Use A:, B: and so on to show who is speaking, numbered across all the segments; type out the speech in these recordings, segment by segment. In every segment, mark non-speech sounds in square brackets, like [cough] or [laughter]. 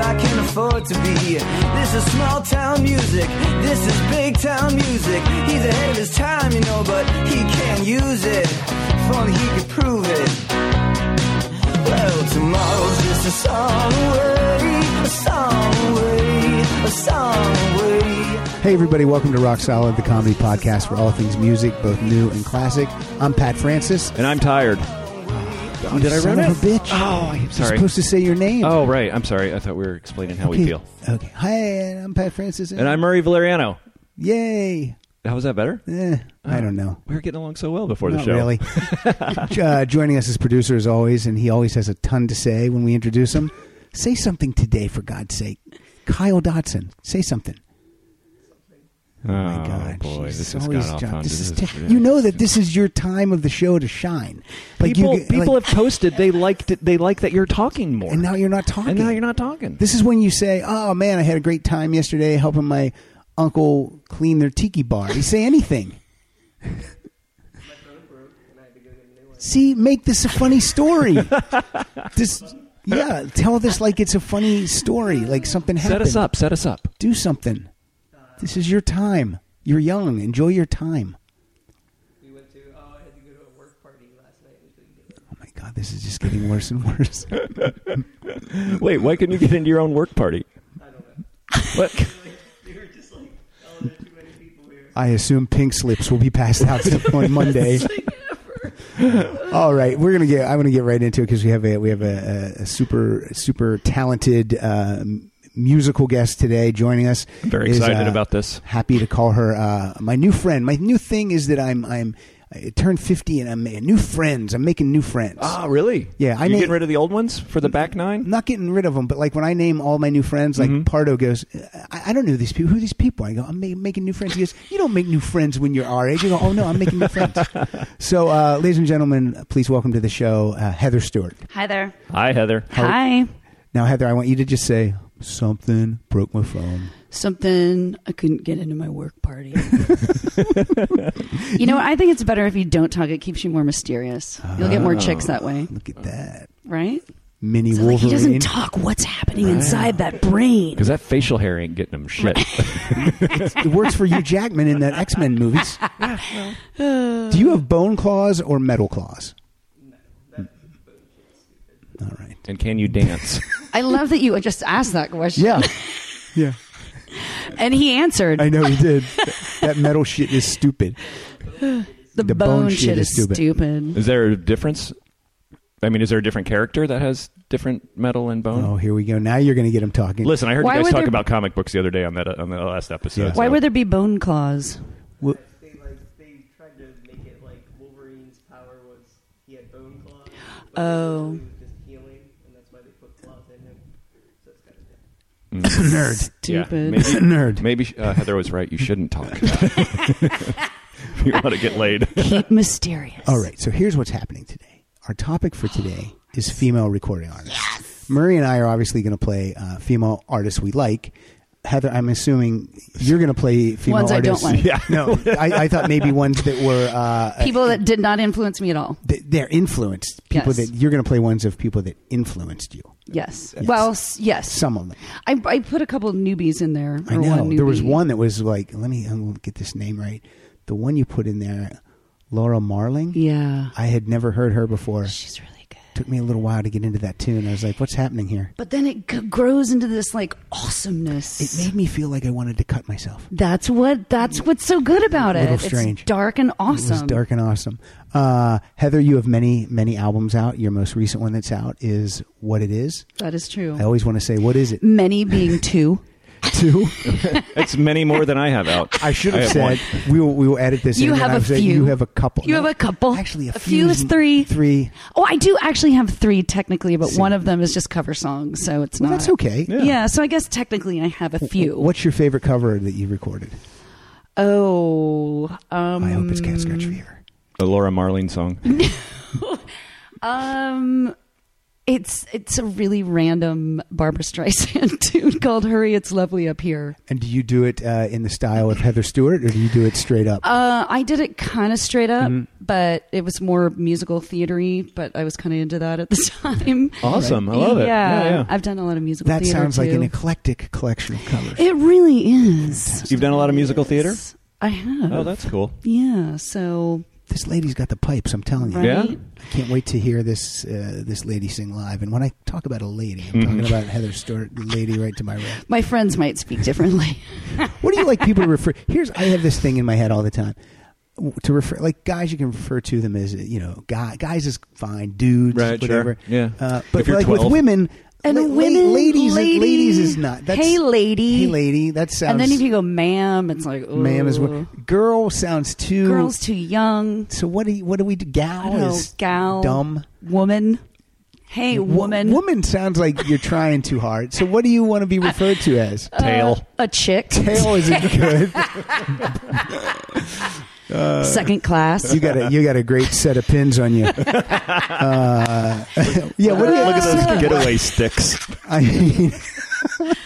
A: afford to be. This is small town music. This is big town music. He's ahead of his time, you know, but he can't use it. If only he could prove it. Well, tomorrow's just a song away, a song away, a song away.
B: Hey, everybody, welcome to Rock Solid, the comedy podcast for all things music, both new and classic. I'm Pat Francis.
C: And I'm tired.
B: You
C: did I
B: son
C: ruin
B: of a
C: it?
B: bitch.
C: Oh, I'm
B: You're
C: sorry.
B: supposed to say your name.
C: Oh, right. I'm sorry. I thought we were explaining how
B: Okay.
C: we feel. Uh,
B: Okay. Hi, and I'm Pat Francis.
C: And I'm Murray Valeriano.
B: Yay.
C: How was that better?
B: Eh, I don't know.
C: We were getting along so well before the
B: Not
C: show. [laughs]
B: really. uh, joining us as producer as always, and he always has a ton to say when we introduce him. Say something today, for God's sake. Kyle Dotson, say something.
C: Oh,
B: My God,
C: boy,
B: Jesus,
C: this has
B: always
C: gone off
B: John-
C: on-
B: this is
C: is-
B: ter- you know that this is your time of the show to shine. Like
C: people
B: you,
C: people
B: like,
C: have posted they liked it, they like that you're talking more.
B: and now you're not talking.
C: And now you're not talking.
B: This is when you say, "Oh man, I had a great time yesterday helping my uncle clean their tiki bar." You say anything. See, make this a funny story.
C: [laughs]
B: this, yeah, tell this like it's a funny story, like something
C: set
B: happened.
C: us up. Set us up.
B: Do something. This is your time. You're young. Enjoy your time.
D: We went to, oh, I had to go to a work party last night and couldn't get
B: Oh my god, this is just getting worse and worse.
C: Wait, why couldn't you get into your own work party?
D: I don't know.
C: What?
B: [laughs]
D: We were just like, oh, there's too many people here.
B: I assume pink slips will be passed out [laughs] on Monday. All right, we're gonna get. I'm gonna get right into it because we have a we have a, a, a super super talented uh, m- musical guest today joining us.
C: I'm very
B: is,
C: excited
B: uh,
C: about this.
B: Happy to call her uh, my new friend. My new thing is that I'm I'm I turned 50 and I'm uh, new friends. I'm making new friends.
C: Ah, really?
B: Yeah, I
C: you
B: mean-
C: getting rid of the old ones for the back
B: I'm [laughs]
C: nine?
B: not getting rid of them, but like when I name all my new friends, like Pardo goes, I, I don't know these people. Who are these people? I go, I'm ma- making new friends. He goes, You don't make new friends when you're our age. You go, Oh no, I'm making new friends. so, uh, ladies and gentlemen, please welcome to the show uh, Heather Stewart.
E: Hi there.
C: Hi, Heather.
E: Hi.
B: Now, Heather, I want you to just say something broke my phone.
E: Something I couldn't get into my work [laughs] party. you know, I think it's better if you don't talk. It keeps you more mysterious. You'll get more chicks that way,
B: Look at that
E: right?
B: mini
E: So, like,
B: Wolverine.
E: he doesn't talk. What's happening inside that brain?
C: Because that facial hair ain't getting
B: [laughs]
C: them shit.
B: it works for you, Jackman, in that X Men movies.
E: [laughs]
B: Do you have bone claws or metal claws? Mm. All right.
C: and can you dance?
E: I love that you just asked that question.
B: yeah.
E: and he
B: [laughs]
E: answered.
B: I know he did. that metal shit is stupid.
E: the,
B: the
E: bone, shit, is stupid.
C: Is there a difference? I mean, is there a different character that has different metal and bone?
B: Oh, here we go. Now you're going to get him talking.
C: Listen, I heard
E: Why
C: you guys
E: would
C: talk
E: there-
C: about comic books the other day on that on the last episode.
B: Yeah.
C: so-
E: Why would there be bone claws?
B: Wha-
D: They, like, they tried to make it like Wolverine's power was he had bone claws. but
E: Oh.
D: He was just healing, and that's why they put claws in him. So it's kind of different.
B: nerd,
C: Yeah,
E: Stupid.
C: maybe-
B: nerd.
C: Maybe uh, Heather was right. You shouldn't talk. [laughs] if you want to get [laughs] laid.
E: Keep mysterious.
B: All right. So here's what's happening today. Our topic for today is female recording artists. Murray and I are obviously going to play uh, female artists we like. Heather, I'm assuming you're going to play female
E: Ones I
B: artists.
E: don't like. Yeah.
B: No, I, I thought maybe ones that were uh,
E: People that did not influence me at all.
B: th- they're influenced. People
E: Yes.
B: that you're going to play ones of people that influenced you.
E: Yes. Well, s- yes.
B: Some of them.
E: I, I put a couple newbies in there.
B: I
E: or
B: know
E: One
B: there was
E: newbie.
B: one that was like, let me I'm gonna get this name right. The one you put in there, Laura Marling.
E: Yeah,
B: I had never heard her before.
E: she's really good.
B: Took me a little while to get into that tune. I was like, what's happening here?
E: But then it g- grows into this like awesomeness.
B: It made me feel like I wanted to cut myself.
E: that's what that's what's so good about
B: A little
E: it.
B: strange.
E: It's dark and
B: It was
E: awesome.
B: dark and awesome. Uh, Heather, you have many, many albums out. Your most recent one that's out is What It Is.
E: That is true.
B: I always want to say, what
E: [laughs]
B: is it?
E: Many being two.
B: Two.
C: [laughs] It's many more than I have out.
B: I should have
C: have
B: said
C: one.
B: we will, we will edit this.
E: You
B: in, and
E: have
B: I
E: a
B: would [laughs] say
E: few.
B: You have a couple.
E: You have a couple.
B: Actually, a,
E: A few is three.
B: Three.
E: Oh, I do actually have three technically, but
B: See.
E: one of them is just cover songs, so it's
B: Well,
E: not.
B: that's okay.
E: Yeah. so I guess technically I have a few.
B: What's your favorite cover that you recorded?
E: Oh, um,
B: I hope it's Cat Scratch Fever.
C: The Laura Marling
E: [laughs]
C: song.
E: Um, it's it's a really random Barbara Streisand [laughs] tune called "Hurry, It's Lovely Up Here."
B: And do you do it uh, in the style of Heather Stewart, or do you do it straight up? Mm-hmm.
E: Uh, I did it kind of straight up, but it was more musical theatery. But I was kind of into that at the [laughs] time.
C: Awesome. I love it.
E: Yeah,
C: Yeah, yeah.
E: I've done a lot of musical.
B: That
E: theater,
B: sounds like an
E: too.
B: eclectic collection of covers.
E: It really is.
C: You've done a lot of musical theater?
E: I have.
C: Oh, that's cool.
E: yeah. So
B: this lady's got the pipes. I'm telling you.
E: right.
C: Yeah?
B: I can't wait to hear this uh, this lady sing live. And when I talk about a lady, I'm talking about Heather Stewart, the lady right to my right.
E: My friends might speak differently.
B: What do you like people to refer? Here's I have this thing in my head all the time. W- To refer like guys, you can refer to them as you know, guy, guys is fine, dudes,
C: Right,
B: whatever.
C: sure. Yeah.
B: uh,
C: If
B: but
C: you're
B: like
C: 12.
B: with women
E: And
B: la- la-
E: women,
B: ladies,
E: lady.
B: ladies is not. That's,
E: Hey, lady.
B: hey, lady. [laughs] That sounds.
E: and then if you go, ma'am, it's like, ooh,
B: ma'am is what girl sounds too.
E: girls too young.
B: So what do you, what do we do? Gal
E: I don't know,
B: is
E: gal,
B: dumb.
E: woman. Hey, woman.
B: Wo- woman sounds like you're trying too hard. So what do you want to be referred to as?
E: Uh,
C: Tail.
E: A chick.
B: Tail isn't
E: [laughs]
B: good.
E: Second class.
B: [laughs] You got a you got a great set of pins on you. Uh, [laughs] yeah, what do you
C: Look at
E: uh,
C: those getaway sticks.
B: I mean,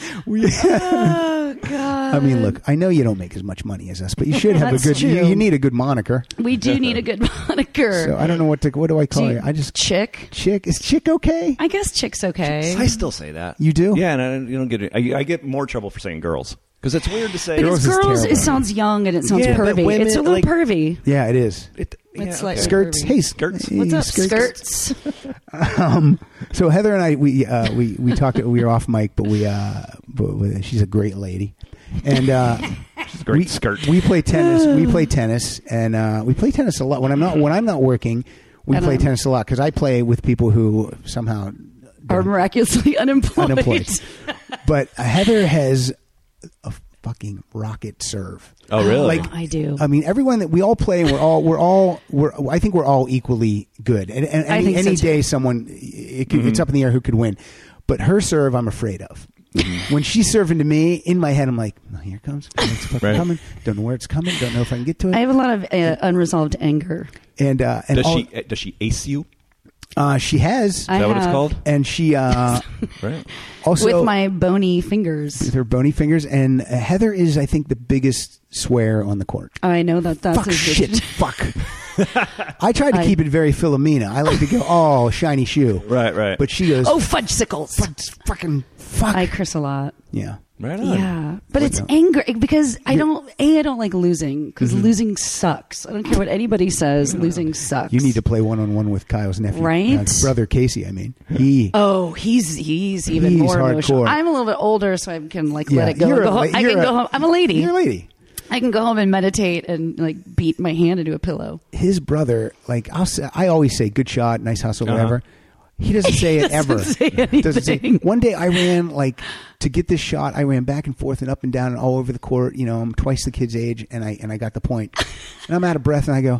B: [laughs] we,
E: oh, God.
B: I mean, look, I know you don't make as much money as us, but you should have a
E: That's
B: good. You,
E: true.
B: you need a good moniker.
E: We do need a good [laughs] moniker.
B: So I don't know what to what do I
E: Do
B: call
E: you-
B: you. I just
E: chick.
B: chick is chick okay?
E: I guess chick's okay.
C: I still say that.
B: You do?
C: Yeah, and I, don't- you don't get it. I, I get more trouble for saying girls because it's weird to say.
E: Because
B: Girls
E: girls,
B: is
E: it
B: terrible.
E: sounds young and it sounds
C: Yeah, but
E: pervy.
C: women,
E: it's a little
C: like-
E: pervy.
B: Yeah, it is.
C: It- yeah,
E: It's like-
C: okay.
B: Skirts. Hey,
C: Skirts.
B: hey,
E: What's up, skirts?
B: [laughs] So Heather and I, we uh, we we talked. We were off mic, but we uh, but, but she's a great lady, and uh, we,
C: great skirt.
B: We play tennis. we
E: [sighs]
B: play tennis, and uh, we play tennis a lot. When I'm not when I'm not working, we
E: And
B: play
E: I'm-
B: tennis a lot because I play with people who
E: [laughs]
B: somehow
E: Are miraculously [laughs] unemployed.
B: unemployed. but Heather has a fucking rocket serve.
C: Oh, really?
B: Like
E: I do.
B: I mean, everyone that we all play, we're all we're all we're. I think we're all equally good. And, and
E: I
B: any,
E: think so,
B: any
E: too.
B: day, someone it could, it's up in the air who could win. But her serve, I'm afraid of. when she's serving to me, in my head, I'm like, oh, here it comes, it's fucking
C: Right.
B: coming. Don't know where it's coming. Don't know if I can get to it.
E: I have a lot of uh, unresolved anger.
B: and uh, and
C: does
B: all-
C: she? eh, Does she ace you? Is
B: uh, she has,
E: I
C: that what it's
E: have-
C: called?
B: and she uh,
C: Right.
B: also
E: [laughs] with my bony fingers.
B: with her bony fingers. And uh, Heather is, I think, the biggest swear on the court.
E: I know that that's
B: fuck
E: a good-
B: shit fuck
E: [laughs]
B: i tried to
E: I-
B: keep it very philomena i like to
E: [laughs]
B: go oh shiny shoe
C: Right, right.
B: but she goes
E: [laughs] Oh,
B: oh
E: fudgesicles!
B: fucking fuck
E: I curse a lot.
B: yeah
C: Right on.
E: Yeah, but it's
B: Like that.
E: anger because I don't. A, I don't like losing because
B: Mm-hmm.
E: losing sucks. I don't care what anybody says. Losing sucks.
B: you need to play one-on-one with kyle's nephew
E: Right?
B: uh, brother casey i mean he
E: Oh, he's he's even
B: He's
E: more emotional.
B: hardcore.
E: I'm a little bit older, so I can like
B: Yeah,
E: let it go.
B: you're a
E: and go
B: la-
E: home. I
B: you're
E: can
B: a-
E: go home. I'm a lady.
B: you're a lady
E: I can go home and meditate and like beat my hand into a pillow.
B: his brother like I'll say, i always say good shot nice hustle whatever he doesn't say
E: [laughs]
B: it ever
E: Uh-huh. say
B: doesn't say
E: anything.
B: one day i ran like to get this shot i ran back and forth and up and down and all over the court you know i'm twice the kid's age and i and i got the
E: [laughs]
B: point and i'm out of breath and i go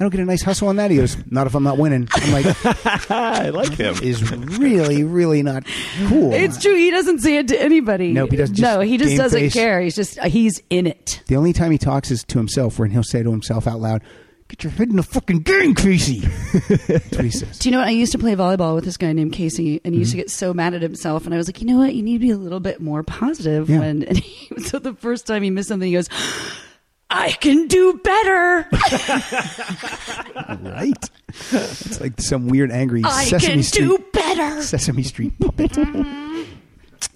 B: i don't get a nice hustle on that he goes not if i'm not winning i'm like
C: I like him.
B: is really really not cool
E: It's true. He doesn't say it to anybody.
B: Nope, he doesn't. Just
E: no, he just
B: game
E: doesn't
B: face.
E: care. He's just he's in it.
B: the only time he talks is to himself when he'll say to himself out loud get your head in the fucking game
E: [laughs]
B: casey that's what he says
E: Do you know what? I used to play volleyball with this guy named Casey, and he
B: Mm-hmm.
E: used to get so mad at himself. And I was like, you know what? You need to be a little bit more positive.
B: Yeah.
E: When [laughs] and he, so the first time he missed something, he goes, "I can do
B: [laughs]
E: better.
B: right it's like some weird angry
E: I
B: sesame
E: can
B: street
E: do better."
B: Sesame Street puppet.
C: [laughs]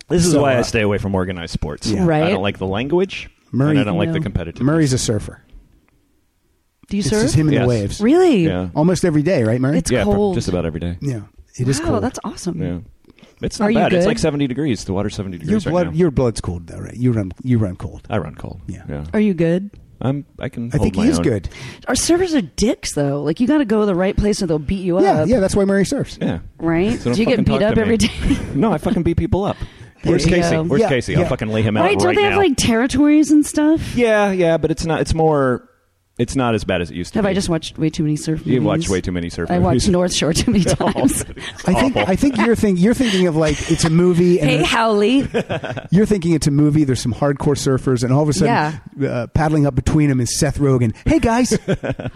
C: This is
B: So,
C: why I
B: uh,
C: stay away from organized sports.
B: Yeah.
E: Right.
C: I don't like the language, and I don't like
E: no.
C: the competitive.
B: Murray's a surfer.
E: Do you
B: It's
E: serve?
B: just him in
C: Yes.
B: the waves.
E: Really?
C: Yeah.
B: Almost every day, right, Murray?
E: It's
C: yeah, for-
E: cold.
C: just about every day.
B: yeah. It is
E: wow,
B: cold.
E: that's awesome.
C: Yeah. It's not
E: Are you
C: bad. It's
E: good?
C: like 70 degrees. The water's 70
B: your
C: degrees
B: blood.
C: right now.
B: Your blood's cold though, right? You run. You run cold.
C: I run cold.
B: Yeah.
E: Are you good?
C: I'm, I can
B: I
C: hold
B: think
C: my
B: he's
C: own.
B: good.
E: Our servers are dicks, though. Like you got to go to the right place, or they'll beat you
B: Yeah,
E: up.
B: yeah. That's why Murray surfs.
C: Uh, Yeah.
E: Right?
C: So don't
E: Do you get
C: fucking
E: beat
C: talk
E: up
C: to me.
E: every
C: [laughs]
E: day?
C: no, I fucking beat people up. Where's
E: you
C: Casey?
E: go.
C: Where's
B: Yeah,
C: Casey? I'll
B: yeah.
C: fucking lay him out
E: right? Don't they
C: now.
E: have like territories and stuff?
C: yeah, yeah, but it's not. It's more. It's not as bad as it used to.
E: Have
C: be.
E: I just watched way too many surf?
C: You
E: movies?
C: watch way too many surf
E: I
C: movies. Oh,
E: watched North Shore too
C: [laughs]
E: many times.
B: I think. I think you're thinking. You're thinking of like it's a movie, and
E: [laughs] hey,
B: there-
E: Howley.
B: you're thinking it's a movie. There's some hardcore surfers, and all of a sudden, uh, paddling up between them is Seth Rogen. Hey guys.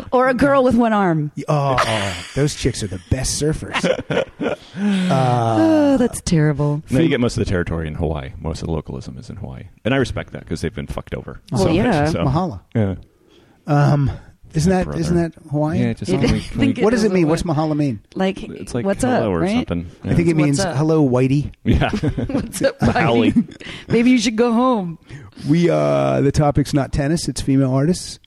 B: [laughs]
E: or a girl with one arm.
B: oh, oh, those chicks are the best surfers.
E: oh, that's terrible.
C: No, you get most of the territory in Hawaii. Most of the localism is in
E: Oh,
C: Hawaii, and I respect that because they've been fucked over.
E: Well,
C: so,
E: yeah.
C: so-
B: Mahalo.
C: Yeah.
B: Um, Isn't
C: my
B: that
C: brother.
B: isn't that Hawaiian?
C: Yeah, it just
E: It-
C: sounds
E: [laughs] I
C: like-
E: think
B: what does it
E: doesn't
B: mean? What's
E: work.
B: Mahala mean?
E: Like,
C: it's like
E: what's
C: hello
E: up,
C: or
E: right?
C: something.
B: I think it
E: What's
B: means
E: up?
B: hello, Whitey.
E: [laughs]
C: Yeah. [laughs]
E: What's up,
C: Howling.
E: Biden? Maybe you should go home.
B: We uh, the topic's not tennis; it's female artists.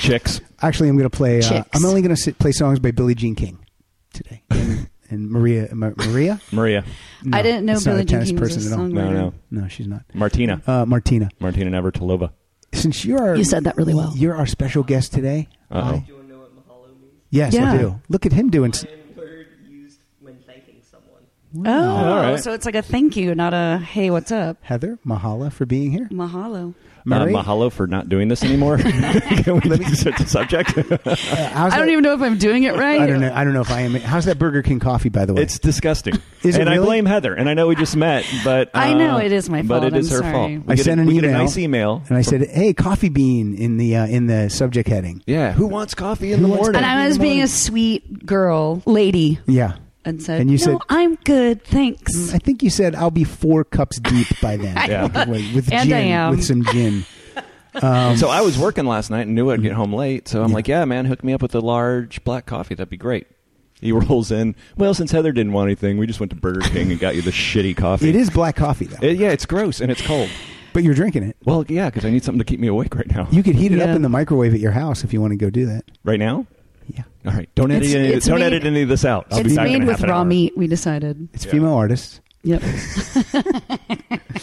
C: Chicks.
B: Actually, I'm going to play. Uh,
E: Chicks.
B: I'm only going to play songs by Billie Jean King [laughs] today, and, and Maria Ma- Maria.
C: Maria.
B: No,
E: [laughs] I didn't know
B: it's not
E: Billie
B: a
E: Jean
B: tennis
E: King was
B: person
E: a
B: at all.
E: songwriter.
C: No, no.
B: No, she's not.
C: Martina.
B: Uh, Martina,
C: Martina Navratilova.
B: since you are
E: You said that really well.
B: You're our special guest today.
C: Uh-oh.
B: Hi.
A: Do you want to know what mahalo means?
B: Yes, I
E: Yeah.
B: do. Look at him doing. s-
A: Hawaiian word used when thanking someone.
E: Oh,
C: All right.
E: so it's like a thank you, not a hey, what's up?
B: Heather, Mahala for being here.
E: Mahalo.
C: Uh,
B: Mary?
C: mahalo for not doing this anymore. [laughs] Can we switch the subject?
B: Uh, how's
E: [laughs] I don't
B: that-
E: even know if I'm doing it right.
B: I don't know. I don't know if I am. How's that Burger King coffee, by the way?
C: it's disgusting.
B: [laughs] Is it
C: and I
B: really?
C: blame Heather. And I know we just met, but uh,
E: I know it is my
C: But
E: fault.
C: it is
E: I'm
C: her
E: sorry.
C: fault. We
B: I
C: get
B: sent
C: a,
B: an
C: we
B: email,
C: Get a nice email,
B: and I
C: from-
B: said, "Hey, coffee bean" in the uh, in the subject heading.
C: "Yeah, who wants coffee in
B: Who
C: the
B: wants-
C: morning?"
E: And I was being a sweet girl, lady,
B: Yeah,
E: and said,
B: And you
E: "No,
B: said-
E: I'm good, thanks."
B: I think you said I'll be four cups deep by
C: [laughs]
B: then.
C: Yeah.
B: By the way, with
E: And
B: gin,
E: I am.
B: with some
C: [laughs]
B: gin.
C: Um, so I was working last night and knew I'd get
B: Mm.
C: home late. So I'm like, yeah, man, hook me up with a large black coffee. That'd be great. He rolls in. Well, since Heather didn't want anything, we just went to Burger King
B: [laughs]
C: and got you the shitty coffee.
B: It is black coffee though,
C: It- yeah, it's gross and it's cold.
B: but you're drinking it.
C: Well, yeah, because I need something to keep me awake right now.
B: You could heat it up
E: Yeah.
B: in the microwave at your house if you want to go do that.
C: right now?
B: Yeah,
C: All right. Don't edit.
E: It's-
C: any,
E: it's
C: don't
E: made-
C: edit any of this out. I'll be
E: it's
C: back in
E: made
C: a
E: with
C: half an
E: raw
C: hour.
E: meat. We decided.
B: it's
C: Yeah.
B: female artists.
E: Yep. [laughs]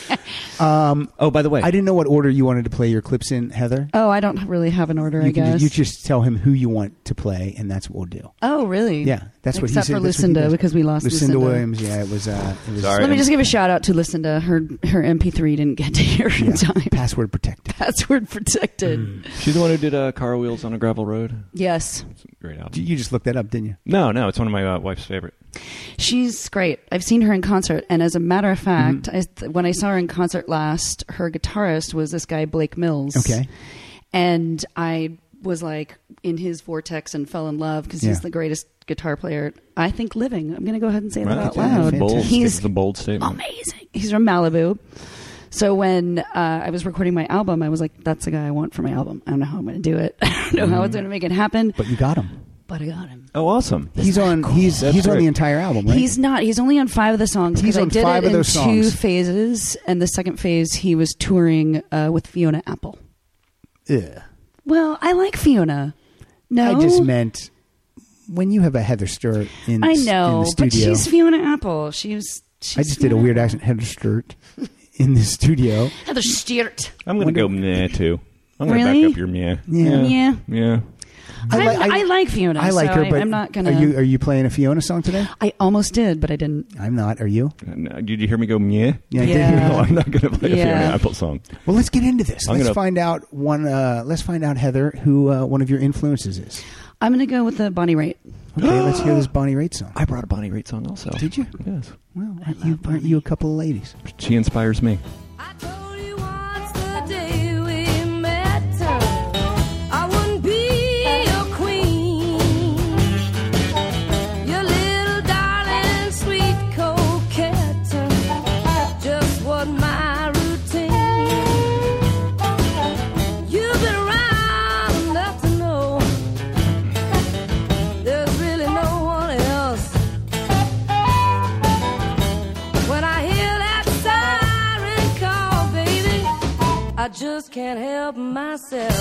C: Oh, by the way,
B: I didn't know what order you wanted to play your clips in, Heather.
E: Oh, I don't really have an order. Oh, I
B: you,
E: guess.
B: Just, you just tell him who you want to play, and that's what we'll do.
E: oh, really?
B: Yeah, that's what he said.
E: Except for
B: that's what he
E: Lucinda
B: does.
E: because we lost
B: Lucinda,
E: Lucinda.
B: Williams. Yeah, it was. Uh, it was
C: Sorry.
E: Let me just give a shout out to Lucinda. Her her MP3 didn't get to here in time.
B: Password protected.
E: [laughs] Password protected.
B: Hmm.
C: she's the one who did uh, "Car Wheels on a Gravel Road."
E: Yes,
C: It's a great album.
B: You just looked that up, didn't you?
C: No, no, it's one of my uh, wife's favorite.
E: she's great. I've seen her in concert, and as a matter of
B: Mm-hmm.
E: fact, I th when I saw her in concert last, her guitarist was this guy Blake Mills.
B: Okay.
E: and I was like in his vortex and fell in love because
B: Yeah.
E: he's the greatest guitar player I think living. I'm going to go ahead and say that
C: Wow.
E: out loud.
C: Bold.
E: He's Oh,
C: it's a bold statement.
E: amazing. He's from Malibu. So when uh, I was recording my album, I was like, "That's the guy I want for my album." I don't know how I'm going to do it. [laughs] I don't know how
B: Mm-hmm.
E: it's going to make it happen.
B: But you got him.
E: But I got him.
C: Oh, awesome!
B: He's on. He's
C: That's
B: he's on
C: great.
B: the entire album, right?
E: He's not. He's only on five of the songs. 'cause
B: He's
E: I
B: on
E: did
B: five
E: it
B: of those
E: in two
B: songs.
E: phases, and the second phase he was touring uh, with Fiona Apple.
B: Ugh.
E: Well, I like Fiona. No,
B: I just meant when you have a Heather Sturt in.
E: I
B: s- in
E: know,
B: the
E: but
B: studio.
E: she's Fiona Apple. She's. she's
B: I just did a
E: Fiona
B: weird
E: Apple.
B: accent, Heather Sturt, in the studio.
E: Heather Stewart.
C: I'm gonna go meh too. I'm gonna
E: Really?
C: back up your meh.
B: Yeah.
E: Yeah.
C: yeah.
E: I,
B: li-
E: I, like Fiona.
B: I like
E: so
B: her,
E: I,
B: but
E: I'm not gonna.
B: Are you are you playing a Fiona song today?
E: I almost did, but I didn't.
B: I'm not. Are you?
C: No, Did you hear me go meh? [laughs]
B: I did.
E: Yeah.
C: No, I'm not gonna play a
E: Yeah.
C: Fiona Apple song.
B: [laughs] Well, let's get into this.
C: I'm
B: let's
C: gonna-
B: find out one. Uh, let's find out Heather who uh, one of your influences is.
E: I'm gonna go with the Bonnie Raitt.
B: Okay, let's hear this Bonnie Raitt song.
C: I brought a Bonnie Raitt song also.
B: Did you?
C: Yes.
B: Well, aren't you, aren't you a couple of ladies?
C: She inspires me.
F: I told you once the day we met I wouldn't be your queen. Your little darling, sweet coquette. Just what my routine. You've been around enough to know there's really no one else. When I hear that siren call, baby, I just can't help myself.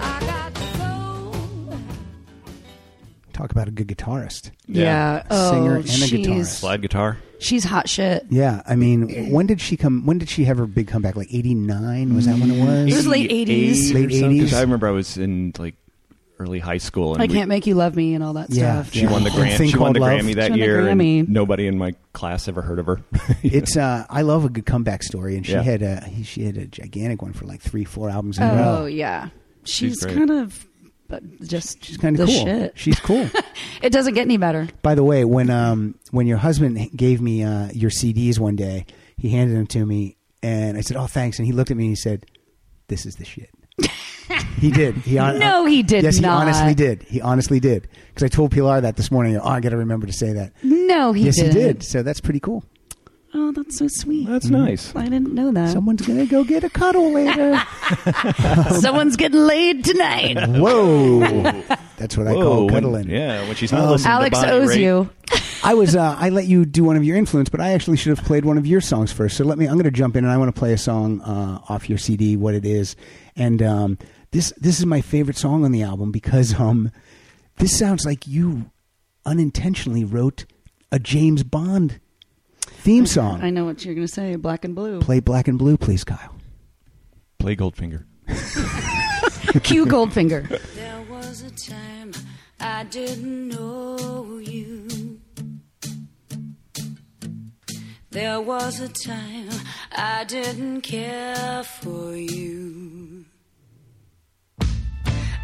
F: I got told.
B: Talk about a good guitarist.
C: Yeah.
E: Oh,
B: Singer and a
E: she's,
B: guitarist.
C: Slide guitar.
E: She's hot shit.
B: Yeah, I mean, when did she come? When did she have her big comeback? Like '89 was that when it was?
C: [laughs]
E: It was late 80s.
B: Late 80s.
C: I remember I was in like early high school. And
E: I
C: we-
E: can't make you love me and all that
B: Yeah.
E: stuff.
C: She won the
B: A
C: Grammy.
B: Thing
C: She won
B: Called
C: the
B: Love.
C: Grammy that
E: She won the
C: year. and
E: Grammy.
C: nobody in my class ever heard of her. [laughs]
B: It's uh, I love a good comeback story, and she
C: Yeah.
B: had a he- she had a gigantic one for like three, four albums in a
E: Oh
B: row.
E: yeah, she's,
C: She's great.
E: kind of but just
B: She's kind of
E: the
B: cool.
E: shit.
B: She's cool.
E: [laughs] it doesn't get any better.
B: By the way, when um when your husband gave me uh, your CDs one day, he handed them to me, and I said, "Oh, thanks." And he looked at me and he said, "This is the
E: [laughs]
B: shit." he did. He hon-
E: No, he did
B: Yes,
E: not.
B: he honestly did. He honestly did. Because I told Pilar that this morning. Oh, I got to remember to say that.
E: No, he
B: yes,
E: did.
B: he did. So that's pretty cool.
E: Oh, Oh, that's so sweet.
C: That's nice.
E: I didn't know
B: [laughs]
E: that.
B: Someone's gonna go get a cuddle
C: [laughs]
B: later.
E: [laughs] Someone's getting
B: [laughs]
E: laid tonight.
B: Whoa, that's what I
C: Whoa,
B: call
C: Oh,
B: Um,
C: when-
B: cuddling.
C: yeah, when she's not listening
E: Alex
C: to body
E: owes
C: rate.
E: you.
B: I was uh, I let you do one of your influence, but I actually should have played one of your songs first. So let me. I'm going to jump in, and I want to play a song uh, off your CD, what it is, and um, this this is my favorite song on the album because um, this sounds like you unintentionally wrote a James Bond theme song.
E: I know what you're going to say. Black and blue.
B: Oh. Play Black and Blue, please, Kyle.
C: Play Goldfinger.
E: Cue
B: [laughs]
E: Goldfinger.
F: There was a time I didn't know you. There was a time I didn't care for you.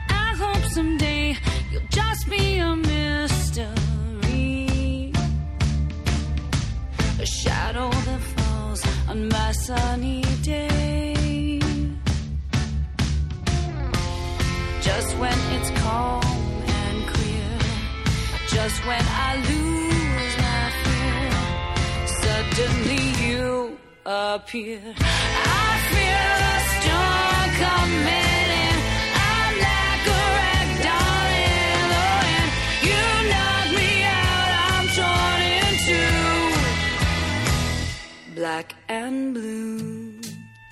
F: I hope someday you'll just be a mystery. A shadow that falls on my sunny day just when it's calm and clear, just when I lose my fear, suddenly you appear. I feel a storm coming in. I'm like a ragdoll in the wind. You knock me out, I'm torn in two. Black and blue.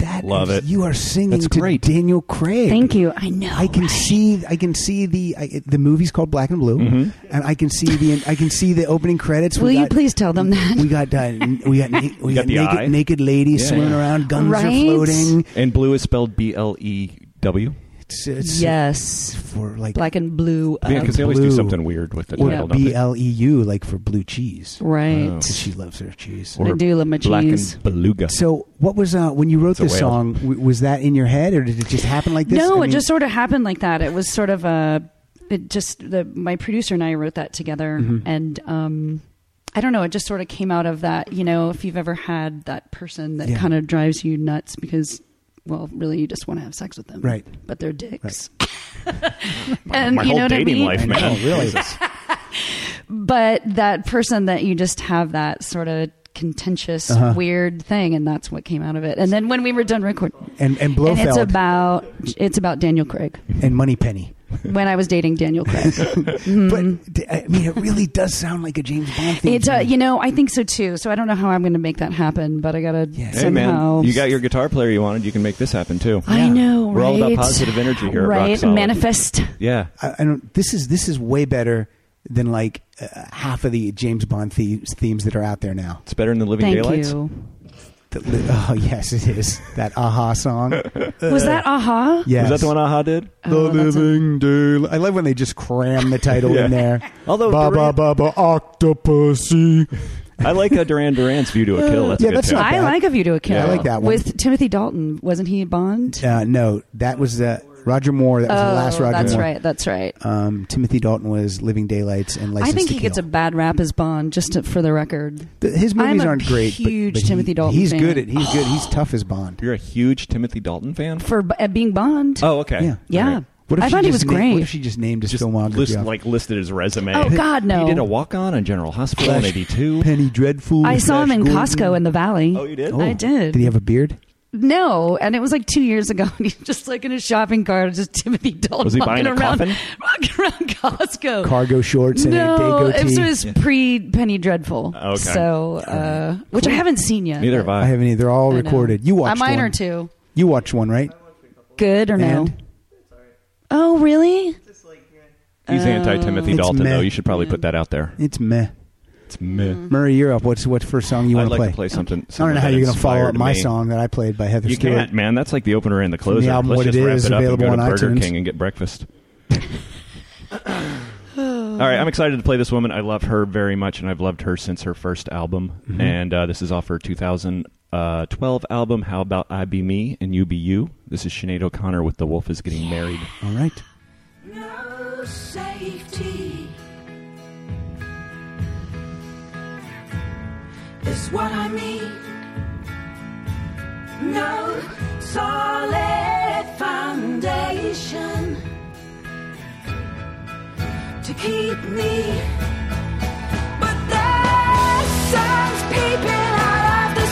B: That
C: Love
B: is-
C: it.
B: You are singing
C: That's
B: to
C: great.
B: Daniel Craig.
E: Thank you. I know.
B: I can see I can see the I, the movie's called Black and Blue, and I can see the I can see the opening credits.
E: Mm-hmm. Will
B: we
E: you
B: got,
E: please tell them that? [laughs]
B: we got uh, we got na- we
C: You
B: got,
C: got the eye.
B: naked, naked ladies
C: Yeah,
B: swimming
C: yeah.
B: around, guns are
E: Right?
B: floating.
C: And blue is spelled B L E W.
B: It's, it's
E: Yes.
B: for like
E: Black and blue.
C: Yeah,
E: of-
C: because they always do
B: Uh, blue.
C: something weird with the
B: or
C: title. don't they?
B: B L E U, like for blue cheese.
E: right.
C: Oh.
B: 'Cause She loves her cheese.
E: I
C: Or
E: do love my
C: Black
E: cheese.
C: and beluga.
B: E So, what was uh, when you wrote
C: It's a
B: this
C: whale.
B: song? W- was that in your head, or did it just happen like this?
E: no,
B: I
E: it
B: mean-
E: just sort of happened like that. It was sort of a. It just the my producer and I wrote that together,
C: Mm-hmm.
E: and um, I don't know. It just sort of came out of that. You know, if you've ever had that person that
B: Yeah.
E: kind of drives you nuts because, well, really you just want to have sex with them,
B: Right.
E: But they're dicks, [laughs]
C: My
E: and you
C: whole
E: know what I
C: dating
E: mean.
C: life,
B: I
C: man.
B: know,
E: [laughs]
B: really.
C: Jesus.
E: But that person that you just have that sort of contentious,
C: Uh-huh.
E: weird thing, and that's what came out of it. And then when we were done recording,
B: and and
E: and it's
B: Blofeld and,
E: about it's about Daniel Craig.
B: Money Penny.
E: when I was dating Daniel Craig.
B: But d- I mean, it really does sound like a James Bond theme.
E: Mm-hmm. It,
B: to
E: uh,
B: me.
E: you know, I think so too. So I don't know how I'm going to make that happen, but I got to
B: Yeah.
C: Hey,
E: somehow.
C: man. You got your guitar player you wanted. You can make this happen, too.
E: I know, right?
C: We're all about positive energy here at Rock
E: right?
C: Solid.
E: Manifest.
C: Yeah.
B: I, I don't. This is this is way better than like uh, half of the James Bond themes, themes that are out there now.
C: It's better than the Living
E: Thank
C: Daylights.
E: you.
B: The- oh yes, it is that Aha song.
C: [laughs]
E: Was
C: Uh,
E: that aha?
B: Yes.
C: Was that the one Aha did?
E: Oh, that's a-
B: Daylight. I love when they just cram the title
C: Yeah.
B: in there.
C: [laughs] Although
B: ba ba
C: Duran-
B: ba ba octopusy.
C: I like uh, Duran Duran's View to a Kill. That's
B: Yeah,
C: a good
B: that's
C: tune.
B: not-
E: I
B: bad.
E: like a view to a kill.
C: Yeah, I like
B: that one.
E: With Timothy Dalton, wasn't he Bond?
B: Uh, no, that was the Roger Moore. That was
E: oh,
B: the last Roger
E: that's
B: Moore.
E: right. That's right.
B: Um, Timothy Dalton was Living Daylights and
E: I
B: License
E: think
B: to
E: he gets a
B: Kill.
E: bad rap as Bond, just to, for the record.
B: Th- His movies
E: I'm a
B: aren't great. but-
E: huge
B: but he-
E: Timothy Dalton
B: He's
E: fan.
B: good at. He's good. He's tough as Bond.
C: You're a huge Timothy Dalton fan?
E: For b- at being Bond.
C: Oh, okay.
B: Yeah.
E: yeah.
C: All right.
B: What if
E: I
B: she
E: thought he
B: just
E: was
B: na-
E: great.
B: What if she just named his
C: Just
B: filmography?
C: list,
B: off?
C: like listed his resume.
E: Oh, God, no.
C: He did a walk on on General Hospital in '82.
B: Penny Dreadful.
E: I saw him
B: Flash
E: in
B: Gordon.
E: Costco in the Valley.
C: Oh, you did?
E: I did.
B: Did he have a beard?
E: No, and it was like two years ago. [laughs] And he's just like in a shopping cart, just Timothy Dalton
C: Was he
E: walking
C: buying a
E: around,
C: coffin?
E: walking around Costco.
B: Cargo shorts and a
E: no, it
B: dago
E: was,
B: tee.
E: it was pre Penny Dreadful.
C: Okay.
E: So, uh, which I haven't seen yet.
C: Neither have I.
B: I haven't either. They're all
E: I know.
B: recorded. You watched
E: a minor
B: one.
E: two.
B: You watched one, right?
E: Good or no?
B: And?
E: Oh, really?
G: Just like, yeah.
C: He's anti-Timothy
B: It's
C: Dalton,
B: meh.
C: though. You should probably put that out there.
B: It's meh.
C: It's meh.
B: Murray, you're up. What's what first song you
C: I'd
B: want
C: like
B: play?
C: to play something.
B: I don't know how you're
C: going
B: gonna
C: to
B: follow up my
C: me.
B: song that I played by Heather
C: You
B: Stewart.
C: can't, man. That's like the opener and the closer.
B: album
C: Let's
B: What
C: just
B: It
C: wrap
B: Is,
C: it up
B: available
C: and go
B: on
C: to Burger
B: iTunes.
C: King and get breakfast. All right, I'm excited to play this woman. I love her very much, and I've loved her since her first album.
B: Mm-hmm.
C: And uh, this is off her 2012 album, How About I Be Me and You Be You. This is Sinead O'Connor with The Wolf is Getting Married.
B: All right.
F: no safety is what I mean. No solid foundation to keep me. But there's some people out of the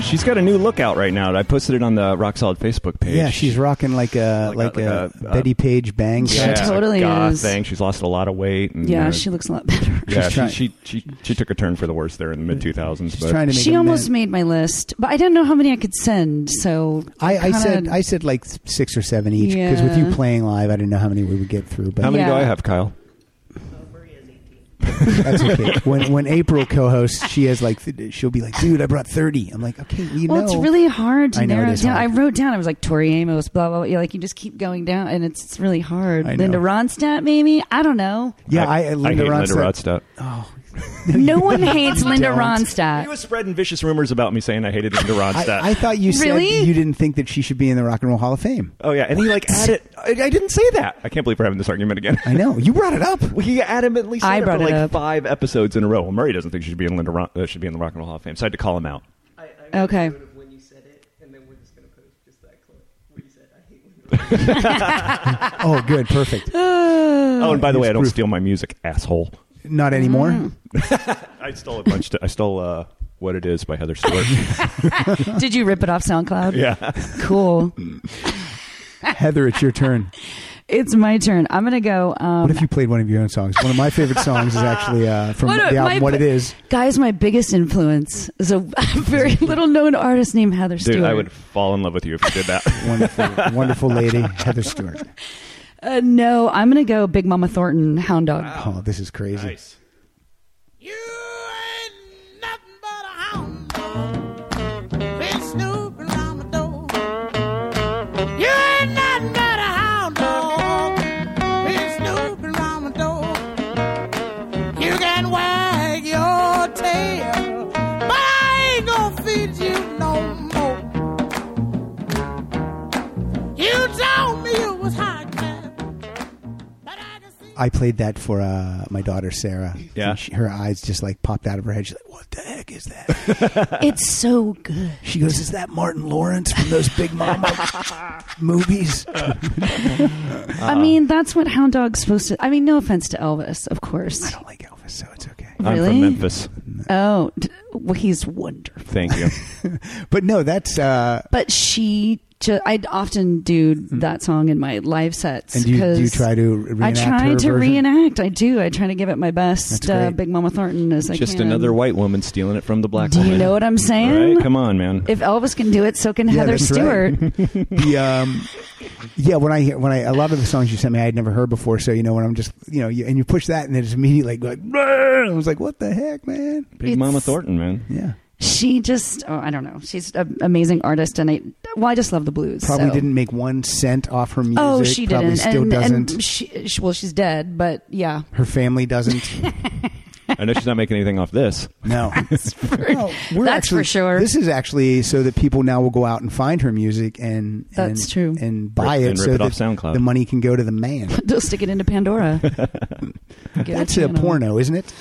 C: She's got a new look out right now. I posted it on the Rock Solid Facebook page.
B: Yeah, she's rocking like a like,
C: Like
B: a,
C: a- like a-
B: Betty Page bang.
E: She Yeah.
C: it's a
E: totally
C: goth
E: is.
C: Thing. She's lost a lot of weight. And,
E: yeah,
C: uh,
E: she looks a lot better.
C: yeah,
B: She's trying-
C: she, she she she took a turn for the worse there in the mid two thousands.
B: She's trying to make
E: She almost
B: amends.
E: made my list, but I didn't know how many I could send. So
B: I, I
E: kinda-
B: said I said like six or seven each because with you
E: Yeah.
B: playing live, I didn't know how many we would get through. But
C: How many do
E: Yeah.
C: I have, Kyle?
A: Uh, Maria has 18.
B: that's okay. when when April co-hosts, she has like th- she'll be like, "Dude, I brought 30. I'm like, "Okay, you
E: well,
B: know."
E: it's really hard to
B: I know it
E: narrow
B: is
E: down.
B: hard.
E: I wrote down. I was like Tori Amos, blah blah. blah. Yeah, like you just keep going down, and it's, it's really hard.
B: I know.
E: Linda Ronstadt, maybe I don't
B: [laughs]
E: know.
B: yeah, I, uh,
C: I
B: Linda
C: hate Linda
B: Ronstadt.
C: Ronstadt.
E: No one hates Linda
B: don't.
E: Ronstadt.
C: He was spreading vicious rumors about me saying I hated Linda Ronstadt.
B: [laughs] I, I thought you said
E: Really?
B: you didn't think that she should be in the Rock and Roll Hall of Fame.
C: oh yeah, and he like added. I, I didn't say that. I can't believe we're having this argument again.
B: I know you brought it up.
C: Well, [laughs] He adamantly said
E: I
C: it for
E: brought it
C: like
E: up.
C: five episodes in a row. Well, Murray doesn't think she should be in Linda Ron- uh, should be in the Rock and Roll Hall of Fame, so I had to call him out.
A: I, I
E: Okay.
A: wrote a note of when you said it, and then we're just going to post just that clip where you said, I hate when you're
B: Oh, good, perfect.
E: Mm.
C: Oh, and by the
B: Here's
C: way, I don't
B: proof.
C: steal my music, asshole.
B: Not anymore.
E: Mm.
C: I stole a bunch. To, I stole uh, "What It Is" by Heather [laughs] Stewart.
E: Did you rip it off SoundCloud?
C: yeah,
E: Cool.
B: Heather, it's your turn.
E: It's my turn. I'm gonna go. Um,
B: What if you played one of your own songs? One of my favorite songs is actually uh, from
E: What a-
B: the album
E: my-
B: "What It Is."
E: Guys, my biggest influence is a [laughs] very little known artist named Heather
C: dude,
E: Stewart.
C: I would fall in love with you if you did that.
E: [laughs]
B: Wonderful, wonderful lady, Heather Stewart.
E: Uh, no, I'm gonna go Big Mama Thornton, Hound Dog.
B: Oh, this is crazy.
H: You ain't nothing but a hound dog. Been snooping around my door. You ain't nothing but a hound dog. Been snooping around my door. You can wag your tail, but I ain't gonna feed you no more. You told me you was high class, but I can see.
B: I played that for uh, my daughter Sarah.
C: Yeah.
B: And she- her eyes just like popped out of her head. She's like, "What the heck is that?"
E: It's so good.
B: She goes, "Is that Martin Lawrence from those Big
E: [laughs]
B: Mama movies?"
E: I
B: Uh-uh.
E: mean, that's what Hound Dog's supposed to. I mean, no offense to Elvis, of course.
B: I don't like Elvis, so it's okay.
C: I'm
E: Really?
C: from Memphis.
E: Oh, d- well, he's wonderful.
C: Thank you.
B: But no, that's. Uh,
E: But she, ju- I'd often do that song in my live sets.
B: Hmm. and do you, do you
E: 'cause
B: try to reenact
E: I
B: her
E: try to
B: version?
E: reenact. I do. I try to give it my best.
B: That's
E: Uh,
B: great.
E: Big Mama Thornton as [laughs] I
C: Just
E: can.
C: another white woman stealing it from the black
E: Do
C: woman.
E: you know what I'm
C: All
E: saying?
C: right, come on, man.
E: If Elvis can do it, so can
B: Yeah,
E: Heather
B: that's
E: Stewart.
B: [laughs] right. The, um, yeah, when I hear when I a lot of the songs you sent me, I had never heard before. So you know, when I'm just you know, you, and you push that, and it's immediately like, like "Brr!" I was like, "What the heck, man?"
C: Big Mama
E: It's-
C: Thornton, man.
B: Yeah,
E: She just, oh, I don't know. She's an amazing artist, and I, well, I just love the blues.
B: probably
E: so.
B: didn't make one cent off her music.
E: Oh, she
B: probably
E: didn't.
B: Still
E: and,
B: doesn't.
E: And she, she, well, she's dead, but yeah.
B: her family doesn't.
C: I know she's not making anything off this.
B: No.
E: [laughs] That's for,
B: No, we're
E: that's
B: actually-
E: for sure.
B: This is actually so that people now will go out and find her music and
E: That's
B: and,
E: true.
B: and buy
C: Rip-
B: it
C: and
B: so
C: rip it
B: that
C: off SoundCloud.
B: the money can go to the man.
E: [laughs] They'll stick it into
B: [laughs]
E: Pandora. Get
B: That's a
E: channel.
B: porno, isn't it?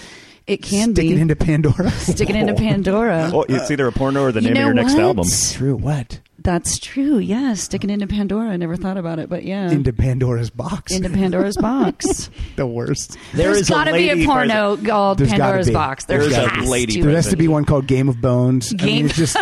E: It can
B: Stick
E: be.
B: it into Pandora.
E: [laughs] stick it into
B: [laughs]
E: Pandora.
C: [laughs] Oh, it's either a porno or the
E: you
C: name of
E: know
C: your next
E: what?
C: album.
B: True. What?
E: That's true. Yeah, stick it into Pandora. I never thought about it, but yeah.
B: Into Pandora's box.
E: Into Pandora's box.
B: [laughs] the worst.
E: There's
C: is a
E: got to be a
C: lady
E: porno called
B: There's gotta
E: Pandora's
B: be.
E: box.
C: There's
E: There's
C: a lady
B: There has to be one called Game of Bones. I mean,
E: Game
B: it's just,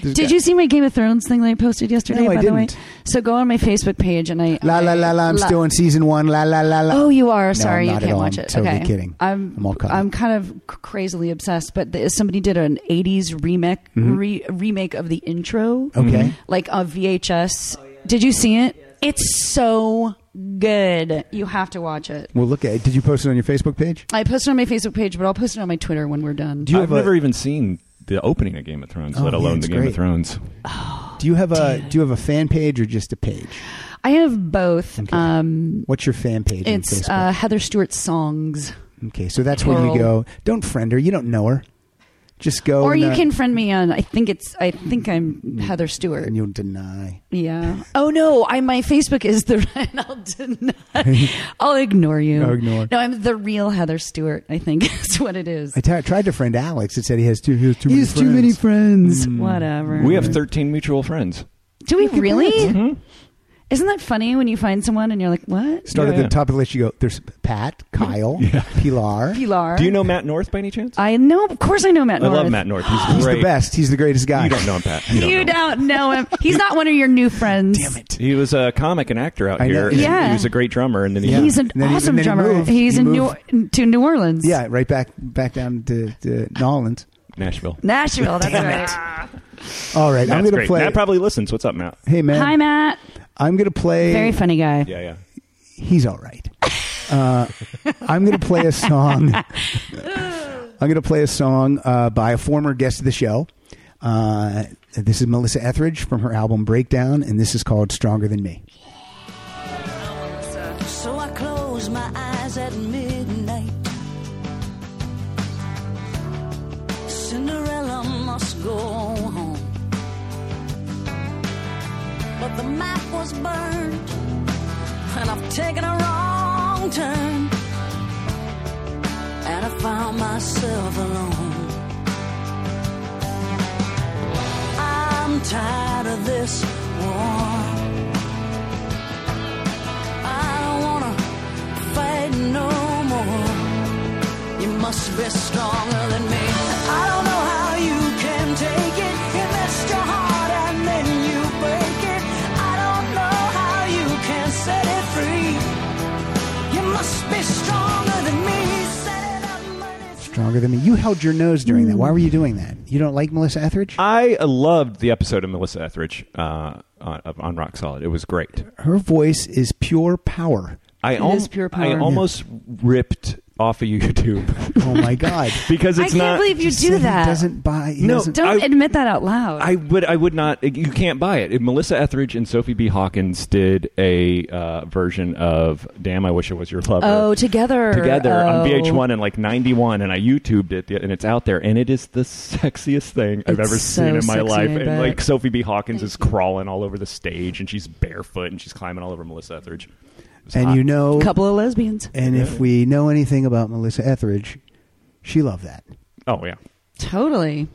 E: Did you see my Game of Thrones thing that I posted yesterday?
B: No, I
E: by the
B: didn't.
E: way, so go on my Facebook page and I
B: [laughs] La la la la. I'm
E: La-
B: still in season one. La la la la.
E: Oh, you are.
B: I'm
E: Sorry,
B: not at
E: you can't
B: all.
E: watch
B: I'm
E: it.
B: totally
E: okay.
B: kidding.
E: I'm
B: I'm all caught
E: I'm
B: up.
E: kind of c- crazily obsessed, but the, somebody did an 80s remake re, remake of the intro.
B: Mm-hmm. Okay.
C: Mm-hmm.
E: Like a VHS. Did you see it? It's so good. You have to watch it.
B: Well, look at it. Did you post it on your Facebook page?
E: I posted on my Facebook page, but I'll post it on my Twitter when we're done.
B: Do you
C: I've
B: have a-
C: never even seen the opening of Game of Thrones,
B: Oh,
C: let
B: yeah,
C: alone
B: it's
C: the Game
B: great.
C: of Thrones.
B: Do you have a Do you have a fan page or just a page?
E: I have both. Um,
B: What's your fan page? on
E: it's
B: Facebook?
E: uh, Heather Stewart songs,
B: Okay, so that's where you
E: Pearl.
B: go. Don't friend her. You don't know her. Just go.
E: or
B: and,
E: you
B: uh,
E: can friend me on. I think it's. I think I'm Heather Stewart.
B: And you'll deny.
E: Yeah. Oh no, I my Facebook is the [laughs] and
B: [laughs]
E: I'll deny, I'll ignore you.
B: I'll ignore.
E: No, I'm the real Heather Stewart. I think [laughs] is what it is.
B: I t- tried to friend Alex. It said he has too. He has too,
E: He
B: many,
E: has
B: friends.
E: too many friends. Whatever.
C: We have 13 mutual friends.
E: Do we really? Isn't that funny when you find someone and you're like, what?
B: Start
C: Yeah,
B: at the
C: yeah.
B: top of the list. You go. There's Pat,
C: [laughs]
B: Kyle, Pilar.
E: Pilar.
C: Do you know Matt North by any chance?
E: I know. Of course, I know Matt.
C: I
E: North.
C: love Matt North. He's,
B: He's
C: great.
B: the best. He's the greatest guy.
C: You don't know him, Pat. You don't.
E: You
C: know him.
E: don't know him. He's not one of your new friends.
B: Damn it.
C: He was a comic and actor out
B: I know.
C: here. and
E: Yeah.
C: He was a great drummer, and then he
B: Yeah.
E: He's an
B: And then he- and
E: awesome
B: then he
E: drummer.
B: moved.
E: He's
B: He
E: in
B: moved.
E: New to New Orleans.
B: Yeah, right back back down to, to New Orleans.
C: Nashville.
E: Nashville. That's right.
B: All right, I'm
C: Matt's
B: gonna
C: great.
B: play.
C: Matt probably listens. What's up, Matt?
B: hey man,
E: Hi, Matt.
B: I'm gonna play.
E: Very funny guy.
C: Yeah, yeah.
B: he's all right. Uh, I'm going to play a song. I'm going to play a song uh, by a former guest of the show. Uh, this is Melissa Etheridge from her album Breakdown, and this is called Stronger Than Me.
A: So I close my eyes at midnight. Cinderella must go home. But the map was burned, and I've taken a wrong turn. And I found myself alone. I'm tired of this war. I don't wanna fight no more. You must be stronger than me. I don't know how you can take it. You missed your heart and then you break it. I don't know how you can set it free. You must be stronger than me. Set it up, but it's
B: Stronger Than Me. You held your nose during that. Why were you doing that? You don't like Melissa Etheridge?
C: I uh, loved the episode of Melissa Etheridge uh, on, of- on Rock Solid. It was great.
B: Her voice is pure power.
C: I,
E: It
C: al-
E: is pure
C: I
E: power.
C: almost ripped off of [laughs] YouTube
B: Oh my God!
C: because
E: I
C: it's
E: can't
C: not.
E: believe [laughs] you
B: He
E: do that.
B: doesn't buy. He
C: No.
B: doesn't-
E: Don't
C: I-
E: admit that out loud.
C: I would. I would not. You can't buy it. If Melissa Etheridge and Sophie B. Hawkins did a uh, version of "Damn, I Wish I Was Your Lover."
E: oh, together.
C: uh, together
E: Oh.
C: on VH1 in like 91 and I YouTubed it and it's out there and it is the [laughs] sexiest thing I've
E: It's
C: ever
E: so
C: seen in my
E: sexy,
C: life
E: I
C: and
E: bet.
C: like Sophie B Hawkins is crawling all over the stage and she's barefoot and she's climbing all over Melissa Etheridge It's
B: and
C: hot.
B: you know,
E: Couple of lesbians.
B: and if we know anything about Melissa Etheridge, she loved that.
C: oh yeah
E: Totally.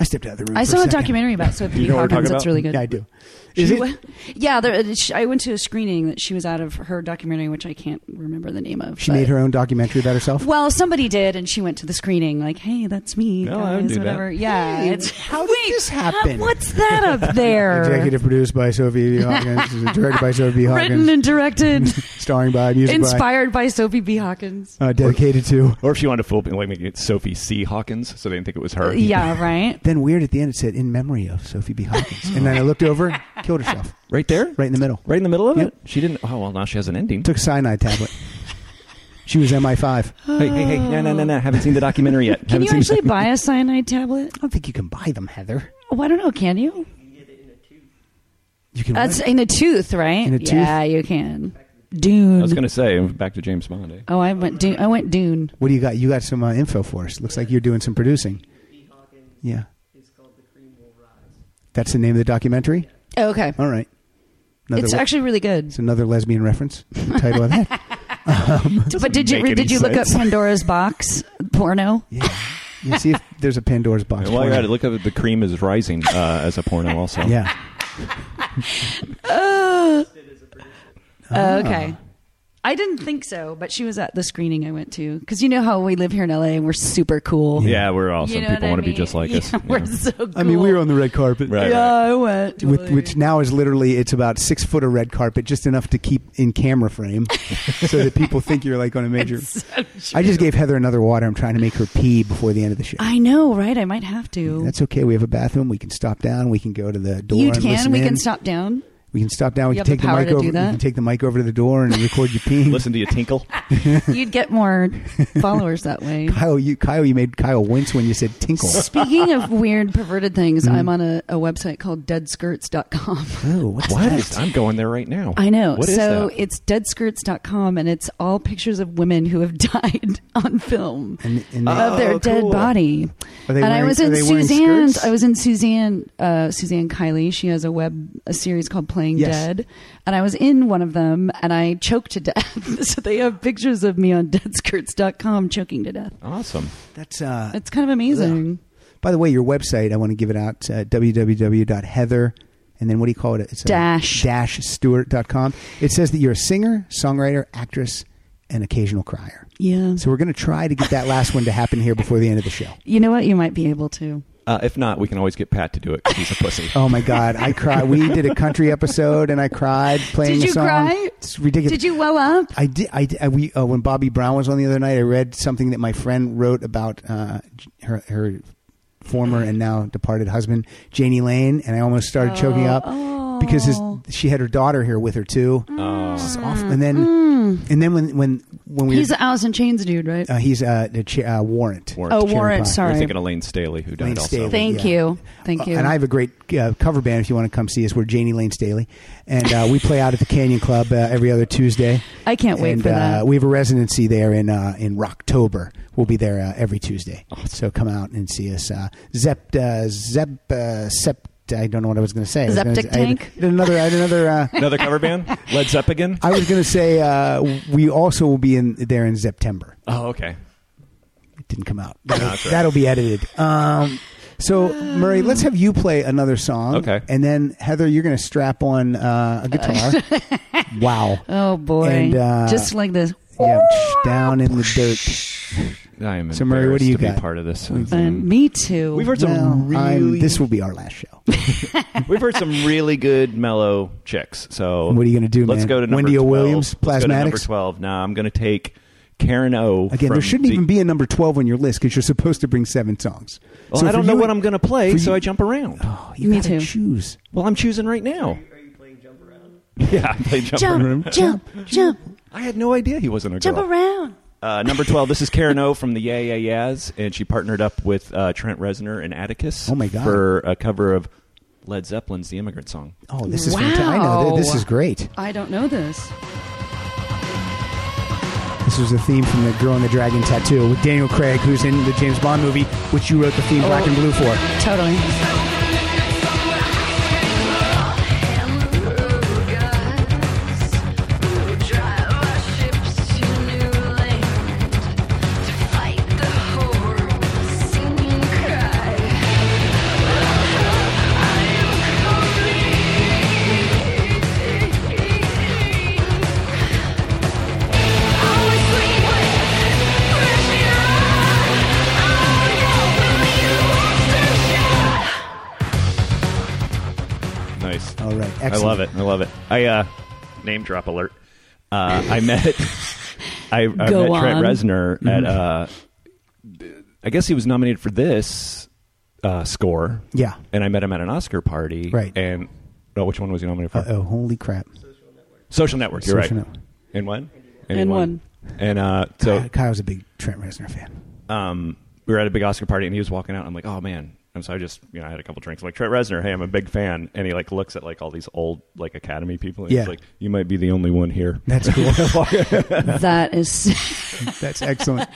B: I stepped out of the room.
E: I
B: for
E: saw a,
B: second.
E: documentary about Sophie
C: You know what we're
E: Hawkins.
C: talking
E: That's
C: about?
E: really good.
B: Yeah, I do.
E: She
B: Is it-
E: wa- yeah, there, she, I went to a screening that she was out of her documentary, which I can't remember the name of.
B: She
E: but-
B: made her own documentary about herself.
E: Well, somebody did, and she went to the screening, like, "Hey, that's me,
C: No, I
E: guys,
C: would do that.
E: whatever." Yeah,
B: Hey,
E: it's
B: how did
E: Wait,
B: this happen?
E: how- what's that
B: [laughs]
E: up there?
B: Executive produced by Sophie B.
E: [laughs]
B: Hawkins, directed by Sophie B.
E: Written
B: Hawkins, [laughs]
E: and directed,
B: starring by, music
E: inspired by Sophie B. Hawkins.
B: by, uh, dedicated to.
C: or if she wanted to fool people like make it Sophie C Hawkins so they didn't think it was her
E: Yeah, right.
B: [laughs] Then weird at the end, it said in memory of Sophie B. Hawkins, and then I looked over, killed herself
C: right there
B: right in the middle.
C: right in the middle of
B: Yep.
C: it she didn't oh well now she has an ending
B: Took cyanide tablet. She was MI5. I
C: hey hey hey no no no no haven't seen the documentary yet
E: Oh. Can
C: haven't
E: you
C: seen
E: actually buy a cyanide tablet?
B: don't think you can buy them, Heather.
E: Oh, I don't know. Can you?
B: You can.
E: That's
B: what?
E: in a tooth, right?
B: In a
E: yeah, you can.
C: I
E: Dune.
C: was gonna say back to James Bond eh?
E: oh, I went. Dune. I went Dune.
B: What do you got? You got some uh, info for us. Looks like you're doing some producing.
I: B. E. Hawkins
B: Yeah,
I: is called The Cream Will Rise.
B: that's the name of the documentary.
E: Oh, okay.
B: All right. Another
E: It's
B: le-
E: actually really good.
B: it's another lesbian reference. [laughs] The title of that.
E: [laughs] But did you
C: make any
E: did you look up
C: sense.
E: Pandora's box
C: [laughs]
E: porno?
B: Yeah. You see if there's a Pandora's box.
C: while you're
B: for
C: at it look up the cream is rising uh, as a porno also
B: Yeah.
E: Oh, okay. I didn't think so, but she was at the screening I went to because you know how we live here in LA and we're super cool.
C: Yeah, we're awesome.
E: You know what
C: People
E: I
C: want to be
E: mean?
C: just like
E: [laughs] Yeah,
C: us. Yeah.
E: We're so cool.
B: I mean, we were on the red carpet.
C: Right.
E: Yeah, I went.
B: With, which now is literally it's about six foot of red carpet, just enough to keep in camera
E: [laughs]
B: frame, so that people think you're like on a major. I just gave Heather another water. I'm trying to make her pee before the end of the show.
E: I know, right? I might have to.
B: That's okay. We have a bathroom. We can stop down. We can go to the door.
E: you
B: and
E: can.
B: listen
E: We
B: in.
E: can
C: [laughs]
E: stop down.
B: We can stop down. We
E: You
B: can
E: have the
B: take the,
E: power
B: mic
E: to do
B: over. We
E: that?
B: can take the mic over to the door and record
C: [laughs]
B: you peeing.
C: Listen to you
E: [laughs]
C: tinkle.
E: You'd
C: [laughs]
E: get more followers that way.
B: Kyle, you Kyle, you made Kyle wince when you said tinkle.
E: Speaking of weird, perverted things,
C: Mm-hmm.
E: I'm on a, a website called deadskirts.com.
B: oh, what's
C: What
B: that?
C: is? I'm going there right now.
E: I know.
C: What is
E: so
C: that?
E: it's deadskirts.com and it's all pictures of women who have [laughs] died on film
B: And- and they-
E: of their
C: Oh,
E: dead
C: cool.
E: body.
B: Are they
E: and I
B: wearing-
E: was
B: are
E: in
B: they wearing
E: Suzanne's
B: skirts?
E: I was in Suzanne uh, Suzanne Kiley. She has a web a series called Playing
B: Yes.
E: Dead. And I was in one of them and I choked to death. [laughs] so they have pictures of me on deadskirts.com choking to death.
C: awesome.
B: That's uh,
E: It's kind of amazing.
B: By the way, your website, I want to give it out, uh, www.heather and then what do you call it? It's uh,
E: Dash.
B: dash stewart.com. It says that you're a singer, songwriter, actress, and occasional crier.
E: Yeah.
B: So we're going to try to get that last one to happen here before the end of the show.
E: You know what? You might be able to.
C: Uh, if not, we can always get Pat to do it 'cause he's a
E: [laughs]
C: pussy.
B: Oh my God, I cried. We did a country episode, and I cried playing
E: Did
B: the
E: you
B: song.
E: cry?
B: It's ridiculous.
E: Did you well up?
B: I did. I, did- I we uh, when Bobby Brown was on the other night, I read something that my friend wrote about uh, J- her her former and now departed husband Janie Lane, and I almost started choking up
E: Oh.
B: because his, she had her daughter here with her too.
E: Mm.
B: It's awful. And then and then when when when we
E: He's an Alice in Chains dude, right?
B: uh, he's uh, the cha- uh, warrant.
C: Warrant.
E: oh,
B: Cherry
E: Warrant.
B: Pie.
C: You're
E: Sorry.
C: thinking of Lane Staley, who died
B: Lane
C: also.
B: Staley.
E: Thank
B: Yeah.
E: you. Thank
B: Uh,
E: you.
B: and I have a great uh, cover band if you want to come see us. We're Janie Lane Staley, and uh, we play out at the Canyon Club uh, every other Tuesday.
E: I can't wait
B: and,
E: for that.
B: Uh, we have a residency there in uh, in Rocktober. We'll be there uh, every Tuesday. So come out and see us. Uh, Zept, uh, Zep, uh, Sept. I don't know what I was going to say. I was gonna
E: Zeptic
B: say- I had-
E: tank?
B: I had another. I had another. Uh,
C: Another cover
E: [laughs]
C: band? Led Zeppelin?
B: I was going to say uh, we also will be in there in September.
C: Oh, okay.
B: It didn't come out. That'll, that'll be edited. Um, so Murray, let's have you play another song.
C: Okay.
B: And then Heather, you're going to strap on uh, a
E: [laughs]
B: guitar. wow.
E: oh boy.
B: and, uh,
E: Just like this.
B: Yeah, down in the dirt.
C: I am
B: So, Murray, what do
C: embarrassed
B: you
C: to
B: got?
C: be part of this.
B: Mm.
E: And me too.
C: We've heard some
B: Well, I'm-
C: really
B: this will be our last show.
C: [laughs] We've heard some really good mellow chicks. So
B: What are you gonna do,
C: Let's
B: man?
C: go to number
B: Wendy O.
C: 12.
B: Williams,
C: Let's go to number
B: Plasmatics?
C: twelve. Now I'm going to take Karen O.
B: Again,
C: from
B: there shouldn't
C: the-
B: even be a number 12 on your list because you're supposed to bring seven songs.
C: Well,
B: So
C: I
B: for
C: don't know
B: you-
C: what I'm going to play,
B: for
C: so
B: you-
C: I jump around.
B: Oh, you
E: Me
B: gotta
E: too.
B: choose.
C: Well, I'm choosing right now.
J: Are you playing jump around?
C: [laughs] Yeah, I play jump, around.
E: jump, jump, jump,
C: I had no idea he wasn't a
E: jump
C: girl.
E: around.
C: Uh, number twelve. This is Karen O. from the Yeah Yeah Yeahs, and she partnered up with uh, Trent Reznor and Atticus.
B: Oh, my God.
C: For a cover of Led Zeppelin's "The Immigrant Song."
B: Oh, this is fantastic. I know.
E: Wow.
B: This is great.
E: I don't know this.
B: This was the theme from The Girl in the Dragon Tattoo with Daniel Craig, who's in the James Bond movie, which you wrote the theme Black
E: Oh.
B: and Blue for. [laughs]
E: Totally.
C: Nice.
B: All right, Oh, excellent.
C: I love it. I love it. I uh, name drop alert. Uh, I met I, I met
E: Go
C: Trent
E: on.
C: Reznor at uh, I guess he was nominated for this uh, score.
B: Yeah.
C: and I met him at an Oscar party.
B: Right.
C: and oh, which one was he nominated for?
B: Uh oh, holy crap.
C: Social Network. You're
B: Social
C: right.
B: Network.
C: And one.
E: And
C: And uh, so
B: Kyle's a big Trent Reznor fan.
C: um, we were at a big Oscar party and he was walking out. I'm like, oh man. And so I just, you know, I had a couple drinks. I'm like, Trent Reznor, hey, I'm a big fan. And he like looks at like all these old like Academy people. And
B: Yeah.
C: He's like, you might be the only one here.
B: That's
C: [laughs]
B: cool. [laughs]
E: That is. [laughs]
B: That's excellent.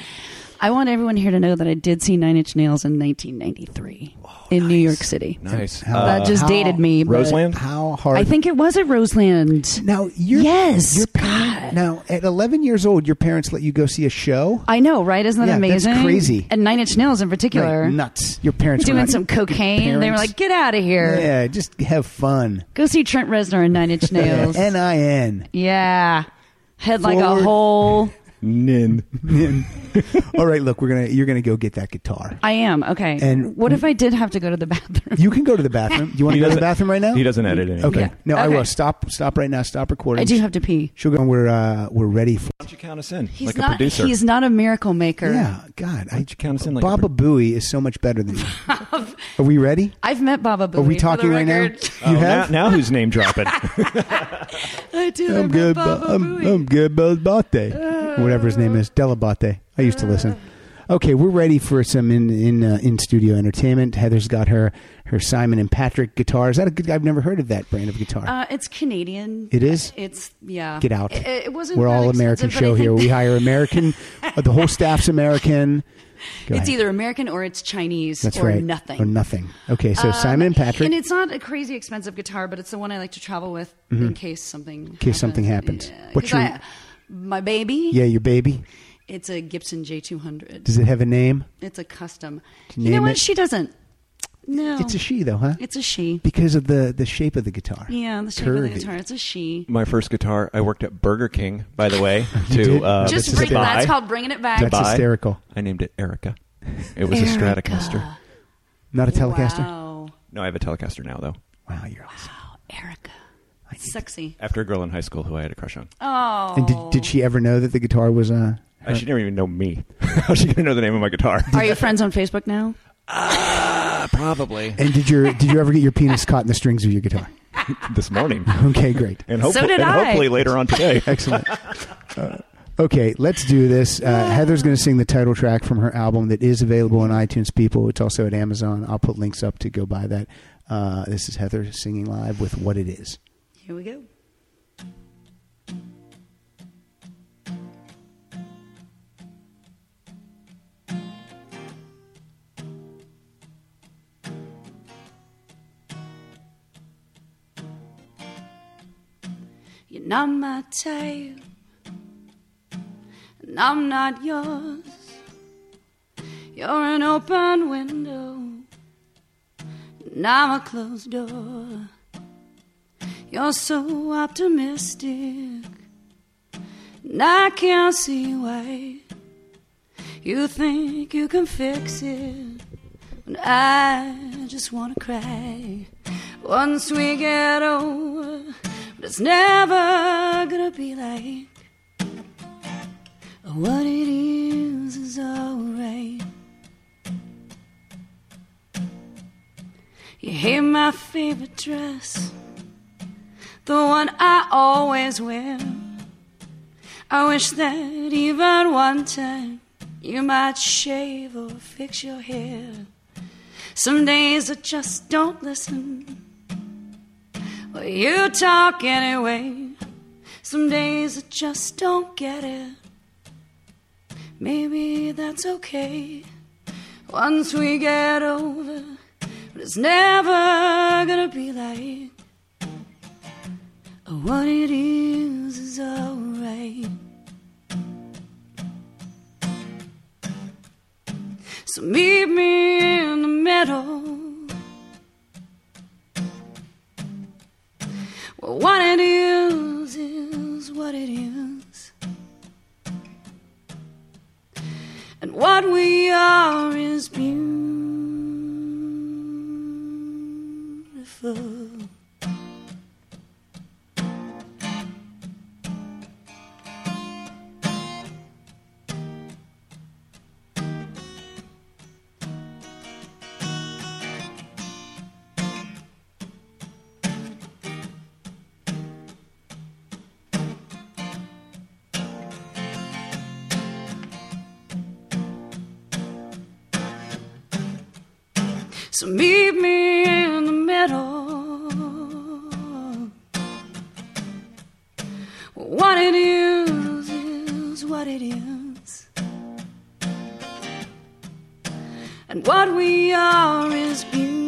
E: I want everyone here to know that I did see Nine Inch Nails in 1993 in New York City.
C: Nice.
B: Oh, How-
C: Uh,
E: That just
B: How-
E: dated me. but-
C: Roseland.
B: How hard.
E: I think it was at Roseland.
B: Now you're
E: Yes,
B: Your parents,
E: God.
B: now at 11 years old, your parents let you go see a show.
E: I know, right? Isn't that
B: Yeah, that's
E: amazing?
B: crazy.
E: And Nine Inch Nails in particular.
B: Like, nuts. Your parents were
E: Doing
B: not-
E: some cocaine. They were
B: parents-
E: like, get out of here.
B: Yeah, just have fun.
E: Go see Trent Reznor and
B: [laughs]
E: Nine Inch Nails.
B: N I N.
E: yeah. Head like
B: Forward.
E: a whole.
C: Nin.
B: All right, look, we're gonna you're gonna go get that guitar.
E: I am. Okay.
B: And-
E: what if I did have to go to the bathroom?
B: You can go to the bathroom. You want to
C: He
B: go to the
C: doesn't-
B: bathroom right now?
C: He doesn't edit anything.
B: Okay.
E: Yeah.
B: No, I
E: Okay.
B: will. Stop. Stop right now. Stop recording.
E: I do have to pee.
B: She'll go. and We're uh, we're ready for.
C: Why don't you count us in?
E: He's
C: like
E: not.
C: a producer.
E: He's not a miracle maker.
B: Yeah. God, I
C: don't you count us in like a
B: Baba
C: pro-
B: Booey is so much better
E: [laughs]
B: than you. Are we ready?
E: I've met Baba Booey.
B: Are we
E: for
B: talking
E: the
B: right now?
E: record. [laughs]
B: [laughs]
C: Oh,
B: you have.
C: Now, now who's name
B: [laughs]
C: dropping?
E: I did. I
B: I'm
E: met
B: good.
E: Baba
B: Ba- I'm,
E: Booey.
B: I'm good. Bate. Whatever his name is, Delabate. I used to listen. Okay, we're ready for some in in uh, in studio entertainment. Heather's got her her Simon and Patrick guitar. Is that a good? I've never heard of that brand of guitar.
E: Uh, it's Canadian.
B: It is?
E: It's yeah.
B: Get out.
E: It, it wasn't.
B: We're
E: that
B: all American
E: expensive, but I
B: show here.
E: think
B: We hire
E: [laughs]
B: American. uh, the whole staff's American. Go ahead.
E: It's either American or it's Chinese
B: That's
E: or
B: right.
E: nothing. Um,
B: Or nothing. Okay, so Simon and Patrick.
E: And it's not a crazy expensive guitar, but it's the one I like to travel with in case something. In
B: Mm-hmm. case something happens. What's your-
E: my baby?
B: yeah, your baby.
E: It's a Gibson J two hundred.
B: Does it have a name?
E: It's a custom.
B: you
E: You know
B: name
E: what?
B: it?
E: She doesn't. No.
B: It's a she though, huh?
E: Oh. It's a she.
B: because of the the shape of the guitar.
E: Yeah, the shape of the
B: Curvy.
E: guitar. It's a she.
C: My first guitar, I worked at Burger King, by the way, to
B: did?
C: uh,
E: Just
C: to
E: bring,
C: buy.
E: that's called bringing it back.
B: That's
C: Bye.
B: hysterical.
C: I named it Erica. It was a
E: Erica.
C: Stratocaster.
B: Not a Telecaster. Wow,
E: Wow,
C: No, I have a Telecaster now though.
B: you're awesome.
E: wow Erica, sexy.
C: After a girl in high school who I had a crush on,
E: Oh,
B: And did, did she ever know that the guitar was uh
C: Uh, she never even know me. [laughs] How's she gonna know the name of my guitar?
E: Are you friends on Facebook now?
C: Probably
B: and did your did you ever get your penis caught in the strings of your guitar?
C: [laughs] this
E: [laughs]
C: morning,
B: Okay, great.
C: and
E: So
C: hopefully,
E: did
C: and
E: I.
C: hopefully later on
E: [laughs]
C: today.
B: Excellent. Uh, okay, let's do this. Uh, Heather's going to sing the title track from her album that is available on iTunes, people. It's also at Amazon. I'll put links up to go buy that. Uh, this is Heather singing live with What It Is.
E: Here we go. You're not my type, and I'm not yours. You're an open window, and I'm a closed door. You're so optimistic, and I can't see why you think you can fix it. When I just wanna cry. Once we get over, but it's never gonna be like what it is is alright. You hate my favorite dress the one I always wear. I wish that even one time you might shave or fix your hair. Some days I just don't listen. Well, you talk anyway. Some days I just don't get it. Maybe that's okay. Once we get over, but it's never gonna be like what it is is alright. So meet me in the middle. Well, what it is is what it is. And what we are is beautiful. So meet me in the middle. What it is is what it is. And what we are is beautiful.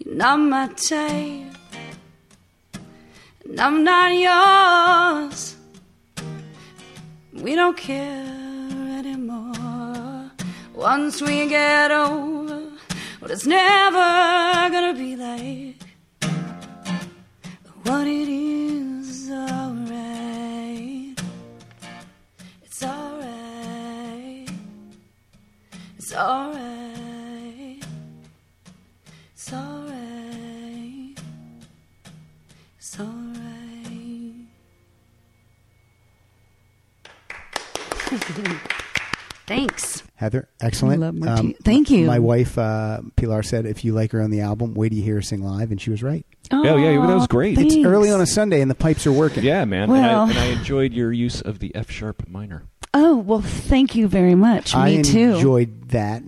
E: You're not my type, and I'm not yours. We don't care anymore. Once we get over, well, it's never gonna be like what it is. Alright, it's alright. It's alright. It's alright. It's alright. Thanks.
B: Heather, excellent. Um,
E: Love Marti- Thank you.
B: My wife, uh, Pilar, said if you like her on the album, wait till you hear her sing live, and she was right.
C: Oh, yeah, that was great. It's
B: It's early on a Sunday, and the pipes are working.
C: Yeah, man.
E: Well-
C: And, I, and I enjoyed your use of the F sharp
E: [laughs]
C: minor.
E: Oh well, thank you very much.
B: I
E: Me too.
B: enjoyed
E: [laughs]
B: that.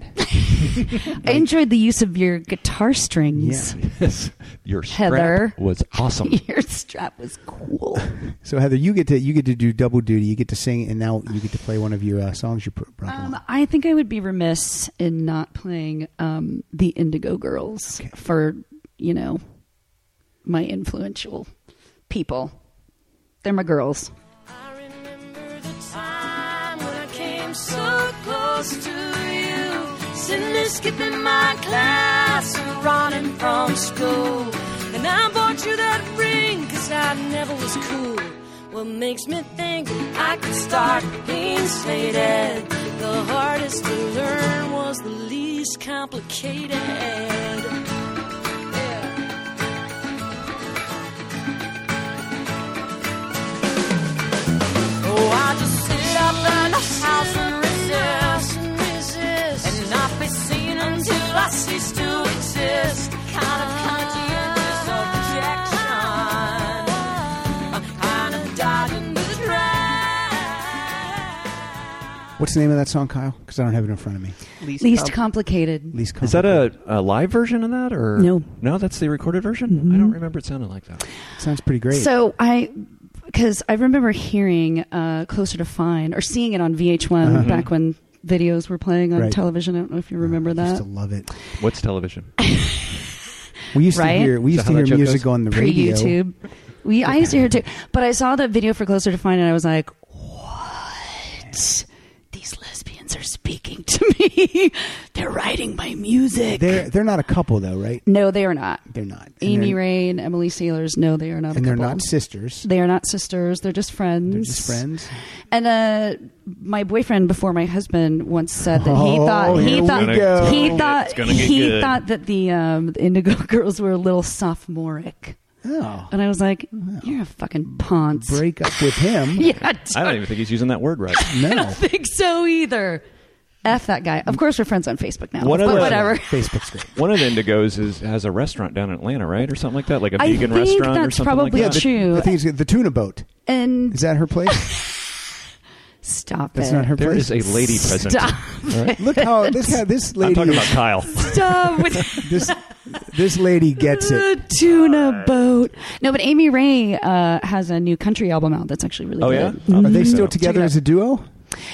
E: I enjoyed the use of your guitar strings.
C: Yes, your strap
E: Heather.
C: was
E: [laughs]
C: awesome.
E: Your strap was cool.
B: So Heather, you get to you get to do double duty. You get to sing, and now you get to play one of your uh, songs you pr- brought
E: Um,
B: along.
E: I think I would be remiss in not playing um, the Indigo Girls
B: Okay.
E: for you know my influential people. They're my girls.
F: I remember the time when I came so close.
K: close to you. Sitting and skipping my class and running from school. And I bought you that ring cause I never was cool. What makes me think I could start being slated? The hardest to learn was the least complicated. Yeah.
H: Oh, I just sit up in the house and resist,
K: And resist.
H: and not be seen until I cease to exist. Kind of conscientious of rejection, kind of dodging the drive.
B: What's the name of that song, Kyle? Because I don't have it in front of me.
L: Least,
E: Least
L: com-
E: complicated.
B: Least
C: Is that a, a live version of that or
E: No. Mm-hmm.
C: No, that's the recorded version. I don't remember it sounding like that.
B: sounds pretty great?
E: So I, because I remember hearing uh, Closer to Fine or seeing it on VH1 back when videos were playing on
B: Uh-huh. Right.
E: television. I don't know if you remember
B: I
E: that.
B: used to love it.
C: What's
E: [laughs]
C: television?
B: We used
E: Right?
B: to hear we
C: Is
B: used
C: that
B: to
C: how
B: hear
C: that joke
B: music
C: goes?
B: on the
E: Pre
B: radio.
E: YouTube. We I used to hear it too, but I saw that video for Closer to Fine and I was like, what? These lesbians are speaking to me. [laughs] They're writing my music.
B: They're they're not a couple though, right?
E: no, they are not.
B: They're not. And
E: Amy
B: they're,
E: Ray and Emily Sealers. No, they are not. a
B: and they're
E: couple.
B: not sisters.
E: They are not sisters. They're just friends.
B: They're just friends.
E: And uh, my boyfriend before my husband once said that he
B: Oh,
E: thought
B: here
E: he
B: we
E: thought
B: go.
E: he
C: It's
E: thought
C: gonna get
E: he
C: good.
E: thought that the um, the Indigo [laughs] Girls were a little sophomoric,
B: Oh,
E: and I was like, "You're a fucking ponce."
B: break up with him?
E: [laughs] yeah, I don't,
C: I don't even think he's using that word right.
B: No.
E: think so either. F that guy. Of course, we're friends on Facebook now.
C: What
E: but
B: [laughs]
C: other-
E: whatever.
B: Facebook's great.
C: One of the Indigos is has a restaurant down in Atlanta, right, or something like that, like a
E: I
C: vegan
E: think
C: restaurant or
E: that's
C: something
E: probably
C: like that.
E: true.
B: The, thing's the tuna boat.
E: And
B: Is that her place?
E: stop
B: That's
E: it.
B: not her
C: There
B: place.
C: is a lady present.
E: Stop.
B: Look how this guy, this
C: I'm
B: lady
C: talking about Kyle.
E: [laughs] Stop with
B: this this lady gets it.
E: the tuna boat. No, but Amy Ray uh, has a new country album out that's actually really
C: Oh
E: good.
C: yeah,
B: Are they still together
C: together?
E: it
B: as a duo?
C: Oh,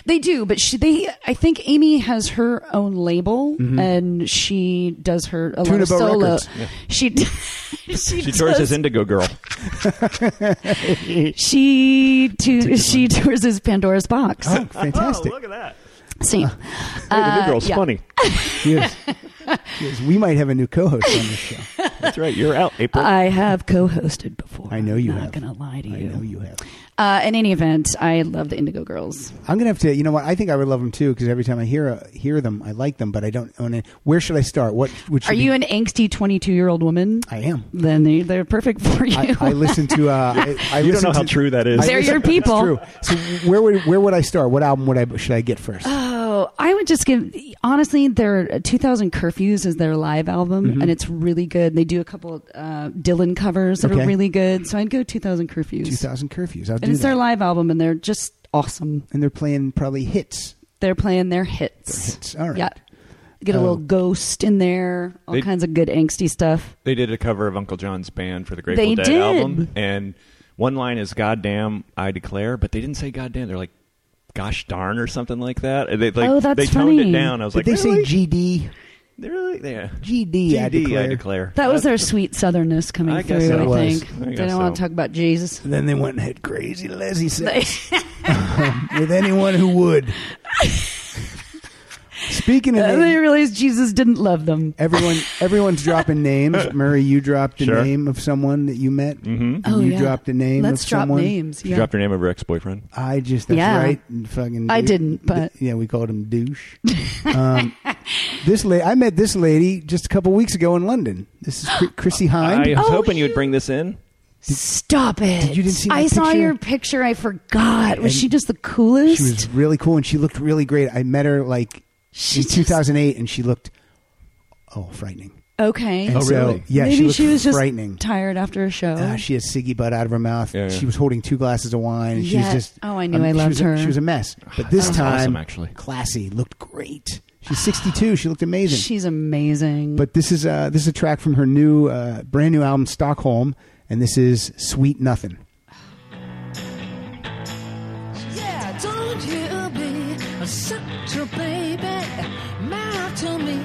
E: They do, but she, they. I think Amy has her own label, and she does her a lot
B: Tuna
E: of
B: Boat
E: solo.
B: Mm-hmm. Records.
E: She [laughs] d- she,
C: She tours
E: does,
C: as Indigo Girl.
E: she to, she tours as Pandora's box.
B: Oh, [laughs] fantastic!
C: at that.
E: Same.
C: the
E: Uh,
C: new girl's
E: yeah.
C: funny.
B: yes. Yes, we might have a new co-host on this show.
C: That's right. You're out, April.
E: I have co-hosted before.
B: I know you
E: I'm not
B: have.
E: gonna lie to
B: I
E: you.
B: know you have.
E: Uh, in any event, I love the Indigo Girls.
B: I'm gonna have to. You know what? I think I would love them too because every time I hear hear them, I like them, but I don't own it. Where should I start? What? Which
E: Are you an angsty 22 year old woman?
B: I am.
E: [laughs] then they, they're perfect for you.
B: I, I listen to. Uh, I, I
C: you don't
B: listen
C: know how
B: to-
C: true that
B: I
C: is.
E: They're
B: listen-
E: your
B: that's
E: people.
B: True. So where would where would I start? What album would I should I get first?
E: Oh, I would just give honestly their 2000 Curfews is their live album
B: Mm-hmm.
E: and it's really good. They do a couple uh, Dylan covers that
B: Okay.
E: are really good. So I'd go 2000 Curfews.
B: Two thousand curfews. I'll do
E: and it's
B: that.
E: their live album and they're just awesome.
B: and they're playing probably hits.
E: They're playing their hits.
B: Their hits. All right.
E: Yeah. Get a
B: Oh.
E: little ghost in there, all
C: They-
E: kinds of good angsty stuff.
C: They did a cover of Uncle John's band for the Grateful
E: They
C: Dead
E: did.
C: album, and one line is "Goddamn, I declare," but they didn't say "Goddamn." They're like "Gosh darn" or something like that. And they like
E: Oh, that's
C: they toned
E: funny.
C: it down. I was
B: Did
C: like,
B: they
C: really?
B: say GD?
C: They're really yeah.
B: GD, I
C: GD,
B: declare.
E: That was their
C: That's-
E: sweet southernness coming
C: I
E: through,
C: guess
E: I
C: it was.
E: think.
C: I
E: they
C: guess
E: don't want to
C: so.
E: talk
B: [laughs]
E: about Jesus.
B: And then they went and had crazy Leslie sex with anyone who
E: [laughs]
B: would. Speaking of
E: And [laughs] they
B: names,
E: realized Jesus didn't love them.
B: everyone, everyone's dropping
C: [laughs]
B: names. Murray, you dropped a
C: Sure.
B: name of someone that you met. Mm-hmm.
E: Oh,
B: you
E: yeah.
B: dropped a name
E: Let's
B: of
E: drop
B: someone.
E: names.
C: You
E: Yeah.
C: dropped your name of your ex-boyfriend.
B: I just that's
E: Yeah.
B: right. and Fucking,
E: I didn't, but-
B: yeah, we called him
E: [laughs]
B: douche. um, this lady, I met this lady just a couple weeks ago in London. This is Chr- Chrissy Hind.
C: I was
E: Oh,
C: hoping you would
E: you-
C: bring this in.
E: Stop it!
B: you didn't see my
E: I saw
B: picture?
E: your picture. I forgot. Was
B: And
E: she just the coolest?
B: She was really cool, and she looked really great. I met her like
E: She
B: in
E: just-
B: 2008, and she looked oh frightening.
E: okay.
B: And so,
C: really?
B: Oh, Yeah,
E: Maybe
B: she looked
E: was just
B: frightening.
E: tired after a show.
B: Uh, she had Siggy butt out of her mouth.
C: Yeah, yeah.
B: She was holding two glasses of wine. And
E: Yeah.
B: She was just
E: Oh, I knew I
B: she
E: loved
B: was a-
E: her.
B: She was a
C: [sighs]
B: mess, but this
C: That's
B: time
C: awesome, actually.
B: classy, looked great.
E: [sighs]
B: She's 62. she looked amazing.
E: She's amazing.
B: but this is uh, this is a track from her new uh, brand new album Stockholm, and this is Sweet Nothing.
M: Yeah, don't you be such a baby. Mad to me,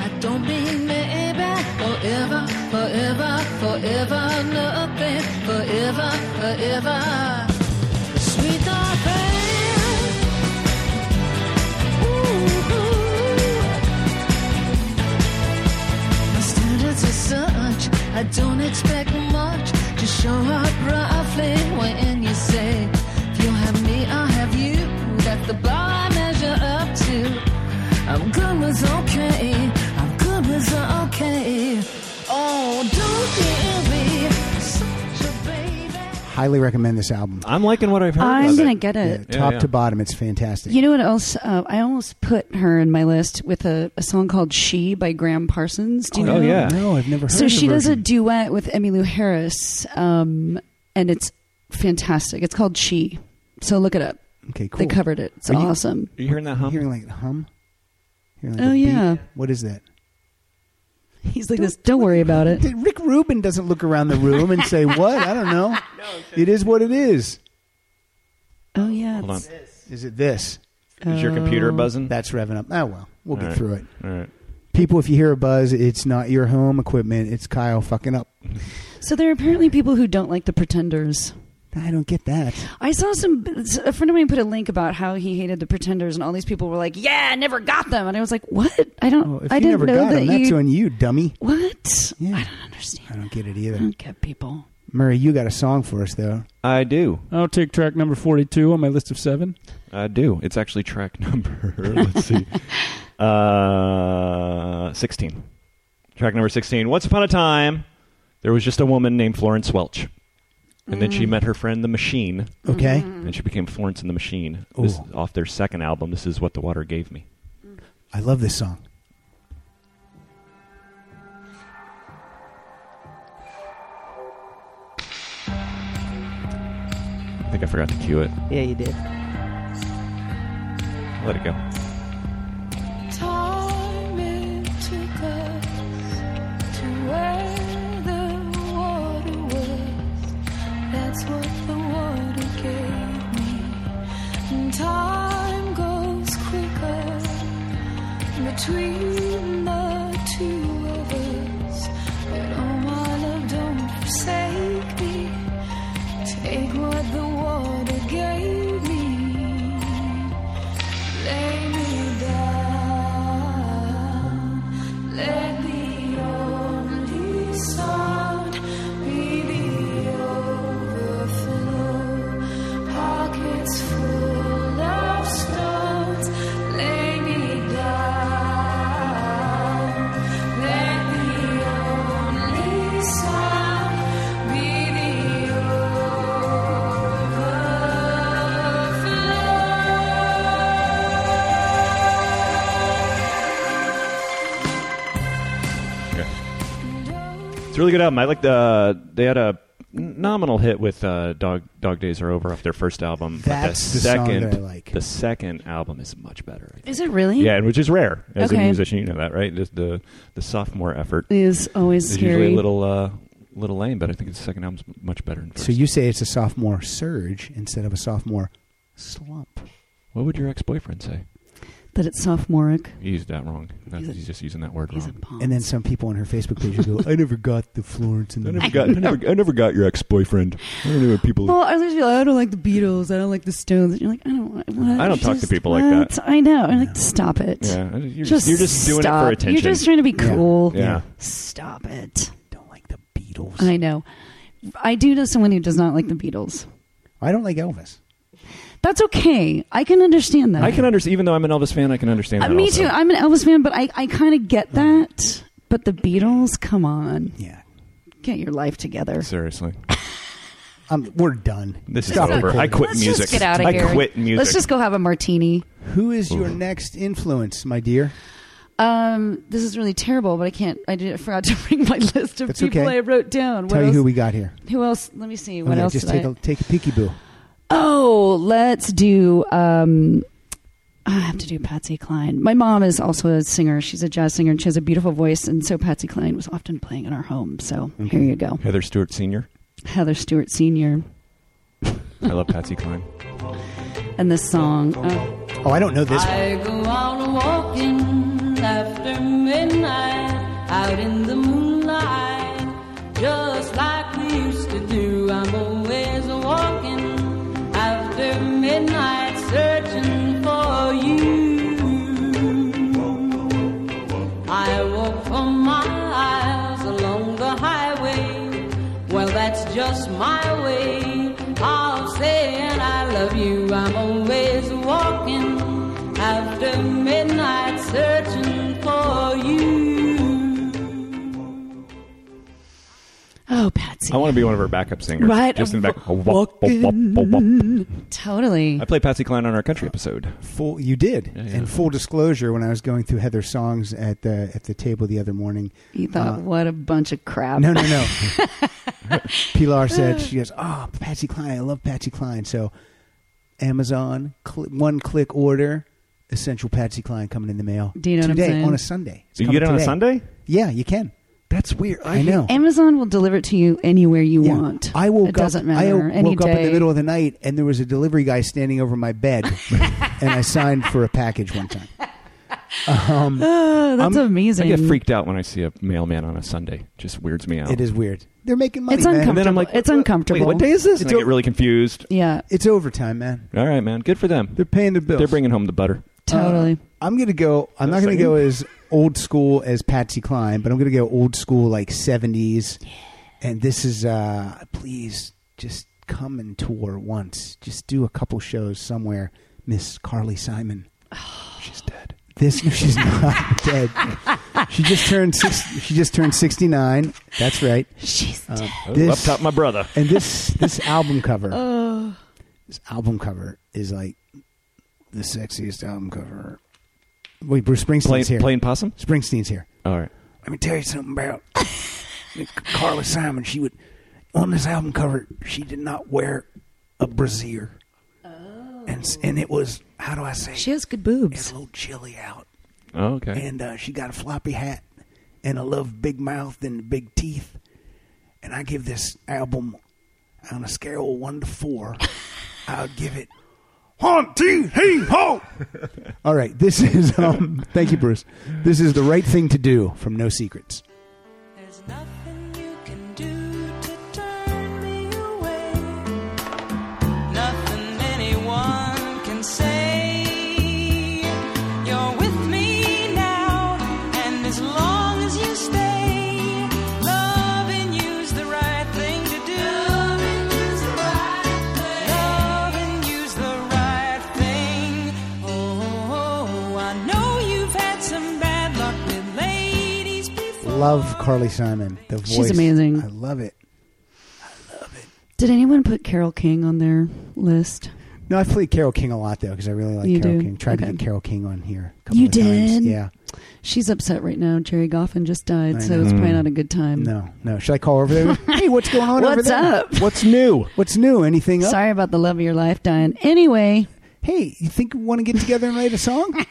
M: I don't mean maybe. Forever, forever, forever, nothing. Forever, forever. Sweet nothing. Ooh,
F: expect much. Just show up roughly when you say, if you have me, I'll have you. That's the bar I measure up to. I'm good was okay. I'm good was okay. Oh, don't you be such a baby?
B: Highly recommend this album.
E: Uh,
C: I'm liking what I've heard.
E: I'm
C: of
E: gonna
C: it.
E: get
B: Yeah,
E: it.
B: top
C: yeah.
B: to bottom, it's fantastic.
E: You know what else? Uh, I almost put her in my list with a, a song called "She" by Graham Parsons. Do you
C: Oh,
E: know?
C: yeah.
B: No, I've never heard.
E: So
B: of
E: she
B: the
E: does a
B: version.
E: duet with Emmylou Harris, um, and it's fantastic. It's called "She." So look it up.
B: Okay, cool.
E: They covered it. It's
B: Are you-
E: awesome.
C: You hearing that
B: I'm
C: hum?
B: hearing like hum. Hearing like
E: Oh,
B: a beat.
E: yeah.
B: What is that?
E: He's like this. Don't worry
B: [laughs]
E: about it.
B: Did- Rick Rubin doesn't look around the room and say, "What? I don't
E: [laughs]
B: know." It is what it is.
E: Oh yeah.
C: Hold on.
E: it's-
B: Is it this?
C: Is your computer buzzing?
B: That's revving up. Oh well, we'll get
C: All right.
B: through it.
C: All right.
B: People, if you hear a buzz, it's not your home equipment. It's Kyle fucking up.
E: So there are apparently people who don't like the Pretenders.
B: I don't get that.
E: I saw some a friend of mine put a link about how he hated the Pretenders, and all these people were like, "Yeah, I never got them," and I was like, "What? I don't.
B: Well, Oh, if
E: I
B: you
E: didn't
B: never
E: know
B: got
E: that
B: him,
E: you
B: that's on you, dummy.
E: what?
B: Yeah.
E: I don't
B: I
E: understand.
B: don't get it
E: I
B: either.
E: don't get people.
B: Murray, you got a song for us though.
C: I do.
N: I'll take track number 42 on my list of seven.
C: I do. It's actually track [laughs] number. Let's [laughs] see. Uh, sixteen. Track number sixteen. Once upon a time, there was just a woman named Florence Welch, and then she met her friend the Machine,
B: Okay.
E: Mm-hmm.
C: and she became Florence and the Machine. This
B: Ooh.
C: is off their second album. This is what the water gave me.
B: I love this song.
C: I think I forgot to cue it.
L: Yeah, you did.
C: Let it go.
F: Time it took us to where the water was. That's what the water gave me. And time goes quicker between the two of us. But oh my love, don't forsake me. Take what the water gave me. Lay me down. Let the only sound be the overflow. Pockets full of stones. Lay me down. Let the only sound be the overflow.
C: Okay. It's a really good album. I like the. They had a nominal hit with uh, "Dog Dog Days Are Over" off their first album. but
B: That's
C: the
B: the song
C: second,
B: that I like.
C: The second album is much better. I think.
E: Is it really?
C: Yeah, and which is rare as a
E: Okay.
C: musician. You know that, right? Just the the sophomore effort
E: Is always
C: is
E: scary.
C: usually a little uh, little lame, but I think the second album's m- much better. Than first.
B: So you say it's a sophomore surge instead of a sophomore slump.
C: what would your ex boyfriend say?
E: that it's sophomoric.
C: He used that wrong. That-
E: He's a-
C: he's just using that word
E: He's a
C: wrong.
E: punk.
B: And then some people on her Facebook page will go, I never got the Florence and
C: I
B: the
C: never got, I never, I never got your ex boyfriend. I don't know what people.
E: well, I was like, "Oh, I don't like the Beatles. I don't like the Stones. And you're like, I don't. What,
C: I don't talk to people like that.
E: I know. I'm like, stop it.
C: yeah, I- you're
E: Just
C: just, you're just doing
E: stop.
C: it for attention.
E: You're just trying to be
B: Yeah.
E: cool.
C: yeah.
E: Stop it.
B: don't like the Beatles.
E: I know. I do know someone who does not like the Beatles.
B: I don't like Elvis.
E: That's okay. I can understand that.
C: I can understand, even though I'm an Elvis fan, I can understand
E: Uh,
C: that.
E: me
C: also.
E: too. I'm an Elvis fan, but I, I kind of get that. But the Beatles, come on,
B: Yeah.
E: get your life
C: [laughs]
E: together.
C: Seriously,
B: Um, we're done.
C: this is
E: Stop
C: over.
B: recording.
C: I quit
E: Let's
C: music.
E: just get out of
C: I
E: here.
C: quit music.
E: Let's just go have a martini.
B: Who is your next influence, my dear?
E: Um, this is really terrible, but I can't. I, did, I forgot to [laughs] bring my list of
B: That's
E: people
B: okay.
E: I wrote down. What
B: Tell you
E: else?
B: who we got here.
E: who else? Let me see.
B: Oh,
E: What
B: yeah,
E: else?
B: Just
E: did
B: take
E: I-
B: a take a peeky boo.
E: Oh, let's do. Um, I have to do Patsy Cline. My mom is also a singer. She's a jazz singer and she has a beautiful voice. And so Patsy Cline was often playing in our home. So
B: Mm-hmm.
E: here you go.
C: Heather Stewart Senior.
E: Heather Stewart Sr.
C: I love Patsy Cline.
E: and this song. Oh,
B: Oh, I don't know this. one.
F: I go out walking after midnight, out in the moonlight, just like we used to do. I'm always walking after midnight, searching for you. I walk for miles along the highway,
O: my way of saying I love you. I'm always walking after midnight searching for you.
E: Oh, Patsy.
C: I want to be one of her backup singers.
E: Right.
C: Just in the back. Wop, wop, wop, wop, wop.
E: Totally.
B: Uh,
C: I played Patsy Cline on our country episode.
B: Full, you did. And full disclosure, when I was going through Heather's songs at the at the table the other morning,
E: You thought, what a bunch of crap.
B: uh,
E: [laughs]
B: No, no, no. Pilar said, she goes, oh, Patsy Cline. I love Patsy Cline. So Amazon, cl- one click order, essential Patsy Cline coming in the mail.
E: Do you know what I'm
B: today,
E: saying?
B: on a Sunday. It's
C: You
B: coming
C: get it on a
B: today.
C: Sunday?
B: Yeah, you can.
C: That's weird.
B: I know.
E: Amazon will deliver it to you anywhere you want.
B: I woke
E: It
B: up.
E: doesn't
B: I
E: matter.
B: woke
E: any day.
B: up in the middle of the night, and there was a delivery guy standing over my
E: [laughs]
B: bed, and I signed for a package one time.
C: Oh.
B: Um,
E: Oh, that's
B: I'm-
E: amazing.
C: I get freaked out when I see a mailman on a Sunday. Just weirds me out.
B: It is weird. They're making money.
E: It's
B: man.
E: uncomfortable.
C: then I'm like,
E: it's
C: "What-
E: uncomfortable.
C: Wait, what day is this? And
B: It's
C: I get
B: over-
C: really confused.
E: Yeah,
B: It's overtime, man.
C: All right, man. Good for them.
B: They're paying their bills.
C: They're bringing home the butter.
E: totally.
B: I'm gonna go. I'm
C: No
B: not gonna
C: singing?
B: go as old school as Patsy Cline, but I'm gonna go old school like '70s. And this is, uh, please just come and tour once. Just do a couple shows somewhere. Miss Carly Simon.
C: She's dead.
B: This no, she's not [laughs] dead. She just turned six, she just turned 69. That's right.
E: She's
B: Um,
C: Oh,
B: this-
C: up top,
B: [laughs]
C: my brother.
B: and this this album cover this album cover is like the sexiest album cover wait bruce springsteen's
C: Playing,
B: here
C: playing possum?
B: springsteen's here
C: All right.
B: let me tell you something about carla simon she would on this album cover she did not wear a brassiere and, s- and it was how do i say
E: she
B: it
E: has good
B: It was
E: boobs.
B: a little chilly out
C: Oh, okay.
B: and uh, she got a floppy hat and I love big mouth and big teeth and i give this album on a scale of one to
E: [laughs]
B: four i'll give it one two three four [laughs] all right this is um thank you bruce this is the right thing to do from no secrets
M: There's nothing you can do to turn me away. Nothing anyone can say. You're with me now, and as long as you stay, loving you's the right thing to do. Loving you's the right thing. Loving you's the right thing. Oh, I know you've had some bad luck with ladies before.
B: love carly simon the voice
E: She's amazing.
B: i love it
E: Did anyone put Carol King on their list?
B: no i played carol king a lot though because i really like
E: You
B: carol
E: do?
B: king tried to
E: Okay.
B: get carol king on here a couple
E: You
B: of times.
E: did?
B: yeah
E: She's upset right now. Jerry Goffin just died,
B: I
E: so it's
B: know.
E: probably not a good time.
B: no no should i call over
E: [laughs]
B: there hey what's going on over
E: What's
B: there
E: up?
B: what's new what's new anything up
E: Sorry about the love of your life dying. Anyway,
B: hey, you think we want to get together and write a
E: [laughs]
B: song?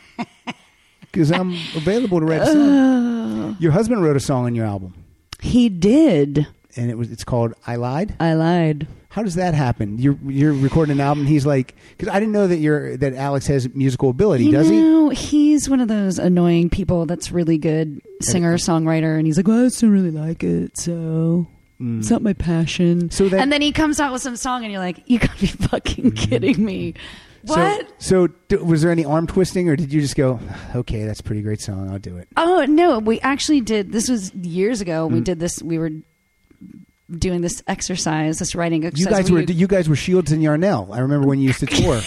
B: Because I'm available to write a song.
E: Oh.
B: Your husband wrote a song on your album,
E: he did.
B: and it was it's called "I Lied."
E: I lied.
B: How does that happen? You're you're recording an album. He's like, because I didn't know that you're that Alex has musical ability.
E: you
B: does he?
E: know, he's one of those annoying people that's really good singer songwriter, and he's like, "Well, I still really like it, so it's not my passion."
B: So Mm. that- Mm-hmm.
E: and then he comes out with some song, and you're like, "You gotta be [laughs] fucking kidding me!"
B: So-
E: What?
B: So, d- was there any arm twisting, or did you just go, "Okay, that's a pretty great song. I'll do it."
E: Oh no, we actually did. This was years ago.
B: Mm.
E: We did this. We were doing this exercise, this writing
B: You
E: exercise.
B: guys
E: where
B: were you guys were Shields and Yarnell. I remember when you used to
E: [laughs]
B: tour.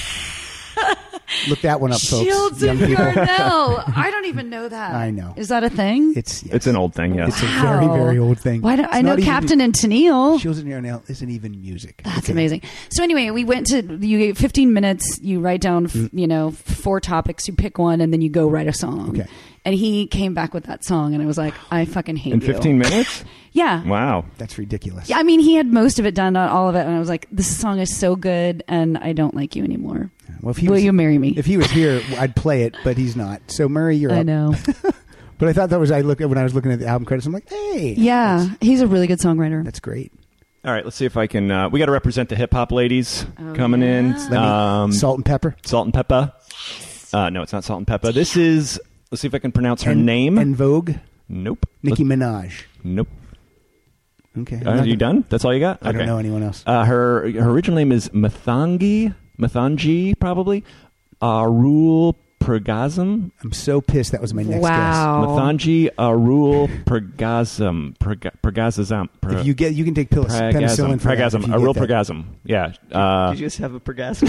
B: Look that one up, folks.
E: Shields
B: young
E: and
B: people. [laughs]
E: Yarnell. I don't even know that.
B: I know.
E: Is that a thing?
B: It's yeah.
C: It's an old thing, yes.
B: It's a very, very old thing.
E: Why don't,
B: It's
E: I know
B: not even-
E: Captain and Tennille.
B: Shields in Your Nail isn't even music.
E: Oh. That's
B: Okay.
E: amazing. So anyway, we went to you get 15 minutes. You write down, f
B: Mm.
E: you know, four topics. You pick one, and then you go write a song.
B: Okay.
E: And he came back with that song, and I was like, I fucking hate
C: In
E: you.
C: 15 minutes?
E: Yeah.
C: Wow.
B: That's ridiculous.
E: Yeah, I mean, he had most of it done, not all of it, and I was like, "This song is so good, and I don't like you anymore.
B: Well, if he
E: Will
B: was,
E: you marry me?"
B: If he was here, I'd play it, but he's not. So Murray, you're
E: I
B: up. [laughs]
E: know.
B: But I thought that was I look when I was looking at the album credits. I'm like, hey,
E: yeah,
B: that's,
E: he's a really good songwriter.
B: that's great.
C: All right, let's see if I can. Uh, we got to represent the hip hop ladies
E: Oh,
C: coming
E: yeah.
C: in.
B: Let me-
C: Um,
B: Salt and pepper.
C: Salt and Peppa. Uh, no, it's not Salt and Peppa. This is. Let's see if I can pronounce her
B: and,
C: name.
B: and Vogue.
C: nope.
B: Nicki
C: Let's-
B: Minaj.
C: Nope.
B: Okay, I'm
C: Are
B: not
C: you
B: gonna-
C: done? That's all you got?
B: I don't
C: Okay.
B: know anyone else.
C: Uh, her her original name is Mathangi, Mathangi probably. Arul Pergasm.
B: I'm so pissed. That was my next
E: Wow.
B: guess.
C: Mathanji Arul Pergasm. Perga- Pergasm. Per-
B: If you get, you can take pill-
C: Pergasm.
B: penicillin for that if
C: Pergasm.
B: you get
C: Arul
B: that.
C: Pergasm. Yeah. Uh,
L: Did you just have a pergasm?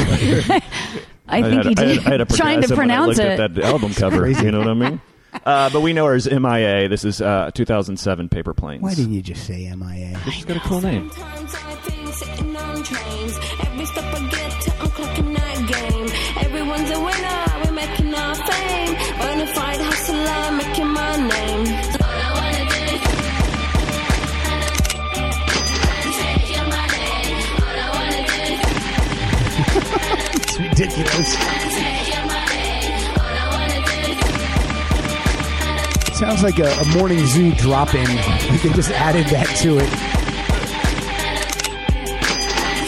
E: I think
C: had,
E: you
C: I
E: did.
B: [laughs]
C: had- I had a
E: Trying
C: Pergasm
E: to
C: when I
E: pronounce
C: looked
E: it.
C: At that album cover. you know what I mean? Uh, but we know her as MIA. This is uh, 2007 Paper Planes.
B: Why didn't you just say MIA?
C: She's got a cool name.
P: Sometimes I think sitting on trains. Every step I get to, I'm clocking that game. Everyone's a winner, we're making our fame. Bonafide hustler, making my name. All I wanna do is take your money. All I wanna do is
B: It's ridiculous.
P: take your money. All I wanna do is
B: Sounds like a, a morning zoo drop in. You could just added that to it.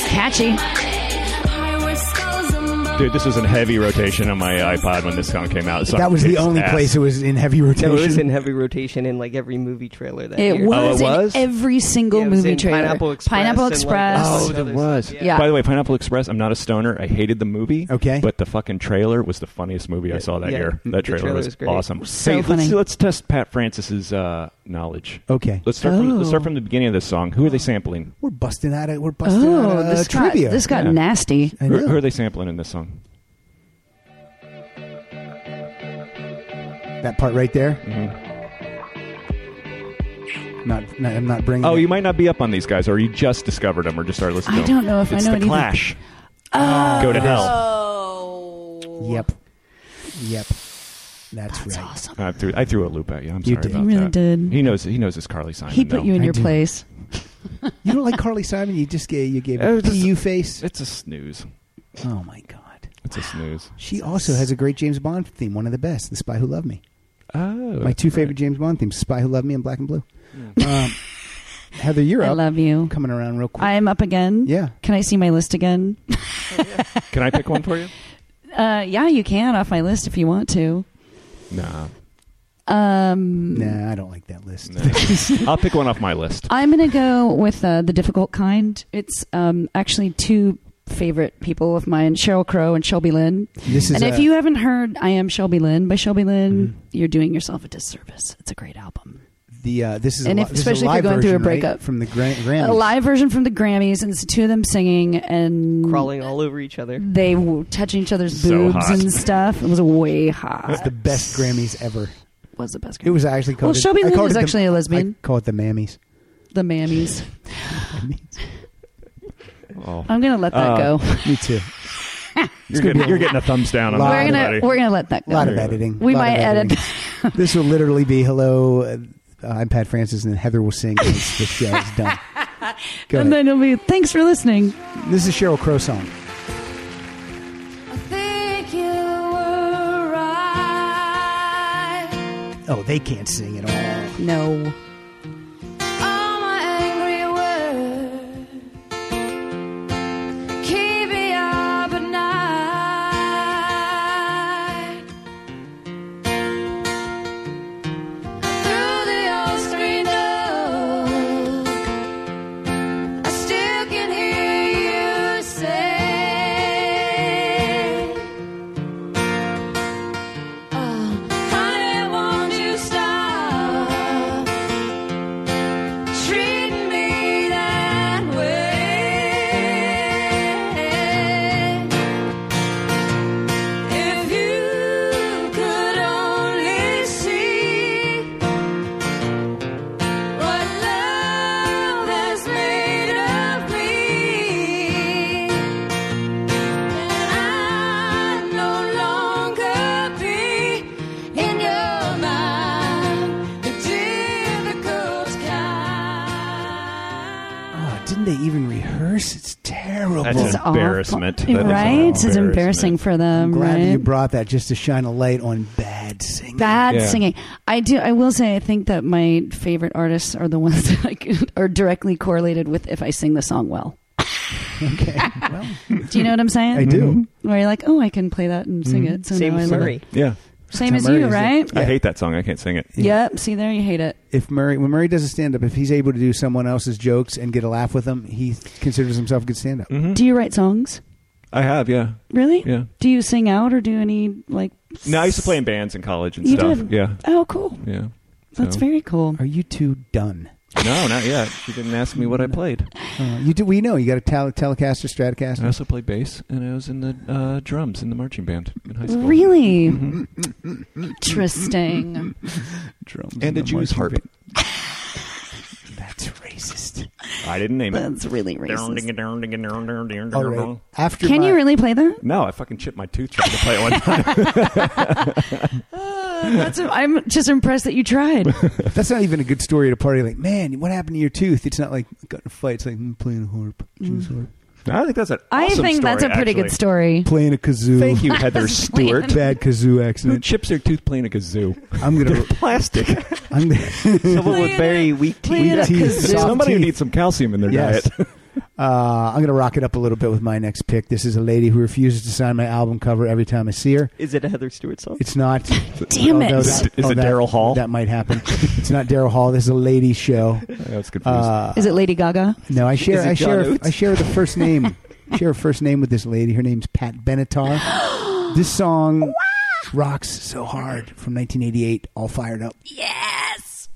E: Catchy.
P: highway skulls and
C: Dude, this was in heavy rotation on my iPod when this song came out. This song
B: that was the
C: kicks
B: only
C: ass.
B: place it was in heavy rotation.
L: no, it was in heavy rotation in like every movie trailer that
E: It
L: year.
E: was,
C: Oh, it was?
E: in every single
L: Yeah, it was
E: movie
L: in
E: trailer.
L: Pineapple Express
E: Pineapple
L: and, like,
E: Express.
L: all
C: Oh,
L: this
C: there
L: other
C: was.
L: stuff.
E: Yeah.
C: By the way, Pineapple Express. I'm not a stoner. I hated the movie.
B: Okay.
C: But the fucking trailer was the funniest movie I saw that
L: yeah. Mm-hmm.
C: year.
L: The
C: That trailer,
L: trailer
C: was,
L: was great.
C: awesome.
E: So
C: hey,
E: funny.
C: Let's, let's test Pat Francis's uh, knowledge.
B: Okay.
C: Let's start, from,
E: Oh.
C: let's start from the beginning of this song. Who are they
L: Oh.
C: sampling?
B: We're busting out of we're busting out
E: Oh,
B: of uh,
E: this got,
B: trivia.
E: this got
C: Yeah.
E: nasty.
B: I
C: Who,
B: know.
C: who are they sampling in this song?
B: that part right there.
C: Mm-hmm.
B: Not, not, I'm not bringing.
C: Oh,
B: it.
C: you might not be up on these guys, or you just discovered them, or just started listening
E: I
C: to them.
E: don't know if I
C: it's
E: know
C: the
E: anything. Oh.
C: Clash. Go to hell.
B: Yep. Yep. That's, right.
E: Awesome.
C: I threw, I threw a loop at you. I'm
B: You
C: sorry
B: did.
C: about
E: You really
C: that.
E: did.
C: He knows. He knows his Carly Simon.
E: He put
C: though.
E: you in
B: I
E: your
B: do.
E: place.
B: You don't like Carly Simon? You just gave you gave
C: Oh,
B: a
C: it's just-
B: PU face.
C: It's a snooze.
B: Oh my god.
C: It's a
E: [gasps]
C: snooze.
B: She also has a great James Bond theme, one of the best, The Spy Who Loved Me.
C: Oh,
B: My
C: that's
B: two
C: right.
B: favorite James Bond themes, Spy Who Loved Me and Black and Blue. Um, Heather, you're
E: I
B: up.
E: love you.
B: Coming around real quick.
E: I'm up again.
B: yeah.
E: Can I see my list again?
C: Can I pick one
E: [laughs]
C: for you?
E: Uh, yeah, you can off my list if you want to.
C: Nah.
E: Um,
B: Nah, I don't like that list.
C: I'll pick one off my list.
E: I'm going to go with uh, the difficult kind. It's um, actually two favorite people of mine, Cheryl Crow and Shelby Lynn.
B: [laughs] This is
E: and if
B: a-
E: you haven't heard I Am Shelby Lynn by Shelby Lynn,
B: Mm-hmm.
E: you're doing yourself a disservice. It's a great album.
B: the uh, this is
E: and
B: a,
E: if-
B: li- this is a
E: especially if you're
B: live
E: going through a
B: version, right?
E: breakup.
B: from the Gra- Grammys.
E: A live version from the Grammys, and it's the two of them singing and
L: Crawling all over each other.
E: They were touching each other's
C: So
E: boobs
C: hot.
E: and stuff. It was way hot.
B: It's the best Grammys
E: [laughs]
B: ever.
E: was the best.
B: It was actually called.
E: Well,
B: it-
E: Shelby
B: I
E: Lynn
B: called
E: was
B: it the-
E: actually a lesbian.
B: I call it the mammies.
E: the mammies.
C: Oh.
E: I'm gonna let that
B: [laughs]
C: Uh,
E: go.
B: Me too.
C: You're, getting, you're getting a thumbs down on
B: Lot
E: We're
C: that,
B: of
E: gonna
C: buddy.
E: we're gonna let that
B: A
E: go.
B: lot of editing.
E: We
B: Lot of
E: might edit.
B: editing. this will literally be
E: [laughs]
B: hello. Uh, I'm Pat Francis, and Heather will sing. And it's- the show is
E: [laughs]
B: done. Go
E: and
B: ahead.
E: then it'll be thanks for listening.
B: this is Cheryl Crow song.
F: think you were right.
B: Oh, they can't sing at all.
E: No.
F: All my angry words keep me up at night. Through the old screen door, I still can hear you say, "Oh, honey, won't you stop?" Treat me that way. If you could only see what love has made of me, and I no longer be in your mind, the difficult kind.
B: Oh, didn't they even rehearse? It's terrible.
C: That's
E: It's
C: an
E: awful.
C: embarrassment. That is an
E: right? It's
C: embarrassment.
E: embarrassing for them.
B: I'm glad
E: right?
B: that you brought that just to shine a light on bad singing.
E: bad
C: Yeah.
E: singing. I do. I will say, I think that my favorite artists are the [laughs] ones that I could, are directly correlated with if I sing the song well.
B: [laughs] Okay. Well,
E: Do you know what I'm saying?
B: I
C: Mm-hmm.
B: do. Mm-hmm.
E: Where you're like, oh, I can play that and sing it. So
L: Same
E: now I
L: with
E: love
L: Murray.
E: it.
C: Yeah.
E: Same as
B: Murray
E: you,
B: is the-
E: right?
C: I hate that song. I can't sing it.
E: Yep. See, there you hate it.
B: If Murray, when Murray does a stand up, if he's able to do
C: Mm-hmm.
B: someone else's jokes and get a laugh with them, he considers himself a good stand up.
E: Do you write songs?
C: I have, yeah.
E: Really?
C: Yeah.
E: Do you sing out or do any like?
C: No, I used to play in bands in college and
E: You
C: stuff.
E: did?
C: Yeah.
E: Oh, cool.
C: Yeah.
E: That's
C: So-
E: very cool.
B: Are you two done?
C: No, not yet. She didn't ask me what I played.
B: Uh, you do. We know you got a tele- Telecaster, Stratocaster.
C: I also played bass, and I was in the uh, drums in the marching band in high school.
E: Really?
C: Mhm.
E: Interesting.
C: Drums
B: in
C: and
B: the
C: a Jews harp.
B: marching That's racist.
C: I didn't name it.
E: That's really
C: [laughs] racist.
B: All right. After
E: Can
B: my-
E: you really play that?
C: No, I fucking chipped my tooth trying to play it one time.
E: That's. I'm just impressed that
C: [laughs]
E: you tried.
B: That's not even a good story at a party. Like, man, what happened to your tooth? It's not like I got in a fight. It's like mm, playing a harp, Jews
E: Mm.
B: harp.
C: [laughs] I think that's an
E: I
C: awesome
E: think that's a
C: story,
E: pretty good
C: actually.
E: story.
B: Playing a kazoo.
C: Thank you,
E: [laughs]
C: Heather Stewart.
B: Bad kazoo
C: Who
B: accident.
C: chips their tooth playing a [laughs] kazoo?
B: I'm gonna.
E: [laughs]
C: Plastic.
B: I'm gonna.
C: Someone with very weak
E: play it
C: teeth.
E: a
C: [laughs]
E: kazoo.
B: Soft
C: Somebody who
B: teeth.
C: needs some calcium in their
B: Yes.
C: diet.
E: [laughs]
B: Uh, I'm gonna rock it up a little bit with my next pick. This is a lady who refuses to sign my album cover every time I see her.
L: Is it a Heather Stewart song?
B: It's not.
E: Damn it.
B: although
C: Is it- is it
B: that-
C: Daryl Hall?
B: That might happen. it's not Daryl Hall. This is a lady show.
C: That's confusing.
B: Uh,
E: Is it Lady Gaga?
B: No, I share.
L: Is it
B: I share.
L: John Oates?
B: I share the first name. I share a first name with this lady. Her name's Pat Benatar. this song rocks so hard from 1988. All fired up.
K: Yes!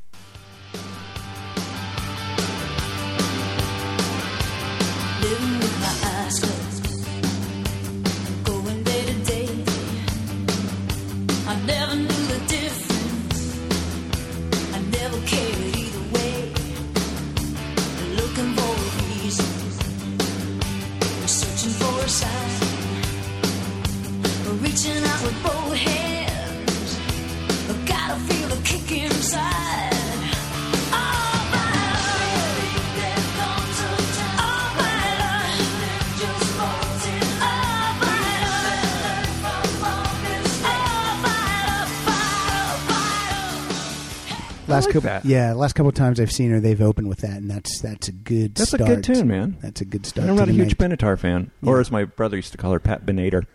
M: Living with my eyes closed, going day to day. I never knew the difference. I never cared either way. Looking for a reason, searching for a sign. Reaching out with both hands, I gotta feel the kick inside. All right, there comes a time. All right, just falls in. All right, learn from all
B: Last
C: like
B: couple.
C: that.
B: Yeah, last couple times I've seen her, they've opened with that, and that's that's a good.
C: That's a
B: start.
C: good tune, man.
B: That's a good start.
C: I'm
B: to
C: not a
B: the
C: huge
B: night.
C: Benatar fan, or as my brother used to call her, Pat Benator.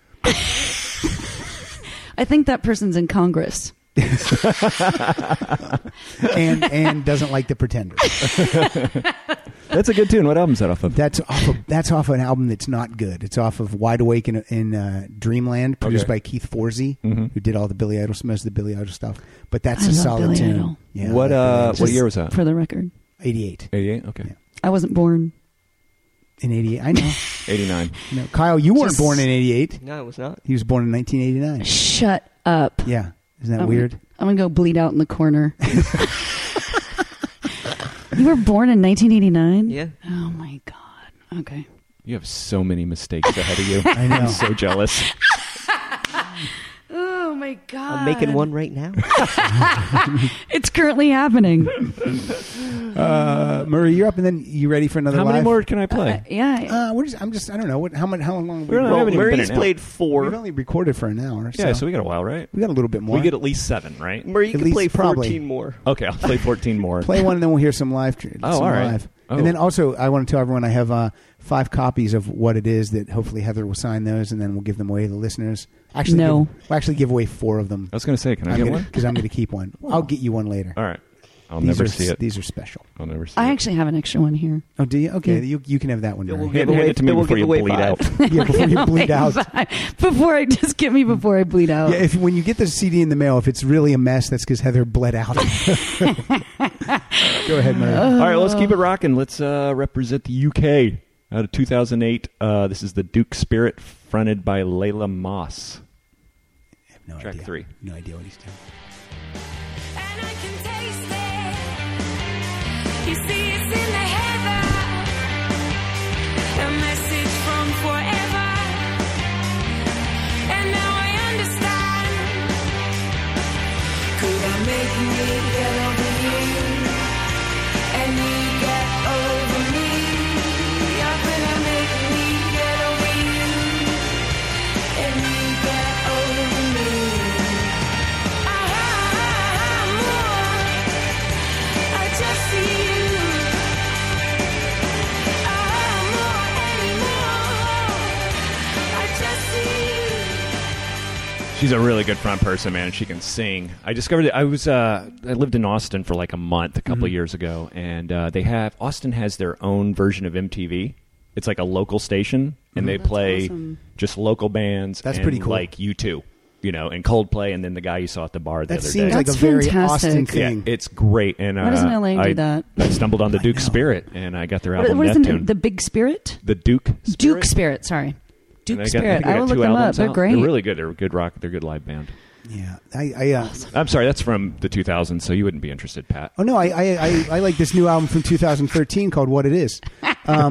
E: I think that person's in Congress.
B: and and doesn't like the Pretender.
C: That's a good tune. What album's that off of?
B: That's off. Of, that's off an album that's not good. It's off of Wide Awake in, in uh, Dreamland, produced
C: Okay.
B: by Keith Forsey,
C: Mhm.
B: who did all the Billy Idol, most of the Billy Idol stuff. But that's
E: I
B: a
E: love
B: solid
E: Billy
B: tune.
E: Idol.
B: Yeah,
C: what uh, what
E: Just
C: year was that?
E: For the record,
B: Eighty eight
C: 88? Okay.
E: I wasn't born.
B: in eighty eight. I
C: [laughs]
B: know.
C: 89.
B: No, Kyle, you weren't
E: Just-
B: born in eighty eight.
L: No, it was not.
B: He was born in nineteen eighty nine.
E: Shut up.
B: Yeah, isn't that
E: I'm-
B: weird?
E: I'm gonna go bleed out in
C: [laughs]
E: the corner. you were born in 1989.
L: Yeah.
E: Oh my god. Okay.
C: You have so many mistakes ahead of you.
B: [laughs] I know.
C: I'm [laughs] so jealous.
E: Oh my god.
L: I'm making one right now.
E: It's currently happening.
B: Uh, Murray, you're up, and then you ready for another?
C: How many
B: live?
C: more can I play?
E: Uh, yeah.
B: Uh, we're just. I'm just. I don't know. What? How much? How long?
C: We're
B: we
C: not having
L: Well,
C: even been
L: Murray's
C: an hour.
L: played
B: We've
L: four.
B: only recorded for an hour.
C: yeah, so we got a while, right?
B: we got a little bit more.
C: We get at least seven, right?
L: Murray, you
B: At
L: can
B: least
L: play
B: probably.
L: 14 more.
C: Okay, I'll play 14 more.
B: play one and then we'll hear some live. tr-
C: Oh,
B: some
C: all right.
B: live.
C: Oh.
B: And then also, I want to tell everyone I have uh, five copies of what it is that hopefully Heather will sign those, and then we'll give them away to the listeners. Actually,
E: No.
B: give, we'll actually give away four of them.
C: I was going to say, can I
B: I'm
C: get
B: gonna,
C: one?
B: Because I'm going to keep one. I'll get you one later.
C: All right. I'll
B: these
C: never
B: are,
C: see
B: s-
C: it.
B: These are special.
C: I'll never see
E: I
C: it.
E: actually have an extra one here.
B: Oh, do you? Okay,
E: Yeah.
B: you, you can have that one.
L: Yeah,
B: Mary.
L: we'll
C: Hand,
L: Give
C: hand
L: away-
C: it to me
L: we'll
C: before
L: give
C: you
L: away
C: bleed
L: five.
C: out.
B: [laughs] yeah, before you bleed out.
E: [laughs] Before I just get me before I bleed out.
B: Yeah, if when you get the CD in the mail, if it's really a mess, that's because Heather bled [laughs] out. Go ahead, Mary.
C: All right, let's keep it rocking. Let's uh, represent the UK out of 2008. Uh, this is the Duke Spirit, fronted by Layla Moss.
B: I have no
C: track
B: idea.
C: three.
B: No idea what he's doing.
P: And I can taste it. You see, it's in the heather. A message from forever. And now I understand. Could I make me get over you? And you get over me? Or could I make me get over you? And you get over me?
C: She's a really good front person, man. She can sing. I discovered it. I was uh, I lived in Austin for
E: Mm-hmm.
C: like a month a couple of years ago, and uh, they have Austin has their own version of MTV. It's like a local station,
E: Mm-hmm.
C: and they play
B: awesome.
C: just local bands.
B: That's
C: and,
B: pretty cool.
C: Like you two, you know, and Coldplay, and then the guy you saw at the bar the
B: That
C: other
B: seems
C: day.
B: like a That's very fantastic. Austin thing.
C: Yeah, it's great. And uh,
E: Why doesn't LA do
C: I,
E: that?
C: I stumbled on the Duke Spirit, and I got their
E: What,
C: album
E: what is the,
C: Neptune.
E: name? the Big Spirit?
C: The Duke Spirit.
E: Duke Spirit, sorry.
C: And
E: Duke
C: I got- I
E: Spirit.
C: think I
E: I,
C: got
E: will
C: two
E: look them up.
C: albums
E: They're
C: out.
E: great.
C: They're really good. They're a good rock. They're a good live band.
B: Yeah, I, I uh,
C: I'm sorry, that's from the 2000s, so you wouldn't be interested, Pat.
B: oh no, I, I, I, I like this new album from 2013 called What It Is.
E: [laughs]
B: Um,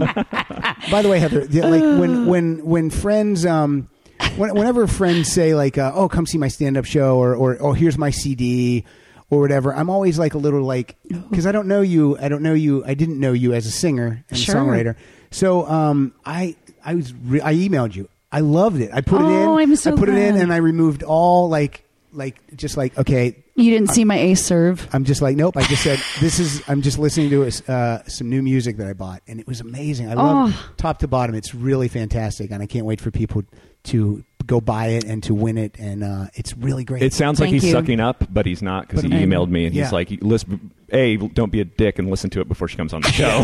B: by the way, Heather, the, like when when when friends, um, when, whenever friends say like, uh, "Oh, come see my stand-up show," or or "Oh, here's my CD." Or whatever. I'm always like a little like
E: Oh.
B: because I don't know you. I don't know you. I didn't know you as a singer and
E: Sure.
B: songwriter. So um, I I was re- I emailed you. I loved it. I put it in.
E: Oh, I'm so
B: I put it in
E: glad.
B: and I removed all like like just like okay
E: You didn't see my ace serve.
B: I'm just like, nope. I just said, this is. I'm just listening to uh, some new music that I bought, and it was amazing. I love
E: Oh.
B: top to bottom. It's really fantastic, and I can't wait for people to go buy it and to win it. And uh, it's really great.
C: It sounds like he's sucking up, but he's not because he
B: But I'm-
C: emailed me and
B: Yeah.
C: he's like, "Listen, a don't be a dick and listen to it before she comes on the show." [laughs]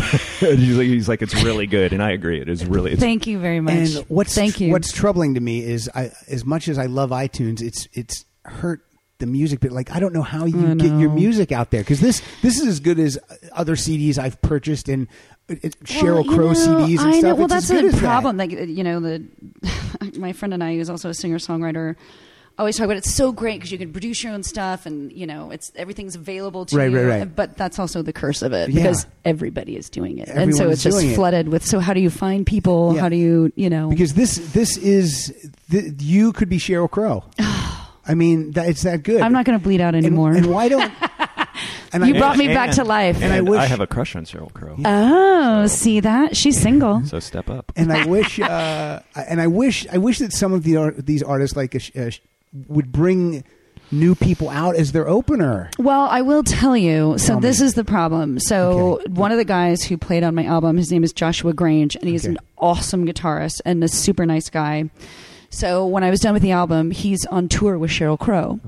C: he's, like, he's like, "It's really good," and I agree. It is really. It's,
E: Thank you very much.
B: And what's
E: Thank you.
B: what's troubling to me is, I as much as I love iTunes, it's it's hurt the music bit. Like I don't know how you
E: I
B: get your
E: know.
B: music out there because this this is as good as other CDs I've purchased and it, it- Cheryl
E: you
B: Crow
E: know,
B: CDs and
E: I
B: stuff.
E: Know, well,
B: It's as
E: that's
B: good
E: a
B: as that.
E: problem. Like uh, you know, the [laughs] my friend and I, who's also a singer songwriter, always talk about it's so great because you can produce your own stuff and you know it's everything's available to
B: Right,
E: you.
B: right, right.
E: But that's also the curse of it
B: Yeah.
E: because everybody is doing it, and so
B: Everyone
E: it's
B: is
E: just
B: doing it.
E: flooded with. So how do you find people?
B: Yeah.
E: How do you you know?
B: because this this is th- you could be Cheryl
E: [sighs]
B: Crow. I mean, that, it's that good.
E: I'm not going to bleed out
B: and,
E: anymore.
B: And why
E: [laughs]
B: don't? And
E: You brought me back to life.
C: And,
B: And I
C: I,
B: wish-
C: have a crush on Cheryl Crow,
E: oh, see that she's single.
B: mm-hmm.
C: so step up.
B: and
E: [laughs]
B: I wish, uh, and I wish, I wish that some of the art, these artists like uh, uh, would bring new people out as their opener.
E: Well, I will tell you. So
B: Tell me.
E: this is the problem. So one of the guys who played on my album, his name is Joshua Grange, and he's
B: Okay.
E: an awesome guitarist and a super nice guy. So when I was done with the album, he's on tour with Cheryl Crow.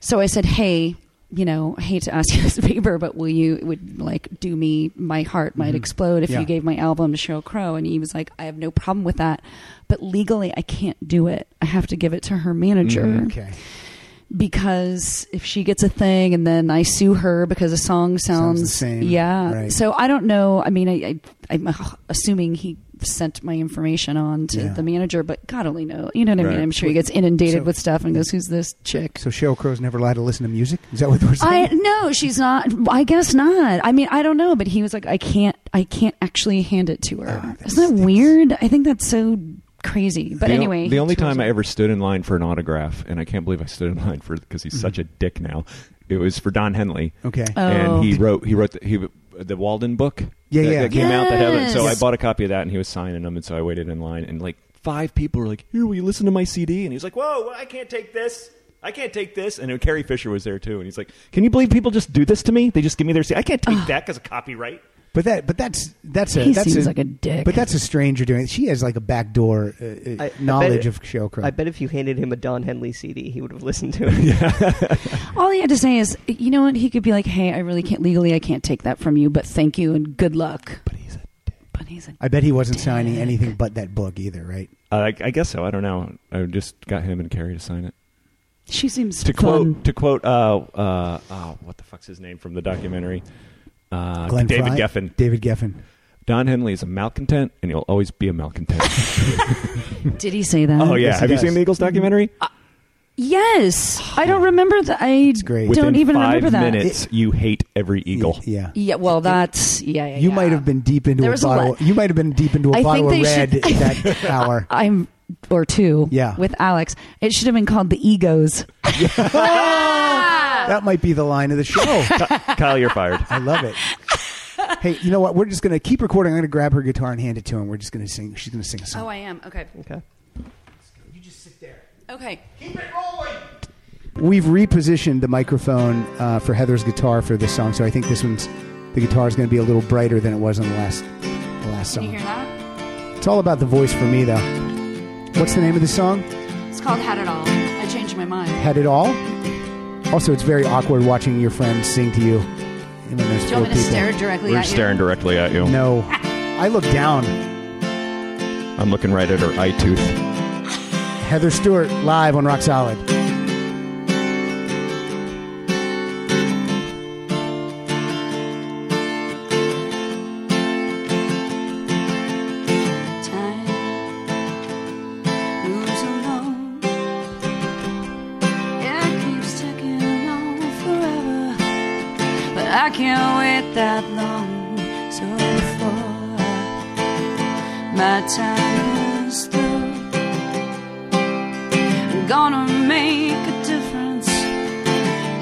E: So I said, "Hey, you know, I hate to ask you [laughs] this favor, but will you would like do me? My heart might explode if
B: Mm-hmm. Yeah.
E: you gave my album to Cheryl Crow." And he was like, "I have no problem with that, but legally, I can't do it. I have to give it to her manager."
B: Mm, Okay,
E: because if she gets a thing and then I sue her because a song sounds,
B: Sounds the same.
E: yeah.
B: Right.
E: So I don't know. I mean, I, I I'm assuming he sent my information on to
B: Yeah.
E: the manager, but God only know. You know what I
C: Right.
E: mean? I'm sure he gets inundated
B: So-
E: with stuff and goes, "Who's this chick?"
B: so Cheryl Crow's never allowed to listen to music. Is that what we're
E: I
B: saying?
E: no, she's not. I guess not. I mean, I don't know, but he was like, "I can't, I can't actually hand it to her."
B: Ah, that
E: Isn't that
B: stinks.
E: weird? I think that's so crazy. But
C: The o-
E: anyway,
C: the only
E: he chose
C: time I
E: it.
C: ever stood in line for an autograph, and I can't believe I stood in line for because he's such a
E: Mm-hmm.
C: dick now. It was for Don Henley.
B: okay,
E: Oh.
C: and he wrote he wrote the, he the Walden book.
B: Yeah,
C: that,
B: yeah.
C: that came out. That had it. So I
E: Yes.
C: bought a copy of that, and he was signing them, and so I waited in line, and like five people were like, "Here, will you listen to my CD?" And he was like, "Whoa, well, I can't take this." I can't take this, and Carrie Fisher was there too, and he's like, "Can you believe people just do this to me? They just give me their CD. I can't take that because of copyright."
B: but that, but that's that's a
E: He
B: that's
E: seems like a dick.
B: But that's a stranger doing it. She has like a backdoor uh, uh,
L: I- I
B: knowledge
L: bet-
B: of Cheryl Crow.
L: I bet if you handed him a Don Henley CD, he would have listened
C: [laughs]
L: to it.
E: All he had to say is, you know what? He could be like, "Hey, I really can't legally. I can't take that from you, but thank you and good luck." But he's a dick. But he's a
B: I bet he wasn't signing anything but that book either, right?
C: Uh, I, I guess so. I don't know. I just got him and Carrie to sign it.
E: she seems
C: To
E: fun.
C: quote, to quote, uh, uh, oh, what the fuck's his name from the documentary? Uh,
B: Glenn
C: David
B: Fry?
C: Geffen.
B: David Geffen.
C: Don Henley is a malcontent, and he'll always be a malcontent.
E: Did he say that?
C: Oh yeah,
B: Yes, he
C: have you
B: does.
C: seen the Eagles documentary?
E: Yes, I don't remember that. I
B: great.
E: don't
C: Within
E: even
C: five
E: remember that.
C: minutes, you hate every Eagle.
B: Yeah.
E: yeah, well, that's yeah. yeah
B: You
E: yeah.
B: might have been deep into
E: There
B: a
E: was a
B: bottle.
E: lot-
B: you might have been deep into a
E: I
B: bottle
E: think
B: of
E: they
B: red
E: should- [laughs]
B: that hour.
E: I'm or two.
B: Yeah.
E: with Alex, it should have been called the egos.
B: That might be the line of the
E: [laughs]
B: show.
C: Kyle, you're fired.
B: I love it. Hey, you know what? We're just going to keep recording. I'm going to grab her guitar and hand it to him. We're just going to sing. She's going to sing a song.
E: Oh, I am okay.
L: Okay.
B: you just sit there.
E: Okay.
B: We've repositioned the microphone uh, for Heather's guitar for this song, so I think this one's the guitar is going to be a little brighter than it was on the last the last
E: Can you hear
B: song.
E: that?
B: It's all about the voice for me, though. What's the name of the song?
E: It's called Had It All. I changed my mind.
B: had it all. Also, it's very awkward watching your friends sing to you. and when there's
E: Do you want
B: four
E: me to
B: people.
E: stare directly
C: We're
E: at you?
C: staring directly at you.
B: No, I look down.
F: I'm looking right at her eye tooth.
B: Heather Stewart live on Rock Solid.
E: moves along. It keeps ticking on forever, but I can't wait that long. So before my time is through, I'm gonna make a difference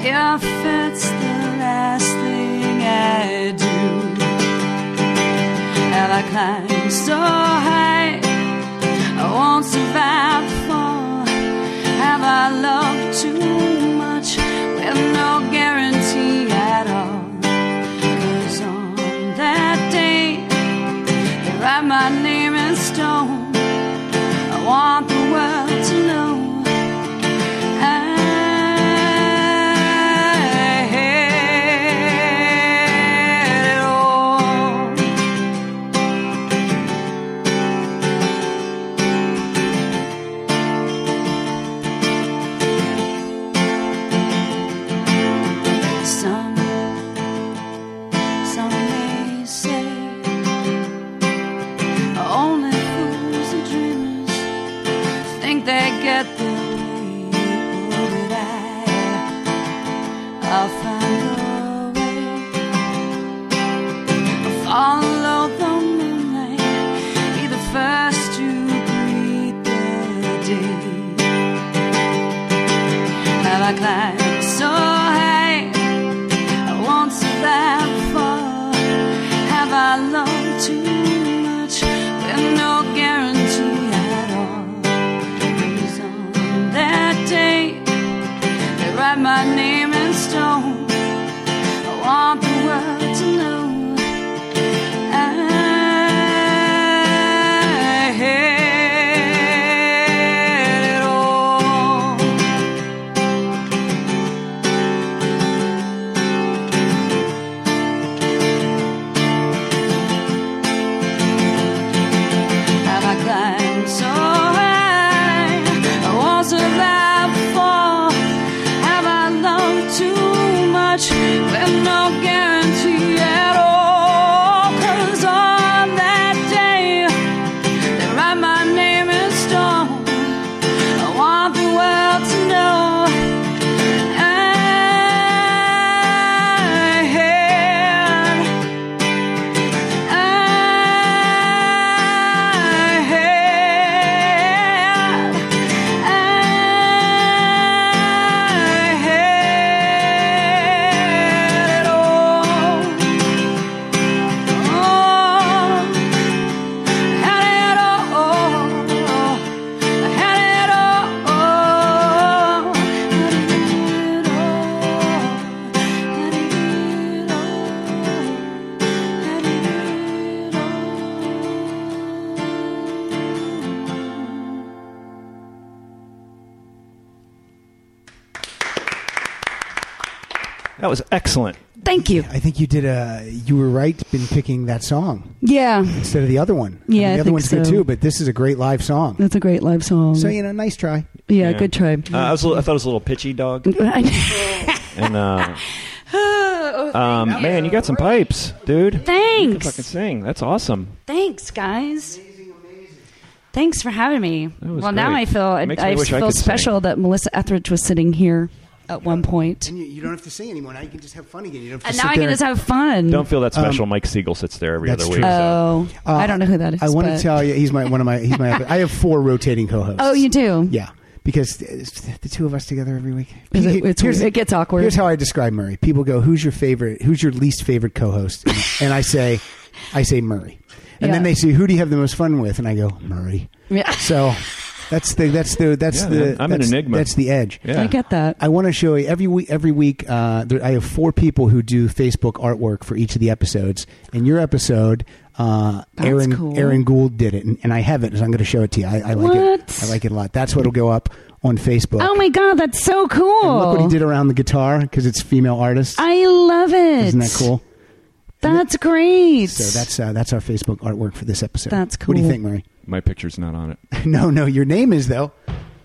E: if it's the last thing I do. Have I climbed so high? I won't survive the fall. Have I loved too much with no guarantee at all? Cause on that day, they write my name in stone. I want the world to know. I had it all. Some, some may say only fools and dreamers think they get their way. Oh, but I, I'll find a way. I'll follow the moonlight, be the first to greet the day. Have I climbed so high? I won't survive the fall. Have I loved too much with no guarantee at all? Cause on that day, they write my name in stone. I want the world to know I had it all. Have I climbed so high? I won't survive the fall. Have I loved too much with no guarantee at all? 'Cause on that day, they write my name in stone. I want the world to know. I had
F: Oh, That was excellent.
C: Thank you.
B: I think you did a. You were right in picking that song
C: Yeah,
B: instead of the other one.
C: Yeah,
B: the
C: I
B: other
C: think
B: one's good
C: so. Mm-hmm.
B: too, but this is a great live song.
C: that's a great live song.
B: So you know, nice try.
C: yeah, good try.
F: Uh, I, was a little, I thought it was a little pitchy dog. And, uh,
C: Oh,
F: um, man, you got some pipes, dude. You
C: [laughs]
F: can
C: Thanks.
F: fucking sing. That's awesome.
C: Thanks, guys. Thanks for having me.
F: That
C: Well,
F: was
C: now
F: great.
C: I feel I,
F: Makes me
C: I
F: wish I
C: feel
F: could sing.
C: special that Melissa Etheridge was sitting here at one point,
B: And you, you don't have to sing anymore. Now you can just have fun again. You don't have to
C: and
B: sit
C: now I
B: there-
C: can just have fun.
F: Don't feel that special.
B: Um,
F: Mike Siegel sits there every
B: that's
F: other
B: true.
F: week. so.
C: oh,
B: Uh,
C: I don't know who that is.
B: I want
C: but-
B: to tell you, he's my one of my. He's
C: [laughs]
B: my. I have four rotating co-hosts.
C: Oh, you do.
B: Yeah, because the the two of us together every week.
C: Is it, it's,
B: Here's-
C: it gets awkward.
B: Here's how I describe Murray. People go, "Who's your favorite? Who's your least favorite co-host?"
C: [laughs]
B: And, and I say, "I say Murray." And then
C: Yeah.
B: they say, "Who do you have the most fun with?" And I go, "Murray."
C: Yeah.
B: So that's the that's the that's
F: Yeah,
B: the
F: man, I'm an
B: that's-
F: enigma.
B: That's the edge.
F: Yeah.
C: I get that.
B: I want to show you every week. Every week, uh, there, I have four people who do Facebook artwork for each of the episodes. And your episode, uh,
C: That's
B: Aaron
C: cool.
B: Aaron Gould did it, and, and I have it, so I'm going to show it to you. I, I like it.
C: What?
B: I like it a lot. That's what'll go up on Facebook.
C: oh my god, that's so cool!
B: And look what he did around the guitar because it's female artists.
C: I love it.
B: Isn't that cool?
E: That's great.
B: So that's uh, that's our Facebook artwork for this episode.
E: That's
B: What do you
E: cool.
B: think, Mary?
C: My picture's not on
B: [laughs]
C: it.
B: no, no, your name is though.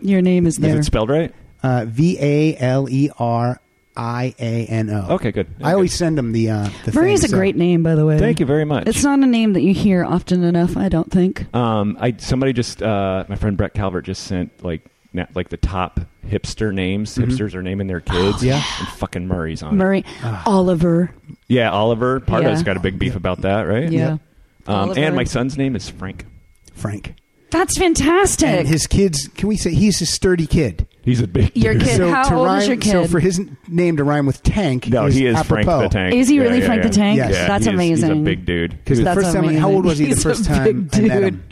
E: Your name is
C: Is
E: there.
C: it spelled right?
B: Uh, v a l e r i a n o.
C: Okay, good.
B: I always send them the uh, the.
E: Murray is
B: thing,
E: a
B: so-
E: great name, by the way.
C: Thank you very much.
E: It's not a name that you hear often enough, I don't think.
C: Um, I somebody just uh, my friend Brett Calvert just sent like na- like the top hipster names.
B: Mhm.
C: Hipsters are naming their kids.
B: Oh, yeah.
C: and fucking Murray's on. it.
E: Murray
B: Ah.
E: Oliver.
C: Yeah, Oliver Pardo's
E: Yeah.
C: got a big beef about that, right?
E: Yeah. Yep.
C: Um,
E: Oliver
C: and my
E: and-
C: son's name is Frank.
B: Frank.
E: That's fantastic.
B: And his kids, can we say he's a sturdy kid?
C: He's a big.
E: Your kid-
B: So
E: how
B: to
E: old
B: rhyme,
E: is your
B: So
E: kid?
B: for his n- name to rhyme with tank,
C: No,
B: is
C: he is
B: apropos.
C: Frank the Tank.
E: Is he really
C: yeah,
E: Frank the
C: yeah.
E: Tank?
C: Yeah,
B: Yes.
E: That's
C: he is- He's a
E: amazing.
C: big dude.
B: Because the
E: That's
B: first time, I- how
E: amazing.
B: old was he the
E: He's a
B: first time
E: big
B: I met
E: dude.
B: him?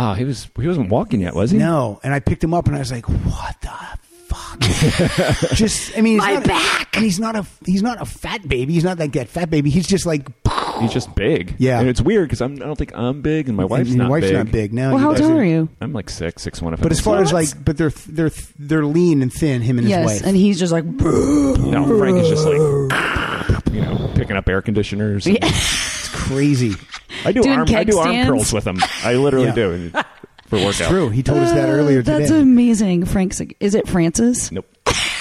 C: Ah, he was he wasn't walking yet, was he?
B: No, and I picked him up and I was like, "What the
E: [laughs]
B: fuck?" just, I mean, he's
E: My
B: not,
E: back.
B: And he's not a he's not a fat baby. He's not like that fat baby. He's just like
C: He's just big.
B: Yeah.
C: and it's weird because I don't think I'm big, and my wife's
B: and your
C: not
B: wife's
C: big.
B: not big now.
E: Well, how old are you?
C: I'm like six, six one. If
B: But
C: I'm
B: as far
C: six.
B: as like, but they're they're they're lean and thin. Him and his
E: yes,
B: wife. Oh,
E: and he's just like,
C: no, Frank is just like [laughs] you know picking up air conditioners. and-
B: it's crazy.
C: I do
E: Doing
C: arm I
E: keg
C: do arm
E: stands.
C: curls with him. I literally
B: Yeah.
C: do for workout.
B: True. He told us that earlier today.
E: [laughs] that's amazing. Frank's, like, is it Francis?
C: Nope.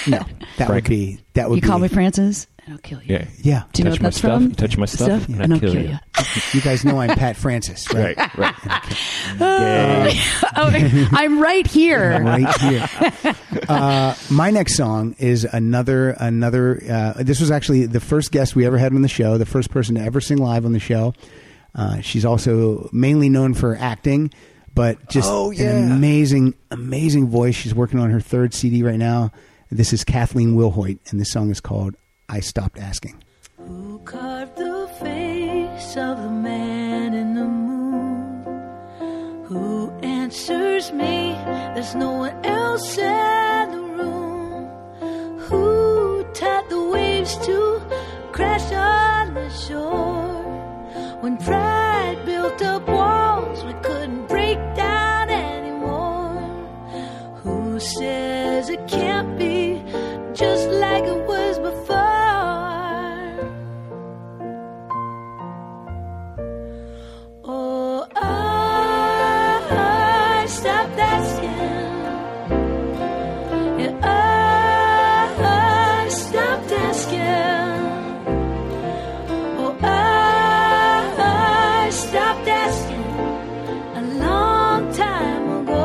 B: no, that would
C: Frank.
B: be that would
E: You
B: be.
E: call me Francis, and I'll kill you.
C: Yeah.
B: Yeah,
E: Do you know
C: Touch
E: what
C: my
E: that's
C: stuff.
E: from?
C: You touch my stuff, and I
E: and I'll
C: kill
E: kill
C: you.
E: you.
B: you guys know I'm Pat Francis, right? [laughs]
C: Right. Right.
E: Uh,
C: Yay. [laughs]
E: oh, I'm right here.
B: right here. Uh, my next song is another another. Uh, this was actually the first guest we ever had on the show, the first person to ever sing live on the show. Uh, she's also mainly known for acting, but just
C: Oh,
B: an
C: yeah.
B: amazing, amazing voice. She's working on her third CD right now. This is Kathleen Wilhoit, and this song is called "I Stopped Asking."
F: Who carved the face of the man in the moon? Who answers me? There's no one else in the room. Who taught the waves to crash on the shore? When pride built up walls we couldn't break down anymore. Who says it can't be just like it was before? Oh, I, I stopped asking. Yeah, oh, I, I stopped asking. Oh, I, I stopped asking a long time ago.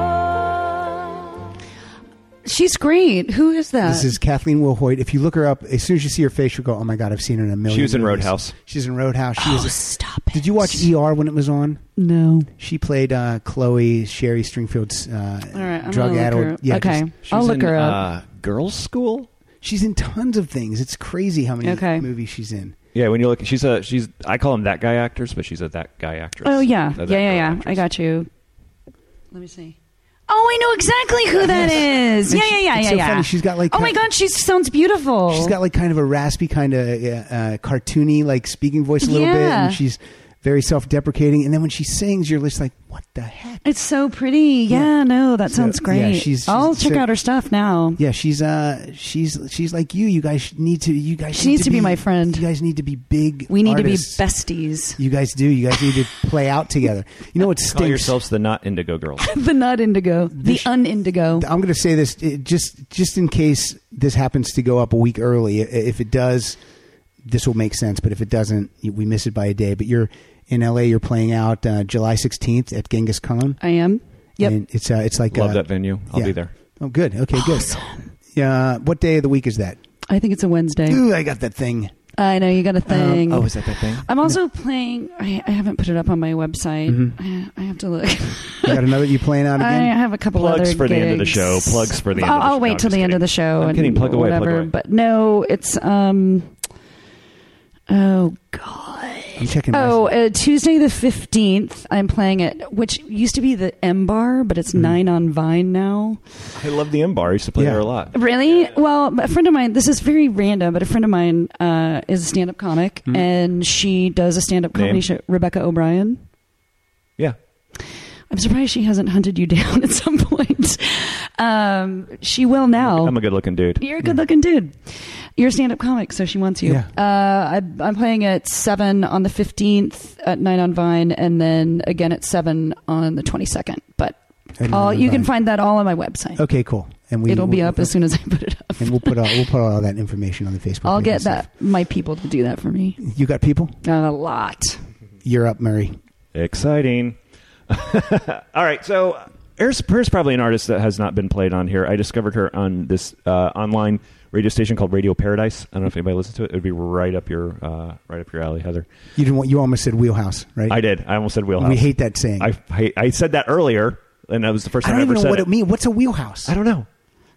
E: She's great. Who is that?
B: This is Kathleen Wilhoit. If you look her up, as soon as you see her face, you'll go, "Oh my god, I've seen her in a million."
C: was in
B: movies."
C: Roadhouse.
B: She's in Roadhouse. She
E: oh,
B: was.
E: stop it.
B: Did you watch ER when it was on?
E: No.
B: She played uh, Chloe Sherry Stringfield's uh,
E: All right, I'm
B: drug
E: gonna look her
B: addict.
E: up. okay,
B: just-
C: She
E: I'll
C: was
E: look
C: in,
E: her up.
C: Uh, girls' school.
B: she's in tons of things. It's crazy how many
E: Okay.
B: movies she's in.
C: Yeah, when you look, she's a she's. I call them that guy actors, but she's a that guy actress.
E: oh yeah,
C: A
E: yeah,
C: that
E: yeah,
C: girl
E: yeah. I
C: actress.
E: got you. Let me see. Oh, I know exactly who that is.
B: And
E: Yeah,
B: she-
E: yeah, yeah,
B: it's
E: yeah,
B: so
E: yeah.
B: funny. She's got, like,
E: Oh my
B: kind-
E: god, she sounds beautiful.
B: She's got like kind of a raspy, kind of uh, uh, cartoony, like speaking voice a little bit,
E: Yeah.
B: and she's very self-deprecating. And then when she sings, you're just like, "What the heck?"
E: It's so pretty. Yeah,
B: Yeah.
E: no, that
B: So,
E: sounds
B: yeah,
E: great.
B: she's-
E: I'll
B: she's
E: check
B: so-
E: out her stuff now.
B: Yeah, she's uh, she's she's like you. You guys need to. You guys.
E: She
B: need
E: needs to be my friend.
B: You guys need to be big.
E: We need
B: artists.
E: to be besties.
B: You guys do. You guys need to play out together. You know what stinks?
C: Call yourselves the not
B: [laughs]
C: indigo girls.
E: [laughs] the not indigo, the
B: This-
E: unindigo.
B: I'm going to say this it, just just in case this happens to go up a week early. I- If it does, this will make sense. But if it doesn't, you- we miss it by a day. But you're in LA. You're playing out uh, July 16th at Genghis Khan.
E: I am. Yep.
B: And it's uh, it's like
C: Love
B: uh,
C: that venue. I'll
B: yeah.
C: be there.
B: Oh, good. Okay, good. Yeah. what day of the week is that?
E: I think it's a Wednesday.
B: Ooh, I got that thing.
E: I know you got a
B: Um,
E: thing.
C: Oh, is that that thing?
E: I'm also playing. I, I haven't put it up on my website. I, I have to look.
B: You got another. You playing out
E: [laughs] I
B: Mm-hmm. again?
E: have a couple
C: Plugs
E: other
C: for the end of the
E: gigs.
C: show. Plugs for the end
E: I'll,
C: of the
E: I'll
C: show. No,
E: wait
C: I'm
E: till
C: just
E: the end
C: kidding.
E: of the show.
C: I'm
E: and
C: kidding. Plug away, plug
E: Whatever.
C: away.
E: But no, it's um. Oh God.
B: I'm checking. my-
E: Oh, uh, Tuesday the fifteenth. I'm playing it, which used to be the M Bar, but it's Nine on Vine now.
C: I love the M Bar. I used to play
B: Yeah.
C: there a lot.
E: Really? Well, a friend of mine, this is very random, but a friend of mine uh, is a stand up comic and she does a stand up comedy
C: Name?
E: show, Rebecca O'Brien.
C: Yeah.
E: [laughs] I'm surprised she hasn't hunted you down at some point. Um, she will now.
C: I'm a good looking dude.
E: You're a good looking dude. You're a stand up comic, so she wants you.
C: Yeah.
E: Uh, I, I'm playing at 7 on the 15th at Night on Vine, and then again at 7 on the 22nd. But
B: At Night
E: all,
B: on
E: you can
B: Vine.
E: find that all on my website.
B: Okay, cool. And
E: It'll be up as soon as I put it
B: up. And we'll put all we'll put all that information on the Facebook.
E: I'll
B: page
E: get
B: and stuff.
E: that my people to do that for me.
B: You got people?
E: A lot.
B: You're up, Murray.
C: Exciting. [laughs] All right, so here's, here's probably an artist that has not been played on here. I discovered her on this uh, online radio station called Radio Paradise. I don't know if anybody listened to it. It would be right up your uh, right up your alley, Heather.
B: You didn't want. You almost said wheelhouse, right?
C: I did. I almost said wheelhouse.
B: We hate that saying.
C: I, I, I said that earlier, and that was the first
B: I
C: time
B: don't
C: I,
B: even
C: ever
B: know
C: said
B: what it means. What's a wheelhouse? I
C: don't know.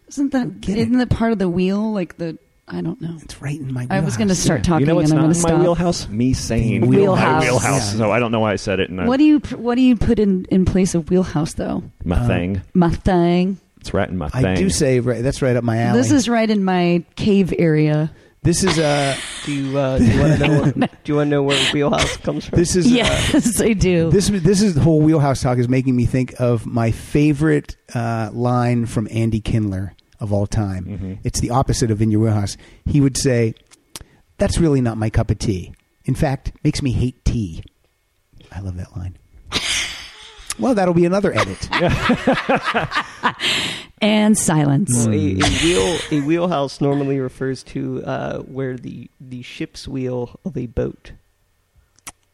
E: Isn't that isn't that part of the wheel? Like the I don't know. It's
B: right in my.
E: I was going to start
C: You know
E: talking,
C: what's
E: and I'm
C: not
E: going to
C: in my
E: stop.
C: wheelhouse? Me saying
E: Wheelhouse.
C: My wheelhouse. So I don't know why I said it. And I-
E: What do you What do you put in in place of wheelhouse though?
C: my thing.
E: My thing.
C: It's right in my
B: I
C: thing.
B: do say right, that's right up my alley.
E: This is right in my cave area.
B: This is
C: [laughs]
B: uh,
A: Do you, uh, do you want to know? do you want to know where wheelhouse comes from?
B: This is uh,
E: yes, I do.
B: This this is the whole wheelhouse talk is making me think of my favorite uh, line from Andy Kindler of all time.
C: Mm-hmm.
B: It's the opposite of in your wheelhouse. He would say, "That's really not my cup of tea. In fact, makes me hate tea." I love that
E: [laughs]
B: line. well, that'll be another edit.
E: and silence.
A: Well,
C: Mm.
E: Hmm.
A: a, a wheel a wheelhouse normally refers to uh, where the the ship's wheel of a boat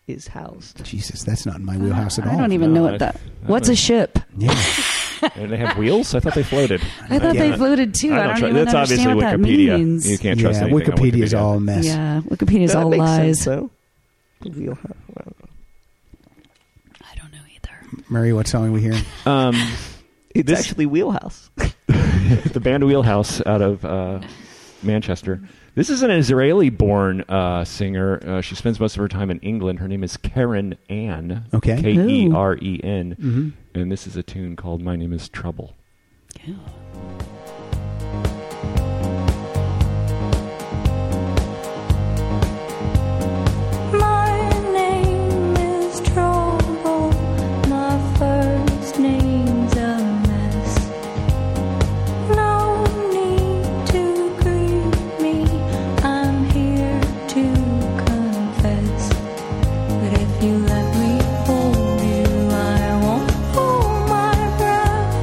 A: is housed.
B: Jesus, that's not in my wheelhouse at all.
E: I don't even know what that. What's a ship?
B: Yeah.
C: and they have wheels? I thought they floated.
E: I thought they
C: Yeah.
E: floated too. I don't,
C: tru-
E: even
C: That's
E: understand
C: obviously
E: what that
C: Wikipedia.
E: means.
C: You can't trust
B: yeah,
C: anything on
B: Wikipedia is all a mess.
E: Yeah, Wikipedia's
A: That
E: all
A: makes
E: lies.
A: sense, though. Wheelhouse.
B: Murray, what song are we hearing?
C: Um,
A: It's actually
B: [laughs]
A: wheelhouse.
C: [laughs] the band Wheelhouse out of uh, Manchester. This is an Israeli-born uh, singer. Uh, she spends most of her time in England. Her name is Karen Ann.
B: Okay.
C: K E R E N.
B: Mhm.
C: And this is a tune called "My Name Is Trouble."
F: My name is Trouble. My first name's a mess. No need to grieve me. I'm here to confess. But if you let me hold you, I won't hold my breath.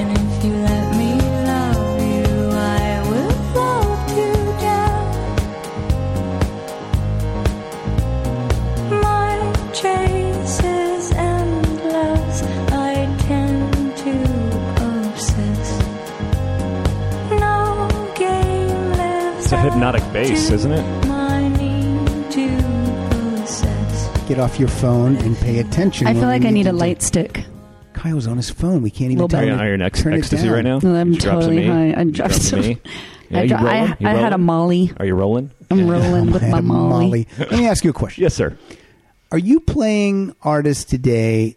F: And if you let me love you, I will love to death. My chase is endless. I tend to obsess. No game lives
C: It's a hypnotic bass, isn't it?
F: up my need to possess.
B: Get off your phone and pay attention.
E: I feel
B: when we
E: like I need
B: to
E: a
B: do-
E: light stick.
B: Kyle's on his phone. We can't even
E: Little
B: tell
E: bit.
B: him. to
C: Are you in ex-
B: turn it
C: ecstasy
B: down.
C: right now?
E: No, I'm
C: You dropped some
E: totally
C: E?
E: high. I
C: You
E: dropped some-
C: me. Yeah,
E: I,
C: you
E: dro- I,
C: rolling? You
E: I had a
C: rolling?
E: Molly.
C: Are you rolling?
E: I'm rolling
B: [laughs]
E: with
B: I
E: my
B: had a
E: Molly.
B: Let me ask you a question.
C: yes, sir.
B: Are you playing artists today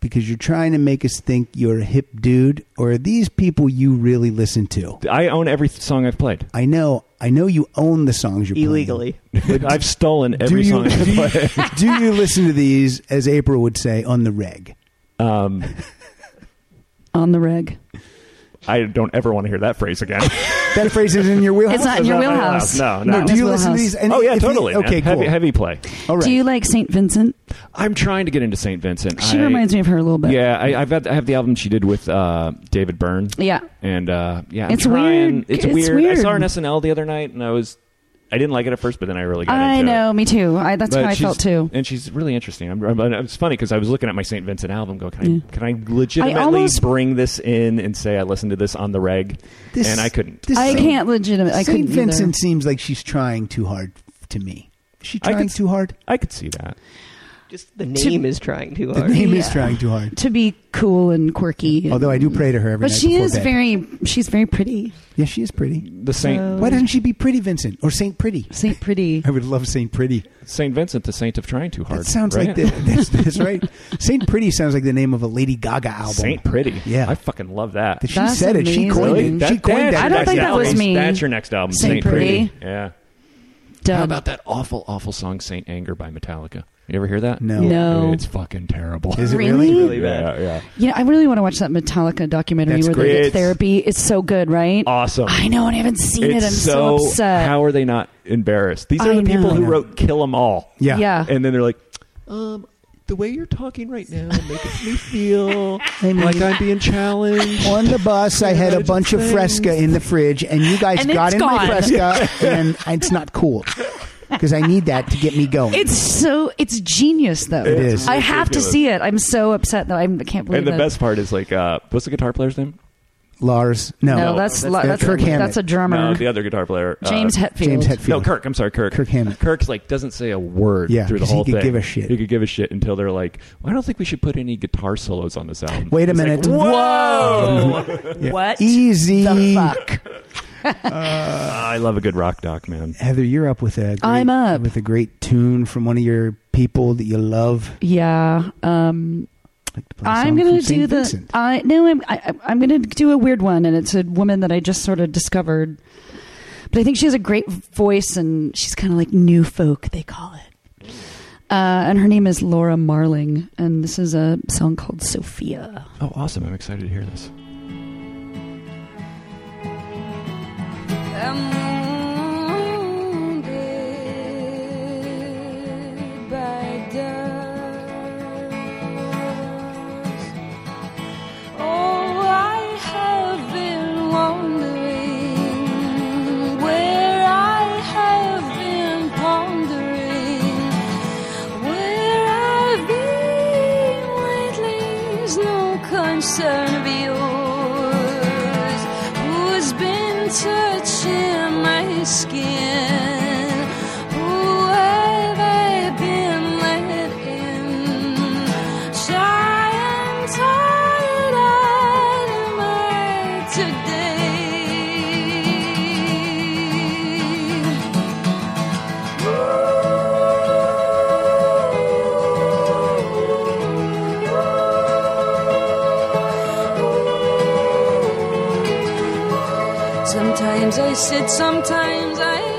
B: because you're trying to make us think you're a hip dude, or are these people you really listen to?
C: I own every th- song I've played.
B: I know, I know you own the songs you're
A: Illegally.
C: I've stolen
B: playing. Do
C: every
B: you,
C: song
B: do,
C: I've played.
B: you, [laughs] do you listen to these, as April would say, on the reg?
C: Um,
E: On the reg.
C: I don't ever want to hear that phrase
E: [laughs]
C: again.
B: That phrase is in your wheelhouse.
E: It's not in
C: It's
E: your
C: not my
E: wheelhouse.
C: No, no.
B: Do you listen to these? And
C: oh yeah,
B: if you-
C: totally. man.
B: okay,
C: heavy,
B: cool.
C: heavy play.
B: All right.
E: Do you like Saint Vincent?
C: I'm trying to get into Saint Vincent.
E: She
C: I-
E: reminds me of her a little bit.
C: Yeah, I, I've had, I have the album she did with uh, David Byrne.
E: Yeah.
C: and uh, yeah, I'm
E: It's
C: trying.
E: weird.
C: It's,
E: It's
C: weird. I saw her
E: weird.
C: on SNL the other night, and I was I didn't like it at first, but then I really got
E: I
C: into it.
E: know, me too. I, that's
C: But
E: how I
C: she's-
E: felt too.
C: and she's really interesting. I'm, I'm, it's funny because I was looking at my Saint Vincent album, going, "Can I,
E: Yeah.
C: can I legitimately
E: I almost-
C: bring this in and say I listened to this on the reg?"
B: This-
C: and I couldn't.
B: this
E: I
B: Saint-
E: can't legitimate. I
B: Saint
E: couldn't
B: Vincent seems like she's trying too hard f- to me. Is she
C: I
B: trying
C: could-
B: too hard?
C: I could see that.
A: Just the
E: To-
A: name is trying too
B: The
C: uh,
A: hard.
B: name is
E: Yeah.
B: trying too hard.
E: either. To be cool and quirky. and-
B: Although I do pray to her every
E: but
B: night
E: she
B: before
E: is
B: bed.
E: very. She's very pretty.
B: Yeah, she is pretty.
C: The Saint
E: So-
B: Why doesn't she be Pretty Vincent or Saint Pretty?
E: Saint Pretty.
B: I would love Saint Pretty.
C: Saint Vincent, the saint of trying too hard.
B: That sounds
C: right?
B: like the, [laughs] that's, that's right. Saint Pretty sounds like the name of a Lady Gaga album.
C: [laughs] Saint Pretty.
B: Yeah.
C: I fucking love that.
B: That she That's said it. She amazing. coined it. She coined that.
C: that's your
B: I don't
C: next
B: think that
C: album.
B: was me.
C: That's your next album.
B: Saint Pretty.
C: Yeah.
E: done.
C: How about that awful, awful song "Saint Anger" by Metallica? You ever hear that?
B: No.
E: No.
C: It's fucking terrible.
E: Is it really? Really? Really
C: yeah,
E: bad.
C: yeah.
E: You know, I really want to watch that Metallica documentary
C: That's
E: where
C: great.
E: they
C: It's-
E: get therapy. It's so good, right?
C: Awesome.
E: I know, and I haven't seen
C: It's
E: it. I'm so, upset.
C: How are they not embarrassed? These are
E: I
C: the people
E: know.
C: who wrote "Kill 'Em All."
E: Yeah. Yeah.
C: And then they're like,
Q: Um, the way you're talking right now makes me feel like I'm being challenged.
B: On the bus, I had a bunch of
Q: Things.
B: Fresca in the fridge, and you guys
Q: And
B: got
Q: it's
B: in my
Q: gone.
E: [laughs]
B: Fresca, and it's not cool because I need that to get me going.
E: It's so it's genius though.
C: It is.
E: I have to
C: Ridiculous.
E: see it. I'm so upset though. I'm, I can't believe
C: and the
E: it.
C: best part is like, uh, what's the guitar player's name?
B: Lars, no,
E: No, that's La- that's
B: Kirk
E: a-
B: Hammett.
E: that's a drummer.
C: No, the other guitar player, uh,
E: James Hetfield. James Hetfield.
C: No, Kirk. I'm sorry, Kirk. Kirk
B: Hammett.
C: Kirk's like doesn't say a word
B: Yeah,
C: through the
B: 'cause he
C: whole
B: could
C: thing.
B: give a shit.
C: He could give a shit until they're like, well, I don't think we should put any guitar solos on this album.
B: Wait a
C: It's like,
B: minute.
C: Whoa.
B: Yeah.
E: What
B: Easy.
C: Ah, I love a good rock doc, man.
B: Heather, you're up with a. Great,
E: I'm up.
B: with a great tune from one of your people that you love.
E: Yeah. Um,
B: a song
E: I'm gonna
B: from
E: do
B: Saint
E: the.
B: Vincent.
E: I no. I'm I, I'm gonna do a weird one, and it's a woman that I just sort of discovered. But I think she has a great voice, and she's kind of like new folk, they call it. Uh, and her name is Laura Marling, and this is a song called Sophia.
C: Oh, awesome! I'm excited to hear this.
F: I'm wounded by dust. Oh, I have been wandering where I have been pondering, where I've been lately's no concern of yours. Who's been touching my skin? Who have I been let in? Shy and tired am I today? Sometimes I sit, sometimes I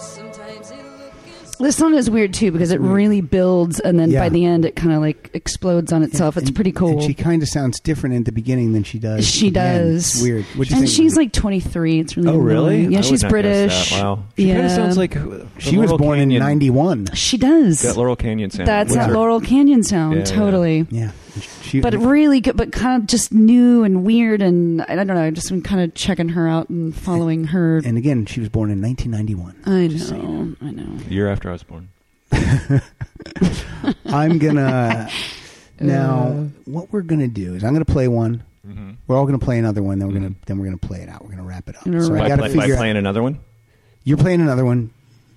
F: stare. Sometimes it
E: This song is weird too because it really builds, and then
B: Yeah.
E: by the end, it kind of like explodes on itself. it's pretty cool.
B: And she kind of sounds different at the beginning than she does.
E: She
B: at the end.
E: does.
B: It's weird. What'd you
E: and
B: think?
E: she's like 23. It's really.
B: Oh, really?
E: annoying. Mm-hmm.
B: I
E: Yeah,
B: would
E: she's
B: not guess that.
E: British.
C: Wow.
E: Yeah.
C: She kinda sounds like who-
B: she was
C: Laurel
B: born in
C: Canyon.
B: '91.
E: She does.
C: That Laurel Canyon sound.
E: That's
C: What's
E: that
C: her-
E: Laurel Canyon sound.
C: Yeah, yeah.
E: totally.
B: Yeah.
E: but really good, but kind of just new and weird, and I don't know. I've just been kind of checking her out and following her.
B: And again, she was born in 1991.
E: I know. I know.
C: Year after I was born.
B: I'm
E: [laughs]
B: gonna
E: Uh.
B: now. What we're gonna do is I'm gonna play one.
C: Mhm.
B: We're all gonna play another one. Then we're gonna then we're gonna play it out. We're gonna wrap it up.
E: Gonna
B: So
C: by
B: I gotta
C: play- Mm-hmm. by
B: figure.
C: playing another one.
B: You're playing another one.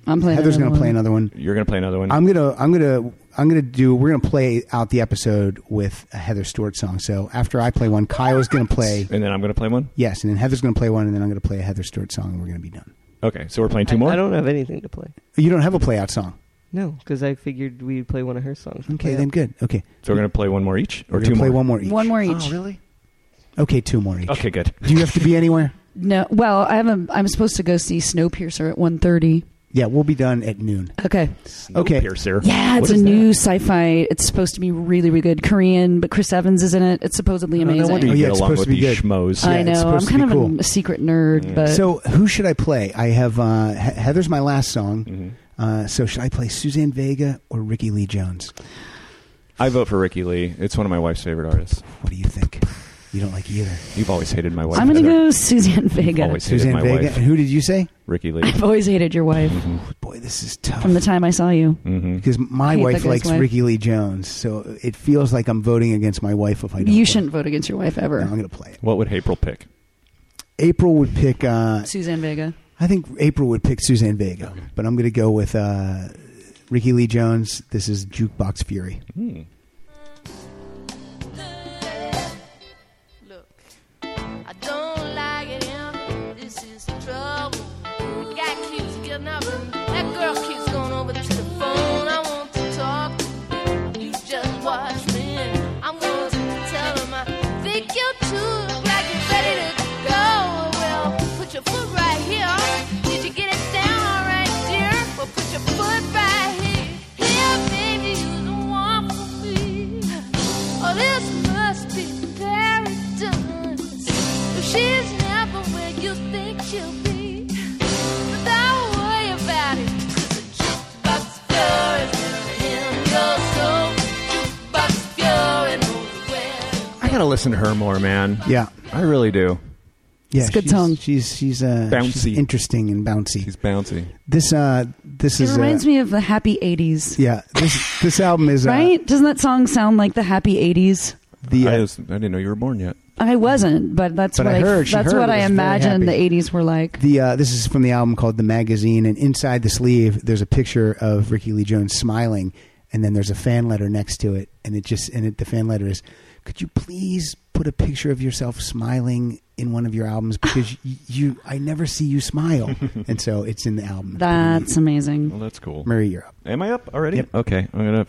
E: I'm playing.
B: Heather's
E: another
B: gonna play
E: one.
B: another one.
C: You're gonna play another one.
B: I'm gonna I'm gonna I'm gonna do. We're gonna play out the episode with a Heather Stewart song. So after I play one, Kyle's gonna play.
C: and then I'm gonna play one.
B: Yes, and then Heather's gonna play one, and then I'm gonna play a Heather Stewart song, and we're gonna be done.
C: Okay, so we're playing two
H: I-
C: more.
H: I don't have anything to play.
B: You don't have a play out song.
H: No, because I figured we'd play one of her songs. to
B: Okay,
H: play
B: then
H: out.
B: good. Okay,
C: So we're gonna play one more each, or
B: We're
C: two
B: gonna play
C: more.
B: one more each.
E: One more each.
B: Okay, two more each.
C: Okay, good.
B: Do you have to be anywhere?
E: No. Well, I have a. I'm supposed to go see Snowpiercer at 1:30.
B: Yeah, we'll be done at noon.
E: Okay.
B: okay.
C: Piercer.
E: Yeah, it's a new sci-fi. It's supposed to be really, really good. Korean, but Chris Evans is in it. It's supposedly amazing.
C: No wonder you
B: Oh, yeah,
C: get
B: it's
C: along
B: supposed to
C: with
B: be
C: these
B: good.
C: schmoes.
E: I
B: Yeah, it's
E: know. I'm
B: supposed to
E: kind of
B: be
E: a secret nerd, but
B: So who should I play? I have uh, He- Heather's my last song.
C: Mm-hmm.
B: Uh, so should I play Suzanne Vega or Ricky Lee Jones?
C: I vote for Ricky Lee. It's one of my wife's favorite artists.
B: What do you think? You don't like either.
C: You've always hated my wife.
E: I'm going to
C: Heather.
E: go Suzanne Vega.
C: Always hated
B: Suzanne
C: my
B: Vega.
C: wife.
B: And who did you say?
C: Ricky Lee.
E: [laughs]
C: Mm-hmm.
E: I've always hated your wife
B: Boy, this is tough.
E: from the time I saw you.
C: hmm
B: because
E: I
B: my
E: hate that
B: wife
E: guy's
B: likes
E: wife.
B: Ricky Lee Jones, so it feels like I'm voting against my wife if I don't.
E: You
B: play.
E: shouldn't vote against your wife
B: No,
E: ever.
B: I'm going to play it.
C: What would April pick?
B: April would pick. Uh,
E: Suzanne Vega.
B: I think April would pick Suzanne Vega, but I'm going to go with uh, Ricky Lee Jones. This is Jukebox Fury.
C: Hmm.
R: I don't like it, him. This is the trouble. The guy keeps getting up. That girl keeps going over to the phone. I want to talk. to You You just watch me. I'm going to tell him I think you're too like you're ready to go. Well, put your foot right here. Did you Oh,
S: you'll be. But don't worry about it, 'cause the jukebox fury in your soul. Jukebox fury knows where.
C: I gotta listen to her more, man.
B: Yeah,
C: I really do.
B: Yeah,
C: It's good
B: she's,
C: tongue.
B: She's she's uh, she's
C: Bouncy.
B: interesting and bouncy. She's
C: bouncy.
B: This uh, this
E: It
B: is uh,
E: reminds me of the happy 80s.
B: yeah. This this album is uh,
E: Right? Doesn't that song sound like the happy 80s?
B: The, uh,
C: I, was- I didn't know you were born yet.
E: I wasn't, but that's
B: But
E: what
B: I
E: I,
B: heard- she
E: that's
B: heard
E: what
B: it
E: I
B: was very
E: imagine the
B: happy.
E: 80s were like.
B: The uh, this is from the album called The Magazine, and inside the sleeve there's a picture of Ricky Lee Jones smiling, and then there's a fan letter next to it, and it just and it, the fan letter is, could you please put a picture of yourself smiling in one of your albums because you, you I never see you
C: [laughs]
B: smile, and so it's in the album.
E: That's amazing.
C: Well, that's cool.
B: Murray, you're up.
C: Am I up already? Okay, I'm gonna.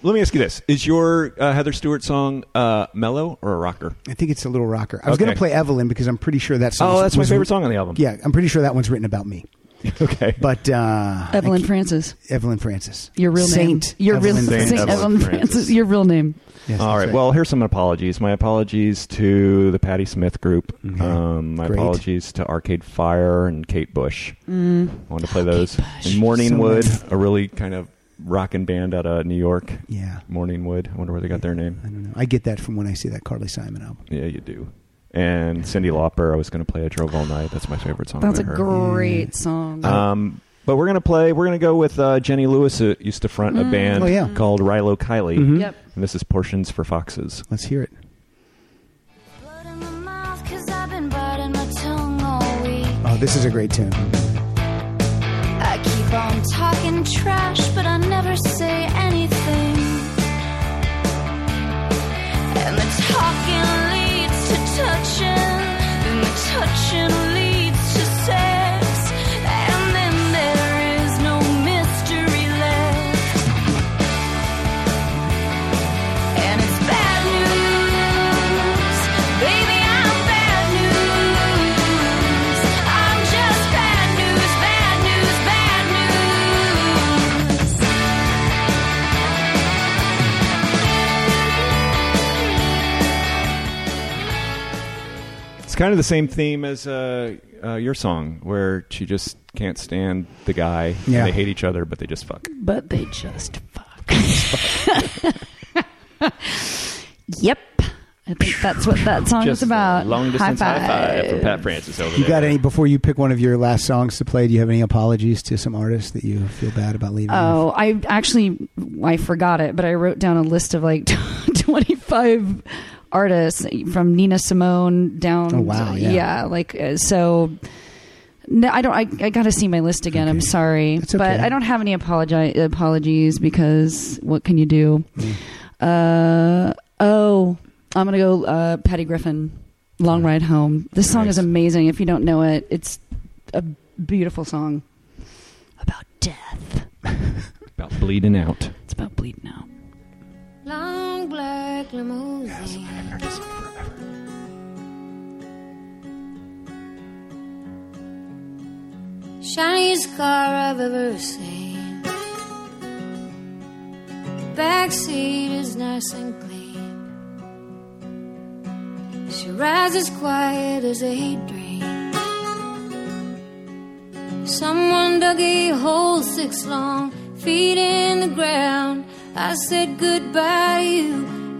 C: Let me ask you this: Is your uh, Heather Stewart song uh, mellow or a rocker?
B: I think it's a little rocker. I was going
C: Okay.
B: to play Evelyn because I'm pretty sure that song.
C: Oh,
B: was-
C: that's my
B: was-
C: favorite song on the album.
B: Yeah, I'm pretty sure that one's written about me.
C: [laughs] okay,
B: but uh,
E: Evelyn Francis.
B: Evelyn Francis,
E: Your real
B: Saint
E: name. Your real
B: Evelyn Francis.
E: Saint Evelyn Francis. Your real name.
C: All right.
B: right.
C: Well, here's some apologies. My apologies to the Patti Smith group. Um, my
B: Great.
C: apologies to Arcade Fire and Kate Bush.
B: Mm.
C: I want to play those. And Morning
B: So
C: Wood,
B: nice.
C: a really kind of rockin' band out of New York.
B: Yeah.
C: Morning Wood. I wonder where they got their name.
B: I don't know. I get that from when I see that Carly Simon album.
C: Yeah, you do. And Cindy Lauper. I was going to play "I Drove All Night." That's my favorite song.
E: That's
C: by
E: a
C: her.
E: great song.
C: Um, but we're gonna play. We're gonna go with uh, Jenny Lewis, who used to front a
E: Mm.
C: band
E: Oh, yeah.
C: called Rilo Kiley.
E: Mhm. Yep.
C: And this is "Portions for Foxes."
B: Let's hear it.
H: Cause I've been biting my tongue all week.
B: Oh, this is a great tune.
H: I keep on talking trash, but I never say anything. And the talking leads to touching, and the touching leads to sex, and then there is no mystery left. And it's bad news, baby. I'm bad news. I'm just bad news, bad news, bad news.
C: It's kind of the same theme as uh, uh, your song, where she just can't stand the guy. and
E: Yeah.
C: they hate each other, but they just fuck.
E: But they just fuck. [laughs] yep. I think that's what that song
C: Just
E: is about.
C: long distance high five for Pat Francis over
B: You
C: there.
B: got any before you pick one of your last songs to play? Do you have any apologies to some artists that you feel bad about leaving?
E: Oh, I actually I forgot it, but I wrote down a list of like [laughs] 25 artists from Nina Simone down.
B: Oh, wow, yeah.
E: like uh, so. No, I don't. I, I got to see my list again. I'm sorry, but
B: okay.
E: I don't have any apologi- apologies because what can you do? Uh, oh, I'm gonna go uh, Patty Griffin, "Long Ride Home." This song is amazing. If you don't know it, it's a beautiful song.
C: About bleeding out.
E: It's about bleeding out.
F: Long black limousine.
H: Shiniest car I've ever seen.
F: Backseat is nice and clean. She rides as quiet as a dream. Someone dug a hole six long feet in the ground. I said goodbye to you,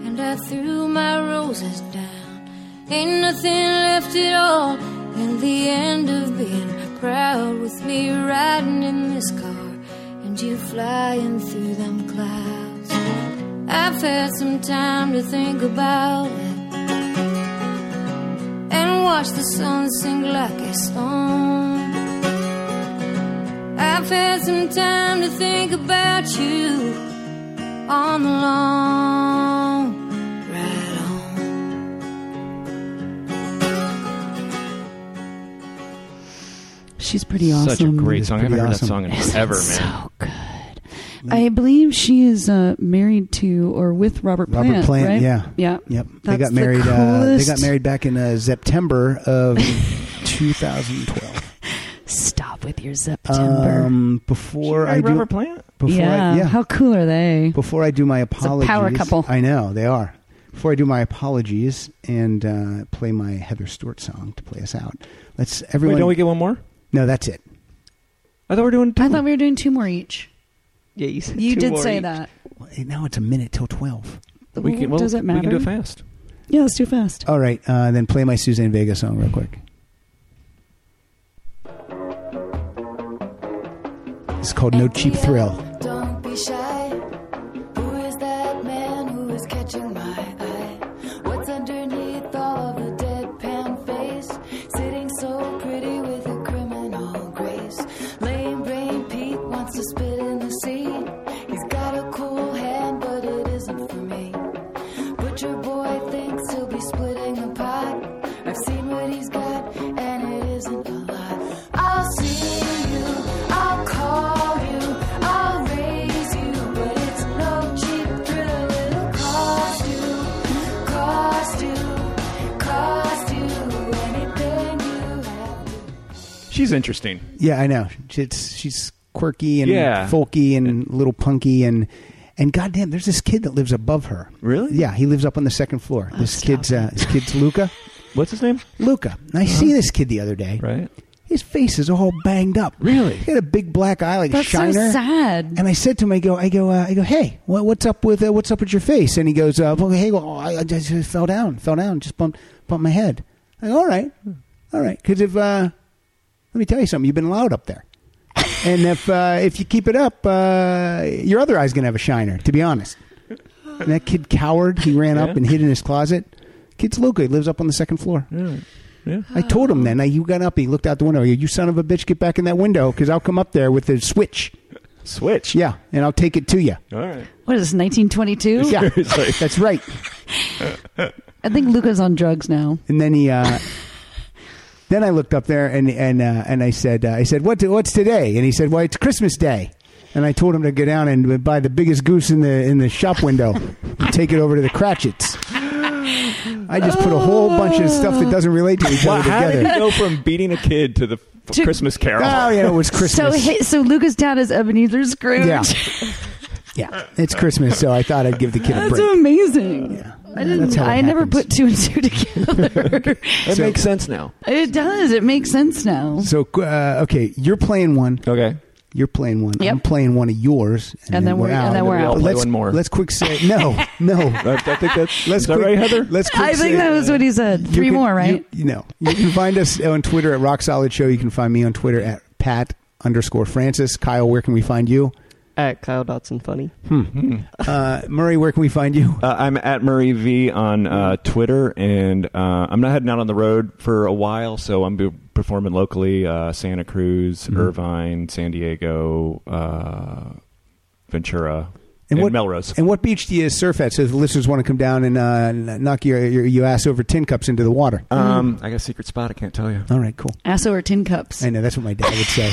F: and I threw my roses down. Ain't nothing left at all. And the end of being proud with me riding in this car, and you flying through them clouds. I've had some time to think about it and watch the sun sink like a stone. I've had some time to think about you on the long ride home.
E: She's pretty awesome.
C: Such a great song. I haven't heard that song in
E: Isn't
C: forever,
E: it
C: man.
E: So good. I believe she is uh, married to or with Robert Plant.
B: Robert Plant,
E: right?
B: yeah,
E: yeah,
B: yep. they
E: That's
B: got
E: the
B: married. uh, they got
E: coolest-
B: married back in uh, September
E: [laughs]
B: of 2012.
E: Stop with your September.
B: Um, before
E: She married
B: I do
E: Robert Plant?
B: Before
E: Yeah,
B: I, yeah.
E: how cool are they?
B: Before I do my
E: a
B: apologies,
E: power couple.
B: I know they are. before I do my apologies and uh, play my Heather Stewart song to play us out, let's everyone.
C: don't we get one more?
B: No, that's it.
C: I thought we were doing.
E: I thought we were doing two more each.
L: Yeah, you said
E: You
L: two
E: did
L: more
E: say
L: each.
E: that.
B: Well, now it's a minute till twelve.
E: We can- well, Does it we can do it matter?
C: fast.
E: Yeah, let's do fast.
B: All right, uh, then play my Suzanne Vega song real quick. It's called No Cheap Thrill.
T: Don't be shy. Who is that man who is catching my eye? What's underneath all of the deadpan face? Sitting so pretty with a criminal grace. Lame brain Pete wants to spit in the sea. He's got a cool hand, but it isn't for me. Butcher boy thinks he'll be splitting the pot. I've seen what he's got, and it isn't a lot. I'll see you, I'll call you, I'll raise you, but it's no cheap thrill. It'll cost you, cost you, cost you anything you have.
C: She's interesting.
B: Yeah, I know. It's she's quirky and
C: Yeah.
B: folky and a little punky and and goddamn, there's this kid that lives above her. Really? Yeah, he lives up on the second floor. this kid's uh, this kid's Luca.
C: What's his name?
B: Luca. And I see this kid the other day.
C: Right.
B: His face is all banged up. Really? He had a big black eye like
E: That's so
B: Shiner.
E: sad.
B: And I said to him, I go, I go, uh, I go, hey, what, what's up with uh, what's up with your face? And he goes, uh, well, hey, well, I, I just fell down, fell down, just bumped bumped my head. I go, all right,
C: Hmm.
B: all right, because if uh, let me tell you something, you've been loud up there, and if uh, if you keep it up, uh, your other eye's gonna have a shiner. To be honest, and that kid cowered. He ran
C: Yeah.
B: up and hid in his closet. Kid's Luca. He lives up on the second floor.
C: Yeah.
B: I told him then. I, he got up. He looked out the window. I go, You son of a bitch, get back in that window because I'll come up there with a switch.
C: Switch?
B: Yeah, and I'll take it to you.
C: All right. [laughs]
E: What is this, 1922?
B: Yeah, that's right.
E: I think Luca's on drugs now.
B: And then he, uh, then I looked up there and and uh, and I said, uh, I said, what what's today? And he said, well, it's Christmas Day. And I told him to go down and buy the biggest goose in the in the shop window, and take it over to the Cratchits. I just put a whole bunch of stuff that doesn't relate to each
C: Wow,
B: other
C: how did
B: together.
C: you go from beating a kid to the f-
E: To-
C: Christmas Carol?
B: Oh, yeah, it was Christmas.
E: So, hi- so Luca's dad is Ebenezer Scrooge.
B: Yeah. yeah, it's Christmas, so I thought I'd give the kid a
E: [laughs] That's
B: break.
E: amazing. I
B: that's
E: didn't.
B: how it
E: I never put two and two [laughs] together.
C: It makes sense now.
E: It does. It makes sense now.
B: So uh, okay, you're playing one.
C: Okay.
B: You're playing one.
E: Yep.
B: I'm playing one of yours, and,
E: And then we're-
B: out.
E: and then we're And then we out. all play
B: Let's,
C: one more.
B: Let's quick say no,
E: [laughs]
B: no.
C: I, I think
B: Let's
C: that's is that
B: quick-
C: right, Heather?
B: Let's quick
E: I
B: say-
E: think that was what he said.
B: you
E: Three
B: can-
E: more, right?
B: You, you know, you can find us on Twitter at Rock Solid Show. You can find me on Twitter at Pat underscore Francis. Kyle, where can we find
C: [laughs]
B: you?
L: At Kyle Dotson Funny.
B: Uh, Murray, where can we find you?
C: [laughs] [laughs] Uh, I'm at Murray V on uh, Twitter, and uh, I'm not heading out on the road for a while, so I'm be- performing locally: uh, Santa Cruz, Irvine, San Diego, uh, Ventura, and, Melrose.
B: And what beach do you surf at? So if the listeners want to come down and uh, knock your, your your ass over tin cups into the water.
C: um, I got a secret spot. I can't tell you.
B: All right, cool.
E: Asso or tin cups.
B: I know that's what my dad would
E: [laughs]
B: say.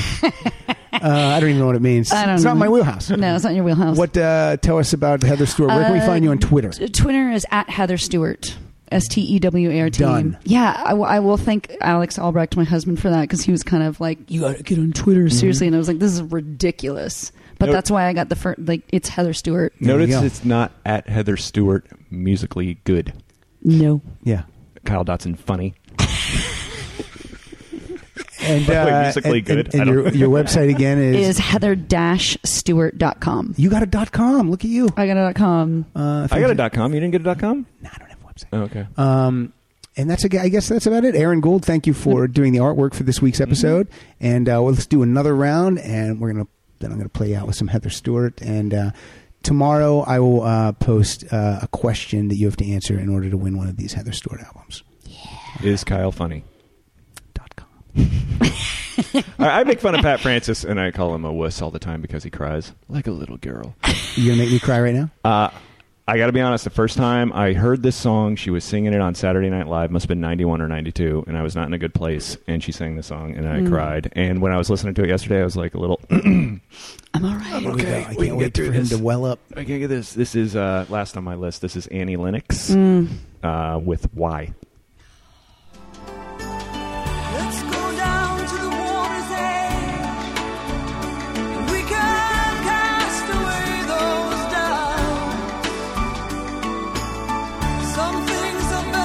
B: uh, I don't even know what it means.
E: I don't
B: it's
E: know.
B: not my wheelhouse.
E: No, it's not your wheelhouse.
B: What? Uh, tell us about Heather Stewart. Where can we
E: Uh,
B: find you on Twitter?
E: T- Twitter is at Heather Stewart. S T E W A R T.
B: Done.
E: Yeah, I, w- I will thank Alex Albrecht, my husband, for that because he was kind of like, "You got to get on Twitter
B: Mm-hmm.
E: seriously," and I was like, "This is ridiculous." But
C: Nope.
E: that's why I got the first. Like, it's Heather Stewart.
C: Notice it's not at Heather Stewart musically good.
E: No.
B: Yeah.
C: Kyle Dotson funny.
B: And,
C: By the way,
B: uh,
C: musically
B: and- and-
C: good.
B: and
C: I [laughs]
B: your,
C: don't-
B: your website again
E: is
B: is.
E: heather stewart.com.
B: You got a dot com. Look at you.
E: I got a dot com.
B: Uh,
C: I got a dot com. You didn't get a dot com? No, I don't have a website. Oh, okay.
B: Um, and that's a, I guess that's about it. Aaron Gold, thank you for doing the artwork for this
C: Mm-hmm.
B: week's episode. And uh, well, let's do another round, and we're gonna then I'm gonna play out with some Heather Stewart. And uh, tomorrow I will uh, post uh, a question that you have to answer in order to win one of these Heather Stewart albums.
C: Is Kyle funny? Dot com. [laughs] I I make fun of Pat Francis and I call him a wuss all the time because he cries like a little girl.
B: You gonna make me cry right now?
C: Uh, I got to be honest. The first time I heard this song, she was singing it on Saturday Night Live. Must have been '91 or '92, and I was not in a good place. And she sang the song, and I
E: Mm.
C: cried. And when I was listening to it yesterday, I was like a little. [clears throat]
E: I'm all right.
B: Here we go. I can't wait for him to well up.
C: I can't get this. This is uh, last on my list. This is Annie Lennox
E: Mm.
C: uh, with "Why."
M: Let's go down to the water's edge. We can cast away those doubts.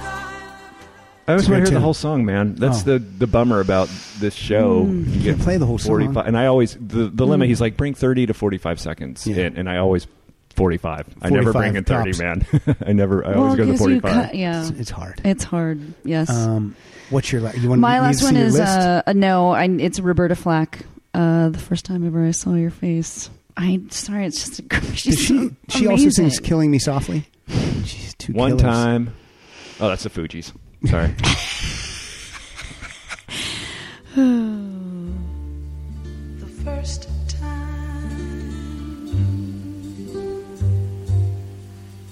C: I always
B: It's a
C: want
B: good
C: to hear the
B: tune.
C: whole song, man. That's Oh. the, the bummer about this show.
B: Mm,
C: you
B: can't play the whole song.
C: 45, And I always, the, the limit,
B: Mm.
C: he's like, bring 30 to 45 seconds. And, and I always, 45. I never
B: 45
C: bring in 30,
B: tops.
C: man. [laughs] I never, I always go to
E: 'cause you
C: 45.
E: cut- yeah,
B: It's- it's hard.
E: It's hard. Yes.
B: Um, what's your la- you want
E: My
B: you
E: last
B: see
E: one
B: your
E: is
B: list?
E: uh, uh, no. I, it's Roberta Flack. Uh, the first time ever I saw your face. I sorry. It's just a, [laughs] she's
B: she she also sings "Killing Me Softly."
C: One
B: killers.
C: time. Oh, that's the Fugees.
B: [laughs]
C: Sorry.
A: the first time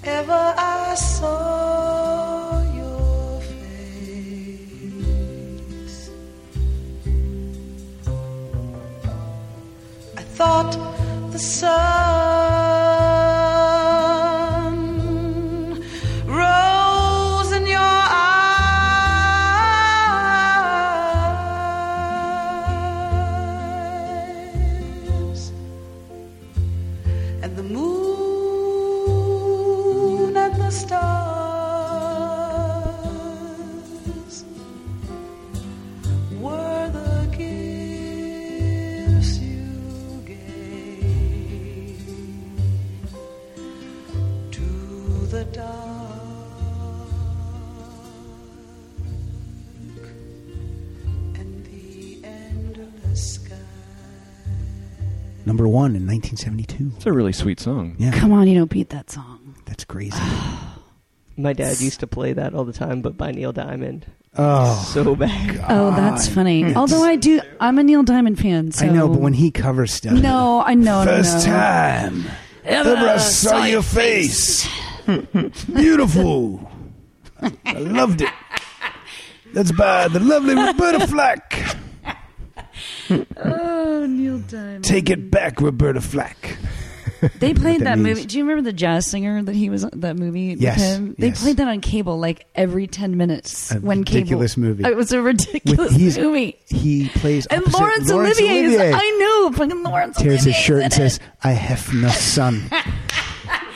A: ever I saw your face, I thought the sun rose in your eyes, and the moon and the stars were the gifts you gave to the dark and the endless sky.
B: number one in 1972. It's
C: a really sweet song.
B: Yeah,
E: Come on, you don't beat that song.
B: That's
E: [sighs]
B: crazy.
L: My dad used to play that all the time, but by Neil Diamond.
B: Oh,
L: so bad.
E: Oh, that's funny.
B: It's-
E: Although I do, I'm a Neil Diamond fan. So.
B: Hmm. I know, but when he covers stuff,
E: [laughs] no, I know. no,
B: First
E: no.
B: time
E: Ever
B: ever I saw your face. Beautiful. I loved it. That's by the lovely Roberta Flack.
E: Oh, Neil Diamond.
B: Take it back, Roberta Flack.
E: They
B: What
E: played that,
B: that
E: movie.
B: means.
E: Do you remember the jazz singer that he was that movie? with
B: Yes,
E: him? They
B: yes.
E: played that on cable like every ten minutes.
B: A
E: when cable
B: ridiculous movie.
E: It was a ridiculous
B: With- he's-
E: movie.
B: He plays
E: And
B: opposite
E: Laurence, Olivier, is- I know fucking Laurence
B: tears his
E: Olivier.
B: shirt and says, [laughs] "I have no son,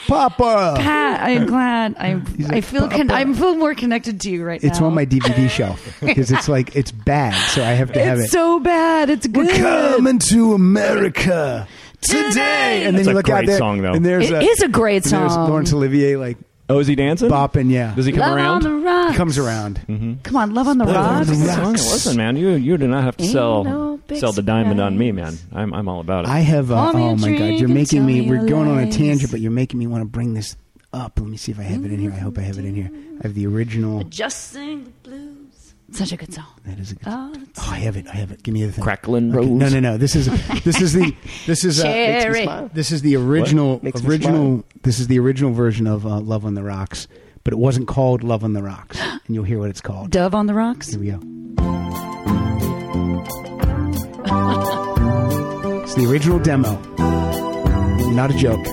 B: Papa."
E: Pat, I'm glad. I
B: [laughs] He's
E: I
B: like,
E: feel con-
B: "Papa."
E: I feel more connected to you right
B: It's
E: now.
B: on my DVD shelf because it's like it's bad, so I have to have
E: It's
B: it.
E: so bad. It's good.
B: Coming to America today, and then
C: That's
B: you
C: a
B: look out
C: great
B: there,
C: song, though.
B: and there's
E: It
B: a,
E: is a great
B: and There's
E: song.
B: Laurence Olivier like
C: oh, is he dancing?
B: bopping? Yeah,
C: Does he come
E: Love
C: around?
E: on the rocks.
B: comes around.
E: Come on, love on the
C: What
E: rocks.
C: a song it was, man. You, you do not have to
E: Ain't
C: sell
E: no big
C: sell the diamond on me, man. I'm, I'm all about it.
B: I have. Uh,
E: Pour me a
B: oh my god,
E: drink
B: you're
E: and
B: making
E: tell
B: me.
E: me
B: We're
E: your
B: going on a
E: lies.
B: tangent, but you're making me want to bring this up. Let me see if I have it in here. I hope I have it in here. I have the original.
E: Just sing the blues. Such a good song.
B: That is a good.
E: Oh,
B: Oh, I have it. I have it. Give me the thing.
C: Cracklin'
B: Okay,
C: Rose.
B: No, no, no. This is this is
E: [laughs]
B: the this is uh,
E: Cherry.
B: makes me smile. this is the original
L: Makes me
B: original. This is the original version of uh, Love on the Rocks, but it wasn't called Love on the
E: [gasps]
B: Rocks, and you'll hear what it's called.
E: Dove on the rocks.
B: Here we go. It's the original demo. Not a joke.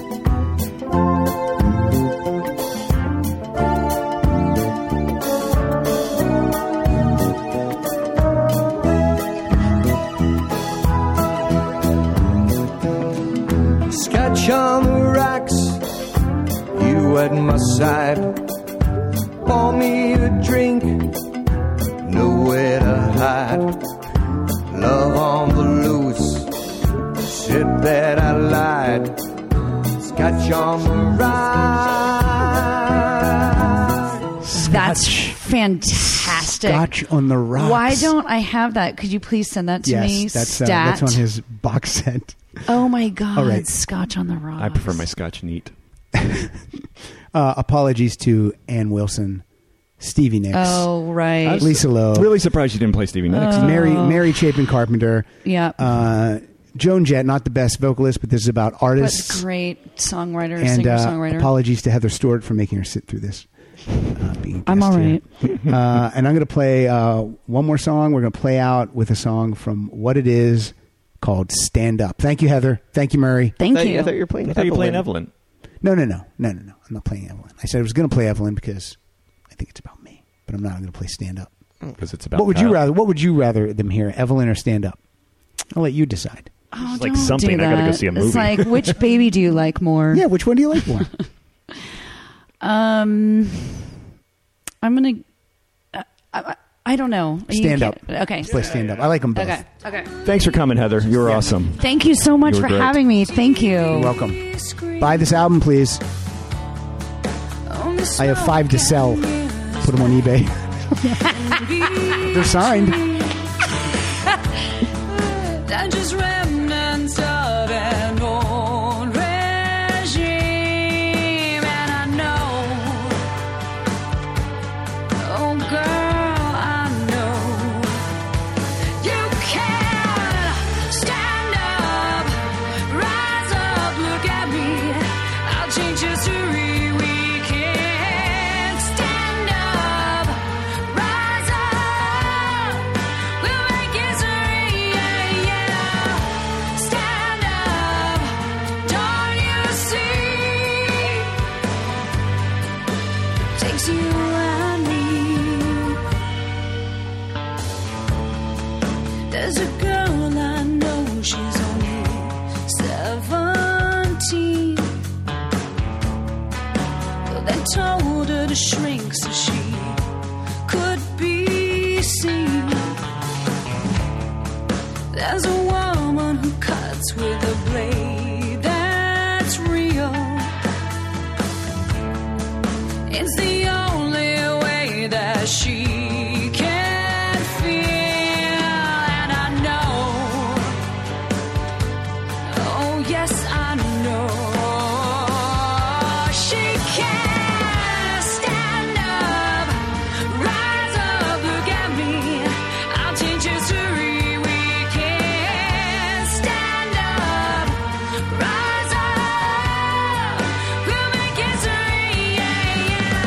U: Sketch on the rocks, you at my side. Pour me a drink, nowhere to hide. Love on the loose, shit that I lied. Sketch on the rocks.
E: That's fantastic.
B: Scotch on the rocks.
E: Why don't I have that? Could you please send that to
B: yes,
E: me?
B: that's uh,
E: Stat.
B: that's on his box set.
E: Oh my god!
B: All right.
E: Scotch on the rock.
C: I prefer my scotch neat.
B: Uh, apologies to Ann Wilson, Stevie Nicks.
E: Oh right.
B: Lisa Lowe.
C: Really surprised you didn't play Stevie Nicks.
E: Oh.
B: Mary Mary Chapin Carpenter.
E: Yeah.
B: Uh, Joan Jett, not the best vocalist, but this is about
E: but
B: artists.
E: great songwriter,
B: and
E: singer,
B: uh,
E: songwriter.
B: apologies to Heather Stewart for making her sit through this. Uh, being a
E: I'm
B: guest
E: all
B: here. [laughs] uh, and I'm going to play uh, one more song. We're going to play out with a song from what it is called "Stand Up." Thank you, Heather. Thank you, Murray.
E: Thank
L: I thought-
E: you.
L: I thought you were playing
C: I thought you were playing
L: Evelyn.
C: Evelyn.
B: No, no, no, no, no, no. I'm not playing Evelyn. I said I was going to play Evelyn because I think it's about me, but I'm not going to play stand up.
C: 'Cause it's about
B: what would you
C: Kyle.
B: rather? What would you rather them hear, Evelyn or stand up? I'll let you decide.
E: Oh,
C: It's like
E: don't
C: something.
E: do
C: I gotta go
E: that.
C: see a
E: It's
C: movie.
E: like which baby do you like more?
B: [laughs] Yeah, which one do you like more?
E: Um, I'm gonna. I- I, I don't know. You
B: Stand
E: can't-
B: up.
E: Okay.
B: Let's play stand up. I like them both.
E: Okay. Okay.
C: Thanks for coming, Heather. You were awesome.
E: Thank you so much
C: You
E: for
C: were great.
E: having me. Thank you.
B: You're welcome. Buy this album, please. I have five to sell. Put them on eBay. [laughs] They're signed.
F: They're just remnants of an old regime, and I know, oh girl, I know you can stand up, rise up, look at me. I'll change history. We can stand up, rise up. We'll make history, yeah, yeah. Stand up, don't you see? Takes you and me. There's a girl I know, she's only 17. They told her to shrink so she could be seen. There's a woman who cuts with a blade that's real. It's the only way that she can feel, and I know. Oh, yes, I know. She can stand up, rise up, look at me. I'll change history. We can stand up, rise up. We'll make history, yeah, yeah.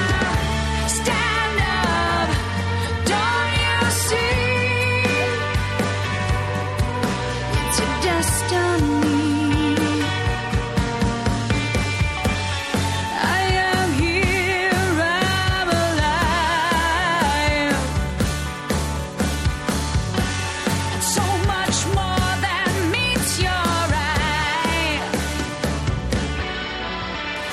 F: Stand up, don't you see? It's your destiny. I am here, I'm alive. So much more than meets your eye.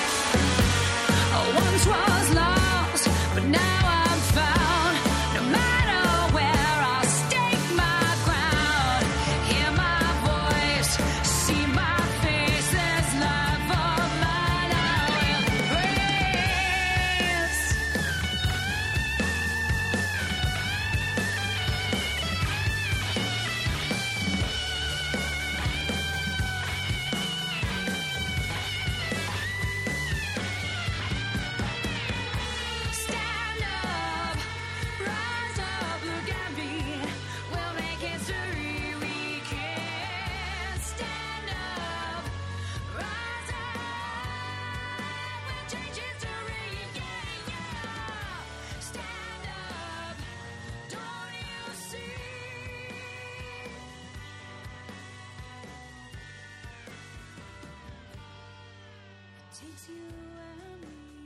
F: I once was lost, but now I'm found. No matter where I stake my ground, hear my voice, see my face. There's life on mine. I will praise. Stand up, rise up, look at me. We'll make history. We can stand up, rise up. We'll change history. Yeah, yeah. Stand up, don't you see? It takes you and me.